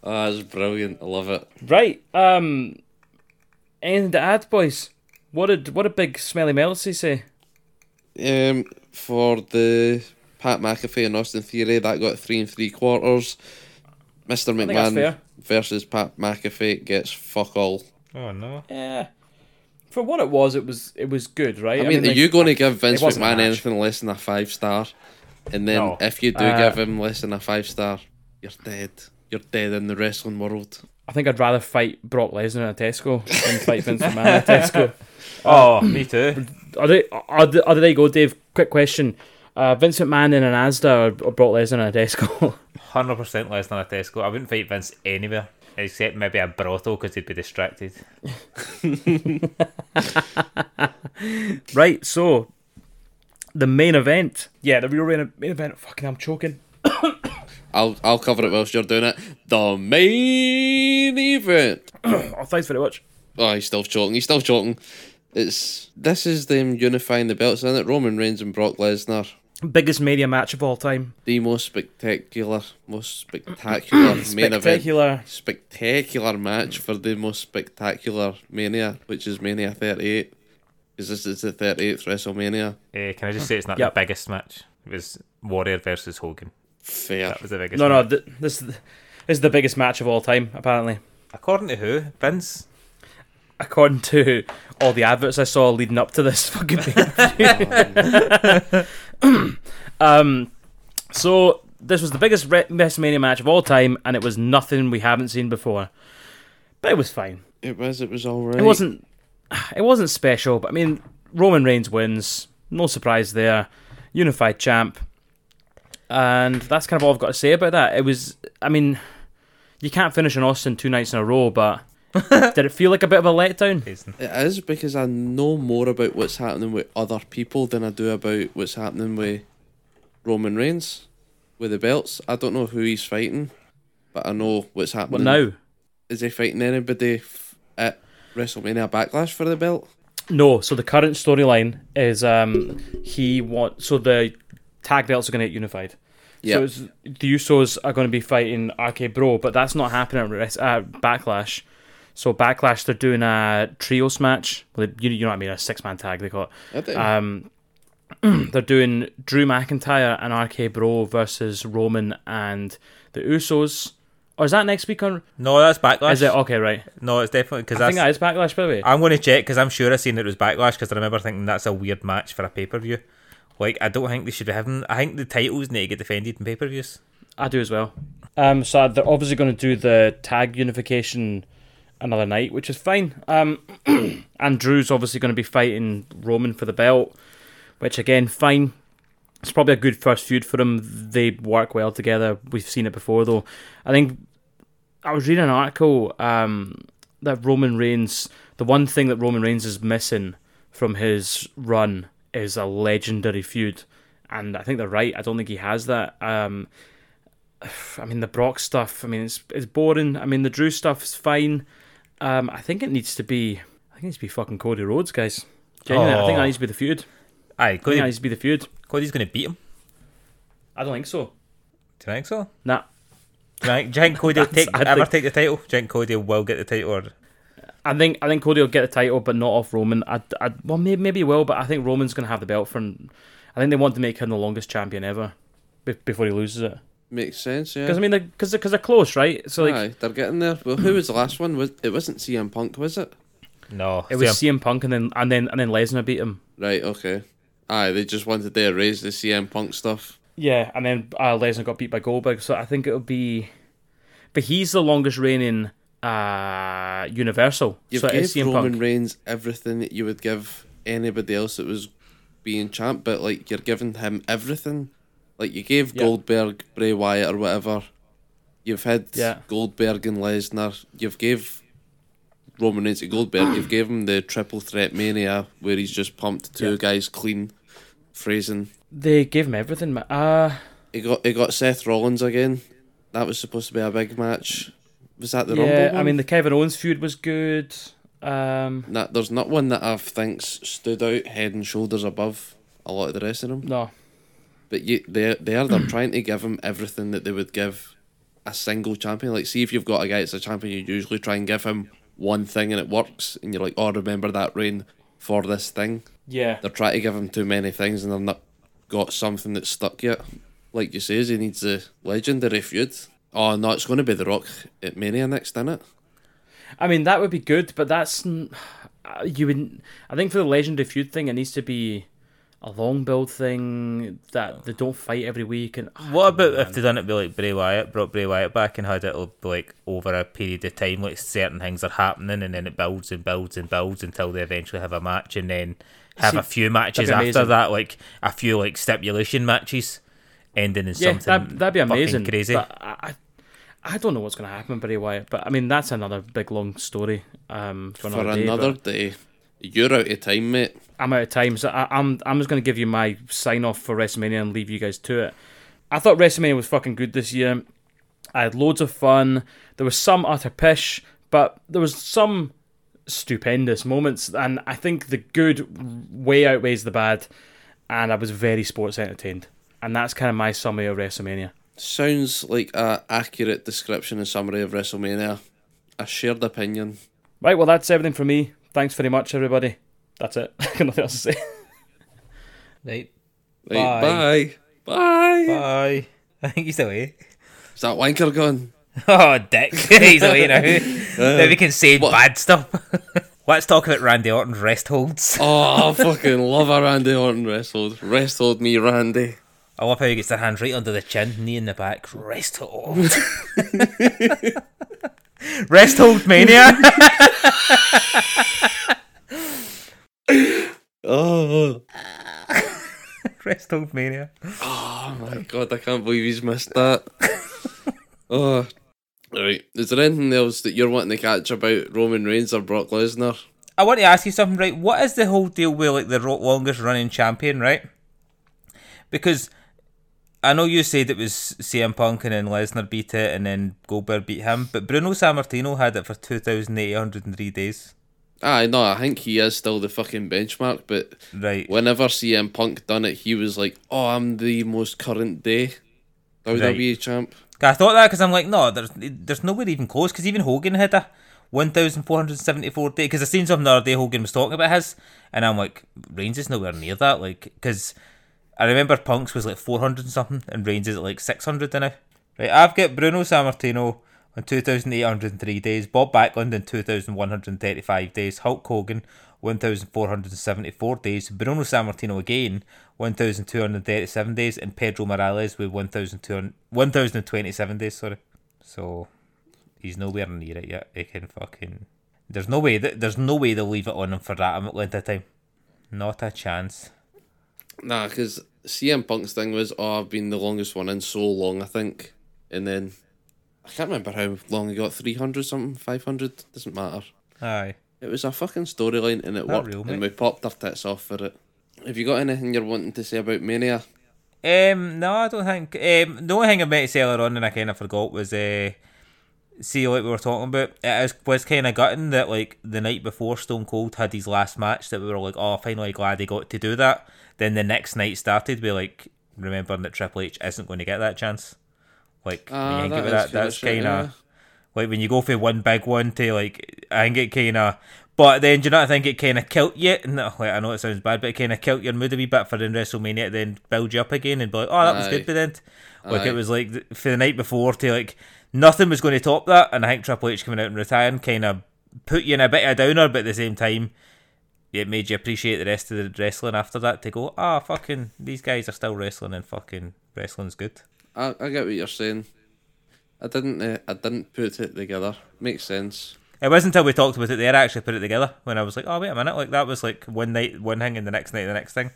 D: Ah, it's brilliant. I love it.
A: Right. Um anything to add, boys? What did what did big smelly Melody say?
D: Um, for the Pat McAfee and Austin Theory, that got three and three quarters. Mister
A: that's
D: McMahon
A: fair.
D: versus Pat McAfee gets fuck all.
E: oh, no.
A: Yeah. For what it was, it was it was good, right?
D: I mean, are
A: like-
D: you going to give Vince
A: wasn't a
D: McMahon
A: match.
D: anything less than a five star? And then
E: No.
D: if you do
A: Uh,
D: give him less than a five star, you're dead. You're dead in the wrestling world.
A: I think I'd rather fight Brock Lesnar at Tesco than fight Vince McMahon at Tesco.
E: Oh, me too.
A: Are they? Are they, are they go, Dave? Quick question: uh, Vince McMahon in an ASDA or, or Brock Lesnar in a Tesco?
E: 100% less than a Tesco. I wouldn't fight Vince anywhere, except maybe a brothel, because he'd be distracted.
A: right. So, the main event. Yeah, the real main, main event. Fucking, I'm choking.
D: I'll I'll cover it whilst you're doing it. The main event.
A: Oh, thanks very much.
D: Oh, he's still choking. He's still choking. It's this is them unifying the belts, isn't it? Roman Reigns and Brock Lesnar.
A: Biggest media match of all time.
D: The most spectacular, most spectacular main event.
A: Spectacular.
D: Spectacular match for the most spectacular Mania, which is Mania 38. Because this is the 38th WrestleMania.
E: Uh, can I just say it's not
A: Yep.
E: the biggest match? It was Warrior versus Hogan.
D: Fair.
E: That was the biggest
A: No, no.
E: match.
A: Th- this, this is the biggest match of all time, apparently.
E: According to who? Vince?
A: according to all the adverts I saw leading up to this fucking pay-per-view. um, so this was the biggest Re- WrestleMania match of all time, and it was nothing we haven't seen before. But it was fine.
D: It was, it was alright.
A: It wasn't. It wasn't special, but I mean, Roman Reigns wins. No surprise there. Unified champ, and that's kind of all I've got to say about that. It was. I mean, you can't finish in Austin two nights in a row, but did it feel like a bit of a letdown?
D: It is because I know more about what's happening with other people than I do about what's happening with Roman Reigns, with the belts. I don't know who he's fighting, but I know what's
A: Well,
D: happening.
A: now.
D: Is he fighting anybody f- at WrestleMania Backlash for the belt?
A: No, so the current storyline is um he want so the tag belts are going to get unified.
D: Yeah.
A: So it's, the Usos are going to be fighting RK Bro, but that's not happening at Res- uh, Backlash. So Backlash, they're doing a trios match. Well, you, you know what I mean, a six man tag they call
D: I do.
A: it. Um, they're doing Drew McIntyre and RK Bro versus Roman and the Usos. Or is that next week on?
E: No, that's backlash.
A: Is it okay? Right,
E: No, it's definitely because
A: I think
E: that's.
A: that is Backlash. By the way,
E: I'm going to check because I'm sure I seen it was backlash because I remember thinking that's a weird match for a pay per view. Like I don't think they should be having. I think the titles need to get defended in pay per views.
A: I do as well. Um, so they're obviously going to do the tag unification another night, which is fine. Um, and Drew's obviously going to be fighting Roman for the belt, which again, fine. It's probably a good first feud for him. They work well together. We've seen it before, though. I think I was reading an article um, that Roman Reigns, the one thing that Roman Reigns is missing from his run is a legendary feud, and I think they're right. I don't think he has that. Um, I mean, the Brock stuff. I mean, it's it's boring. I mean, the Drew stuff's fine. Um, I think it needs to be. I think it needs to be fucking Cody Rhodes, guys. Genuinely, I think that
E: Oh.
A: needs to be the feud.
E: Aye,
A: I think
E: Cody,
A: that needs to be the feud.
E: Cody's going to beat him.
A: I don't think so.
E: Do you think so?
A: Nah,
E: Do you think, do you think Cody will take,
A: I
E: ever
A: think-
E: take the title? Do you think Cody will get the title? Or...
A: I think I think Cody will get the title, but not off Roman. I, I well maybe maybe he will, but I think Roman's gonna have the belt for. I think they want to make him the longest champion ever be- before he loses it.
D: Makes sense, yeah.
A: Because I mean, because because they're close, right? So like,
D: Aye, they're getting there. Well, who was the last one? Was it wasn't CM Punk, was it?
E: No.
A: it was
E: CM
A: CM Punk, and then and then and then Lesnar beat him.
D: Right, okay. Aye, they just wanted to erase the CM Punk stuff.
A: Yeah, and then uh, Lesnar got beat by Goldberg. So I think it'll be, but he's the longest reigning uh Universal.
D: You
A: so it is
D: gave
A: CM
D: Roman
A: Punk.
D: Reigns everything that you would give anybody else that was being champ, but like you're giving him everything. Like you gave
A: Yeah.
D: Goldberg, Bray Wyatt, or whatever. You've had
A: Yeah.
D: Goldberg and Lesnar. You've gave Roman Reigns to Goldberg. You've gave him the triple threat mania where he's just pumped two guys clean, phrasing.
A: They gave him everything. ma- Uh
D: He got he got Seth Rollins again. That was supposed to be a big match. Was that the Rumble
A: yeah.
D: one?
A: I mean, the Kevin Owens feud was good. Um,
D: Nah, there's not one that I've thinks stood out head and shoulders above a lot of the rest of them.
A: no,
D: But you, they they are they're trying to give him everything that they would give a single champion. Like, see if you've got a guy that's a champion, you usually try and give him one thing and it works, and you're like, oh, remember that reign for this thing.
A: yeah.
D: They're trying to give him too many things, and they've not got something that's stuck yet. Like you says, he needs a legendary feud. Oh no, it's going to be The Rock at Mania next, isn't it?
A: I mean, that would be good, but that's n- uh, you would. I think for the legendary feud thing, it needs to be a long build thing that they don't fight every week. And oh,
E: What about if they done it be like Bray Wyatt, brought Bray Wyatt back and had it be like over a period of time, like certain things are happening and then it builds and builds and builds until they eventually have a match and then have
A: See,
E: a few matches
A: that'd be
E: after
A: amazing.
E: that, like a few like stipulation matches ending in
A: yeah,
E: something
A: that, that'd be
E: fucking
A: amazing.
E: crazy.
A: But I, I, I don't know what's going to happen, Bray Wyatt. But I mean, that's another big long story. Um, for another,
D: For
A: day,
D: another
A: but
D: day. You're out of time, mate.
A: I'm out of time, so I, I'm I'm just going to give you my sign off for WrestleMania and leave you guys to it. I thought WrestleMania was fucking good this year. I had loads of fun. There was some utter pish, but there was some stupendous moments, and I think the good way outweighs the bad. And I was very sports entertained, and that's kind of my summary of WrestleMania.
D: Sounds like a accurate description and summary of WrestleMania. A shared opinion.
A: Right, well that's everything from me. Thanks very much, everybody. That's it. I've got nothing else to say.
E: right.
D: Right, bye. Bye.
E: Bye. I think he's away.
D: Is that wanker gone?
E: Oh, dick. he's away now. now we can say
D: what-
E: bad stuff. Let's talk about Randy Orton's rest holds.
D: Oh, I fucking love a Randy Orton wrestled. Wrestled me, Randy.
E: I love how he gets their hand right under the chin, knee in the back, rest hold. rest hold mania.
D: Oh,
E: rest hold mania.
D: oh my god, I can't believe he's missed that. oh. Right. Is there anything else that you're wanting to catch about Roman Reigns or Brock Lesnar?
E: I want to ask you something, right? What is the whole deal with like the ro- longest running champion, right? Because I know you said it was CM Punk and then Lesnar beat it and then Goldberg beat him, but Bruno Sammartino had it for 2,803 days.
D: Aye, no, I think he is still the fucking benchmark, but
E: Right.
D: whenever CM Punk done it, he was like, "Oh, I'm the most current day WWE champ."
E: I thought that because I'm like, no, there's there's nowhere even close because even Hogan had a 1,474 day because I seen something the other day Hogan was talking about his and I'm like, Reigns is nowhere near that like because I remember Punk's was like 400 and something and Reigns is at like 600 now. Right, I've got Bruno Sammartino on 2,803 days, Bob Backlund in 2,135 days, Hulk Hogan 1,474 days, Bruno Sammartino again 1,237 days, and Pedro Morales with 1,200 1,027 days, sorry. So he's nowhere near it yet. He can fucking... There's no way that there's no way they'll leave it on him for that amount of time. Not a chance.
D: Nah, because CM Punk's thing was, "Oh, I've been the longest one in so long," I think, and then I can't remember how long he got 300 something, 500, doesn't matter.
E: Aye.
D: It was a fucking storyline and it
E: Not
D: worked,
E: real,
D: and we
E: mate.
D: popped our tits off for it. Have you got anything you're wanting to say about Mania?
E: Um, no, I don't think. Um, the only thing I meant to say earlier on and I kind of forgot was, uh, see, like we were talking about, it is, was kind of gutting that, like, the night before Stone Cold had his last match, that we were like, oh, finally glad he got to do that. Then the next night started, we like, remembering that Triple H isn't going to get that chance. Like,
D: Ah,
E: when you think
D: that
E: about
D: is
E: that,
D: kinda
E: that's
D: shit,
E: kind
D: yeah.
E: of. Like when you go for one big one to like, I think it kind of. But then, do you not think it kind of killed you? No, like, I know it sounds bad, but it kind of killed your mood a wee bit for in WrestleMania. to Then build you up again and be like, oh, that was
D: Aye.
E: good. But then, like
D: Aye.
E: it was like th- for the night before to like nothing was going to top that. And I think Triple H coming out and retiring kind of put you in a bit of a downer, but at the same time, it made you appreciate the rest of the wrestling after that. To go, ah, fucking these guys are still wrestling and fucking wrestling's good.
D: I, I get what you're saying. I didn't. Uh, I didn't put it together. Makes sense.
E: It wasn't until we talked about it there I actually put it together when I was like, oh wait a minute, like that was like one night one thing and the next night the next thing.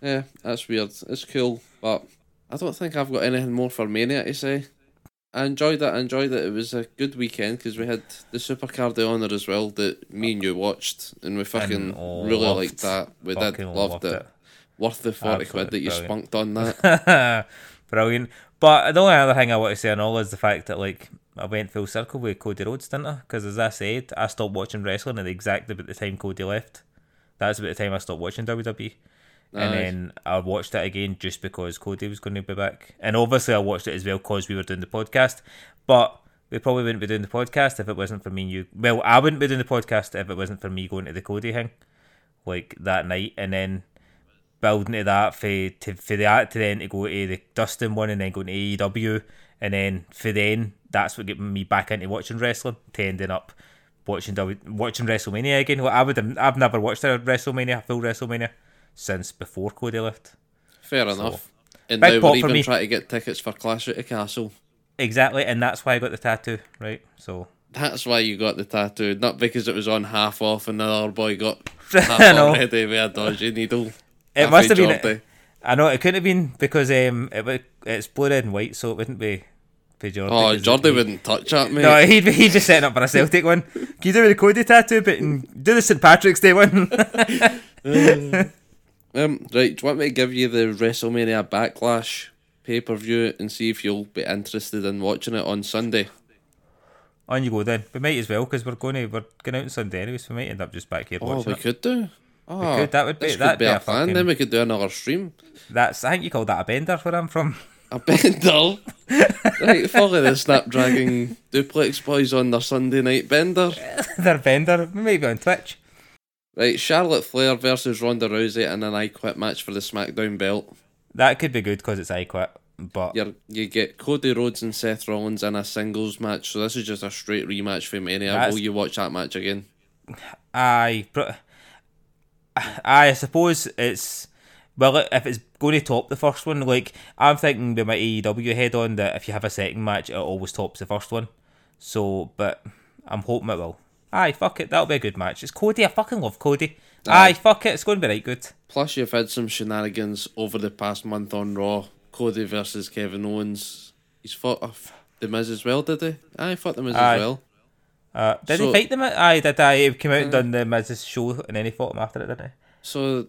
D: Yeah, that's weird. It's cool, but I don't think I've got anything more for Mania to say. I enjoyed it. I enjoyed it. It was a good weekend because we had the Supercard of Honor as well that me and you watched, and we fucking really
E: loved-
D: liked that. We did
E: fucking
D: loved,
E: loved
D: it.
E: it.
D: Worth the forty quid
E: Absolutely
D: that you
E: brilliant.
D: spunked on that.
E: Brilliant. But the only other thing I want to say on all is the fact that like I went full circle with Cody Rhodes, didn't I? Because as I said, I stopped watching wrestling at the exact about the time Cody left. That's about the time I stopped watching WWE. And
D: Aye.
E: then I watched it again just because Cody was going to be back. And obviously, I watched it as well because we were doing the podcast. But we probably wouldn't be doing the podcast if it wasn't for me and you. Well, I wouldn't be doing the podcast if it wasn't for me going to the Cody thing like that night. And then building to that for to for that to then to go to the Dustin one and then going to AEW and then for then that's what got me back into watching wrestling to ending up watching w, watching WrestleMania again. Well, I would I've never watched a WrestleMania a full WrestleMania since before Cody left.
D: Fair enough. And
E: Big
D: now
E: pot
D: we're
E: for
D: even
E: me.
D: trying to get tickets for Clash at the Castle.
E: Exactly, and that's why I got the tattoo right. So
D: That's why you got the tattoo, not because it was on half off and the other boy got
E: I
D: half
E: know.
D: already with a dodgy needle.
E: it
D: Halfway
E: must have been.
D: Geordie.
E: I know it couldn't have been because um it, wa- it's blue red and white, so it wouldn't be. be Jordy
D: Oh,
E: 'cause it'd
D: Jordy
E: be-
D: wouldn't touch that, mate.
E: No, he'd, be- he'd just setting up for a Celtic one. Can you do the Cody tattoo, but and do the St Patrick's Day one?
D: Um, right, do you want me to give you the WrestleMania Backlash pay per view and see if you'll be interested in watching it on Sunday?
E: On you go then. We might as well because we're going to we're going out on Sunday anyways. We might end up just back here
D: Oh,
E: watching
D: we
E: it.
D: could do. Oh,
E: could, that would be-
D: this could
E: that'd
D: be
E: be
D: our
E: a
D: plan.
E: fucking-
D: Then we could do another stream.
E: That's I think you call that a bender where I'm from.
D: A bender. right, follow the Snapdragon Duplex Boys on their Sunday night bender.
E: They're bender. We might be on Twitch.
D: Right, Charlotte Flair versus Ronda Rousey in an I Quit match for the SmackDown belt.
E: That could be good because it's I quit. But
D: You're, you get Cody Rhodes and Seth Rollins in a singles match, so this is just a straight rematch for Mania.
E: That's-
D: Will you watch that match again?
E: I, pro- I suppose it's well if it's going to top the first one. Like I'm thinking with my AEW head on that if you have a second match, it always tops the first one. So, but I'm hoping it will. Aye, fuck it. That'll be a good match. It's Cody. I fucking love Cody. Aye, fuck it. It's going to be right good.
D: Plus, you've had some shenanigans over the past month on Raw. Cody versus Kevin Owens. He's fought off The Miz as well, did he? Aye, fought The Miz
E: Aye.
D: as well.
E: Uh, did
D: So-
E: he fight them? Aye, did I? He came out and done the Miz's show and then he fought him after it, didn't he?
D: So,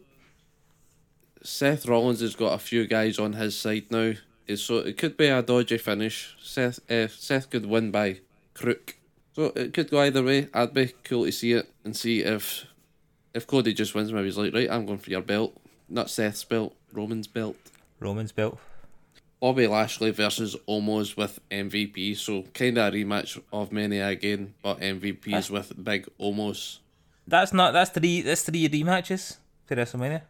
D: Seth Rollins has got a few guys on his side now. It's- So, it could be a dodgy finish. Seth, uh, Seth could win by crook. So, it could go either way. I'd be cool to see it and see if if Cody just wins. Maybe he's like, right, I'm going for your belt. Not Seth's belt, Roman's belt.
E: Roman's belt.
D: Bobby Lashley versus Omos with MVP, so kind of a rematch of Mania again, but MVP's with Big Omos.
E: That's not. That's three. That's three rematches for WrestleMania.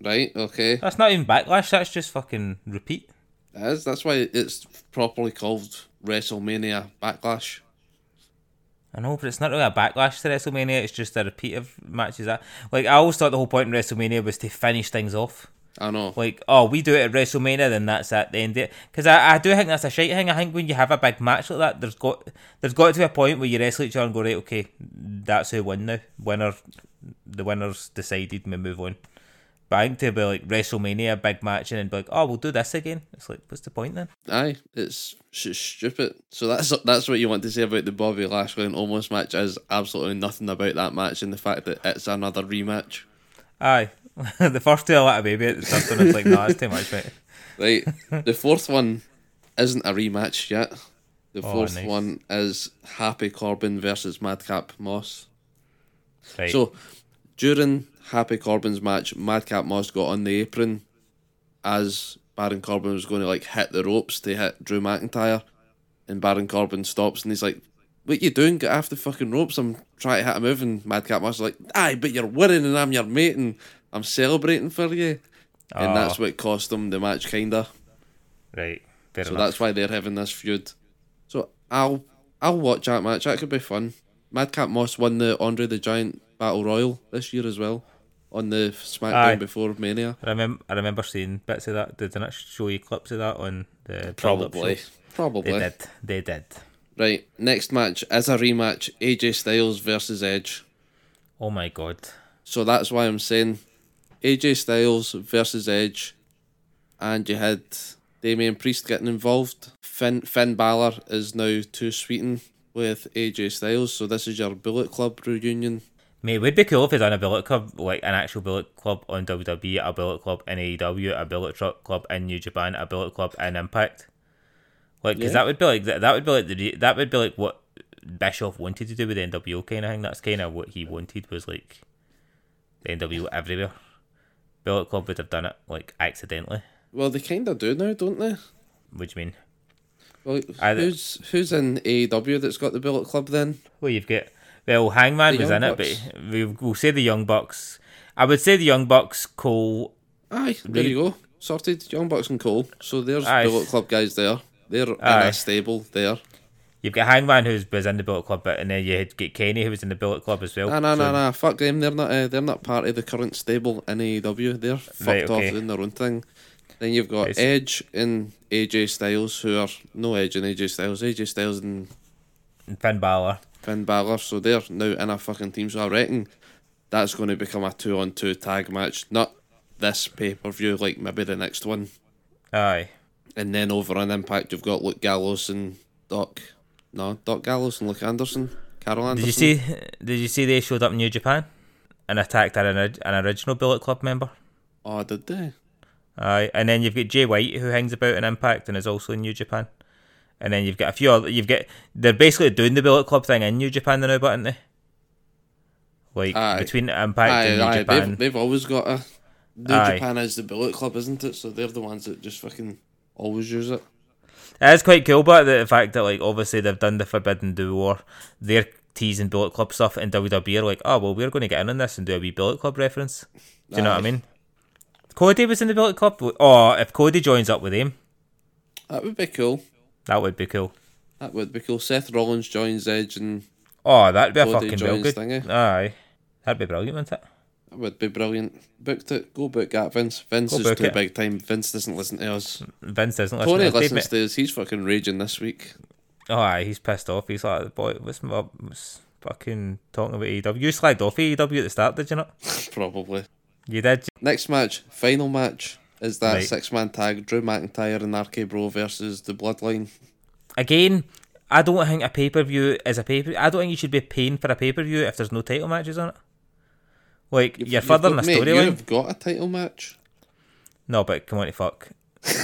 D: Right, okay.
E: That's not even backlash. That's just fucking repeat.
D: That is, that's why it's properly called WrestleMania Backlash.
E: I know, but it's not really a backlash to WrestleMania. It's just a repeat of matches that, like, I always thought the whole point in WrestleMania was to finish things off.
D: I know.
E: Like, oh, we do it at WrestleMania, then that's at the end. Because I, I do think that's a shite thing. I think when you have a big match like that, there's got there's got to be a point where you wrestle each other and go, right, okay, that's who won now. Winner, the winner's decided. We move on. But I think to be like WrestleMania, big match, and then be like, oh, we'll do this again. It's like, what's the point then?
D: Aye, it's sh- stupid. So that's that's what you want to say about the Bobby Lashley and almost match is absolutely nothing about that match and the fact that it's another rematch.
E: Aye. the first two I let a baby out, the third one I was like, no, that's too much, mate.
D: Right, the fourth one isn't a rematch yet. The
E: Oh,
D: fourth
E: nice.
D: one is Happy Corbin versus Madcap Moss.
E: Right.
D: So during Happy Corbin's match, Madcap Moss got on the apron as Baron Corbin was going to like hit the ropes to hit Drew McIntyre, and Baron Corbin stops and he's like, "What you doing? Get off the fucking ropes! I'm trying to hit a move." And Madcap Moss is like, "Aye, but you're winning and I'm your mate and I'm celebrating for you." And that's what cost them the match, kinda.
E: Right. Fair
D: So
E: enough.
D: that's why they're having this feud. So I'll I'll watch that match. That could be fun. Madcap Moss won the Andre the Giant Battle Royal this year as well on the SmackDown
E: Aye.
D: before Mania.
E: I remember, I remember seeing bits of that. Did they not show you clips of that on the build-up
D: Probably.
E: show? They
D: Probably.
E: did. They did.
D: Right. Next match is a rematch AJ Styles versus Edge.
E: Oh my god.
D: So that's why I'm saying AJ Styles versus Edge. And you had Damian Priest getting involved. Finn, Finn Balor is now to Sweden with AJ Styles. So this is your Bullet Club reunion.
E: Mate, it would be cool if they done a bullet club, like an actual bullet club on WWE, a bullet club in AEW, a bullet truck club in New Japan, a bullet club in Impact. Like, because
D: Yeah.
E: that would be like that, that would be like the re- that would be like what Bischoff wanted to do with the NWO kind of thing. That's kind of what he wanted was like the NWO everywhere. Bullet Club would have done it like accidentally.
D: Well, they kind of do now, don't they?
E: What do you mean?
D: Well,
E: Aye, they-
D: who's who's in AEW that's got the Bullet Club then?
E: Well, you've got well, Hangman
D: The
E: was
D: Young
E: in
D: Bucks.
E: it, but we'll, we'll say the Young Bucks. I would say the Young Bucks, Cole,
D: Aye, there you go. Sorted. Young Bucks and Cole. So there's
E: Aye.
D: Bullet Club guys there. They're in
E: Aye.
D: a stable there.
E: You've got Hangman who's was in the Bullet Club, but and then you had get Kenny who was in the Bullet Club as well.
D: Nah, nah, nah,
E: So-
D: nah. Fuck them. They're not. Uh, they're not part of the current stable in AEW. They're fucked
E: Right, okay.
D: off doing their own thing. Then you've got
E: Right.
D: Edge and AJ Styles, who are no Edge and AJ Styles. AJ Styles and
E: And Finn Balor.
D: Finn Balor, so they're now in a fucking team. So I reckon that's going to become a two-on-two tag match. Not this pay-per-view, like maybe the next one.
E: Aye.
D: And then over on Impact, you've got Luke Gallows and Doc. No, Doc Gallows and Luke Anderson. Carol Anderson.
E: Did you see? Did you see they showed up in New Japan and attacked an, orig- an original Bullet Club member?
D: Oh, did they?
E: Aye. And then you've got Jay White who hangs about in Impact and is also in New Japan. And then you've got a few. Other, you've got they're basically doing the Bullet Club thing in New Japan now, but aren't they? Like
D: Aye.
E: between Impact and New
D: aye,
E: Japan.
D: They've, they've always got a. New
E: Aye.
D: Japan is the Bullet Club, isn't it? So they're the ones that just fucking always use it.
E: It's quite cool, but the fact that like obviously they've done the Forbidden Door, they're teasing Bullet Club stuff, and WWE are like, oh well, we're going to get in on this and do a wee Bullet Club reference. Do you know what I
D: Aye.
E: mean? Cody was in the Bullet Club. Oh, if Cody joins up with him,
D: That would be cool.
E: that would be cool.
D: That would be cool. Seth Rollins joins Edge, and
E: Oh, that'd be a
D: Cody
E: fucking real
D: joins
E: good.
D: thingy.
E: Aye, that'd be brilliant, wouldn't it?
D: that would be brilliant. Booked it. Go book that, Vince. Vince
E: Go
D: is
E: book
D: too
E: it.
D: big time. Vince doesn't listen to us.
E: Vince doesn't listen.
D: Tony
E: to us,
D: listens
E: mate.
D: to us. He's fucking raging this week.
E: Oh, aye, he's pissed off. He's like, boy, what's, my, what's fucking talking about AEW? You slagged off AEW at the start, did you not?
D: Probably.
E: You did.
D: Next match, final match, is that
E: Right.
D: six man tag Drew McIntyre and RK Bro versus the Bloodline.
E: again, I don't think a pay per view is a pay per. I don't think you should be paying for a pay per view if there's no title matches on it. Like you're furthering a
D: Mate,
E: storyline.
D: You've got a title match.
E: No, but come on, fuck.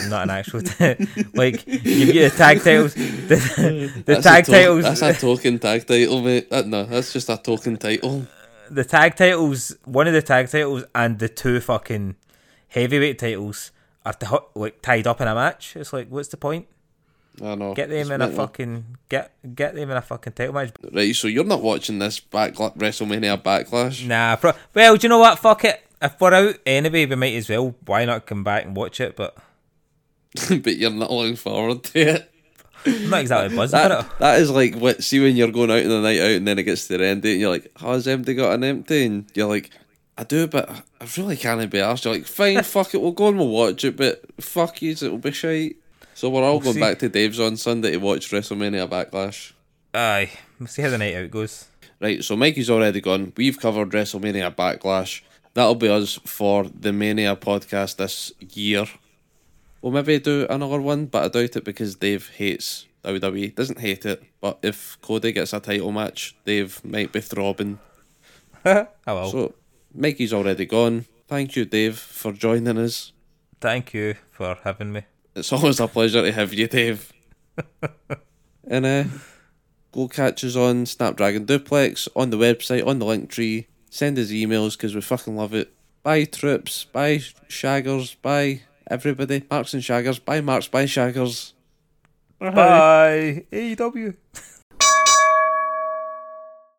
E: Not an actual t- like you get the tag titles. The, the
D: That's a
E: tag
D: to-
E: titles.
D: That's a token tag title, mate. That, no, that's just a token title.
E: the tag titles, one of the tag titles and the two fucking heavyweight titles are t- like tied up in a match. It's like, what's the point?
D: I know.
E: Get
D: it's
E: them in a
D: mental.
E: fucking get get them in a fucking title match.
D: Right, so you're not watching this backla- WrestleMania backlash.
E: Nah, pro- well, do you know what? Fuck it. If we're out anyway, we might as well. Why not come back and watch it? But
D: but you're not looking forward to it.
E: I'm not exactly buzzing for it.
D: That, that is like what see when you're going out on the night out and then it gets to the end date and you're like, oh, has empty got an empty? And you're like, I do, but I really can't be asked. You're like, fine, fuck it, we'll go and we'll watch it, but fuck yous, it'll be shite. So we're all going
E: see.
D: back to Dave's on Sunday to watch WrestleMania Backlash.
E: Aye, we'll see how the night out goes.
D: Right, so Mikey's already gone. We've covered WrestleMania Backlash. that'll be us for the Mania podcast this year. We'll maybe do another one, but I doubt it because Dave hates WWE. Doesn't hate it, but if Cody gets a title match, Dave might be throbbing.
E: I will.
D: So Mikey's already gone. Thank you, Dave, for joining us.
E: Thank you for having me.
D: It's always a pleasure to have you, Dave. and uh, go catch us on Snapdragon Duplex, on the website, on the link tree. Send us emails because we fucking love it. Bye, Troops. Bye, Shaggers. Bye, everybody. Marks and Shaggers. Bye, Marks. Bye, Shaggers.
E: E Bye. AEW.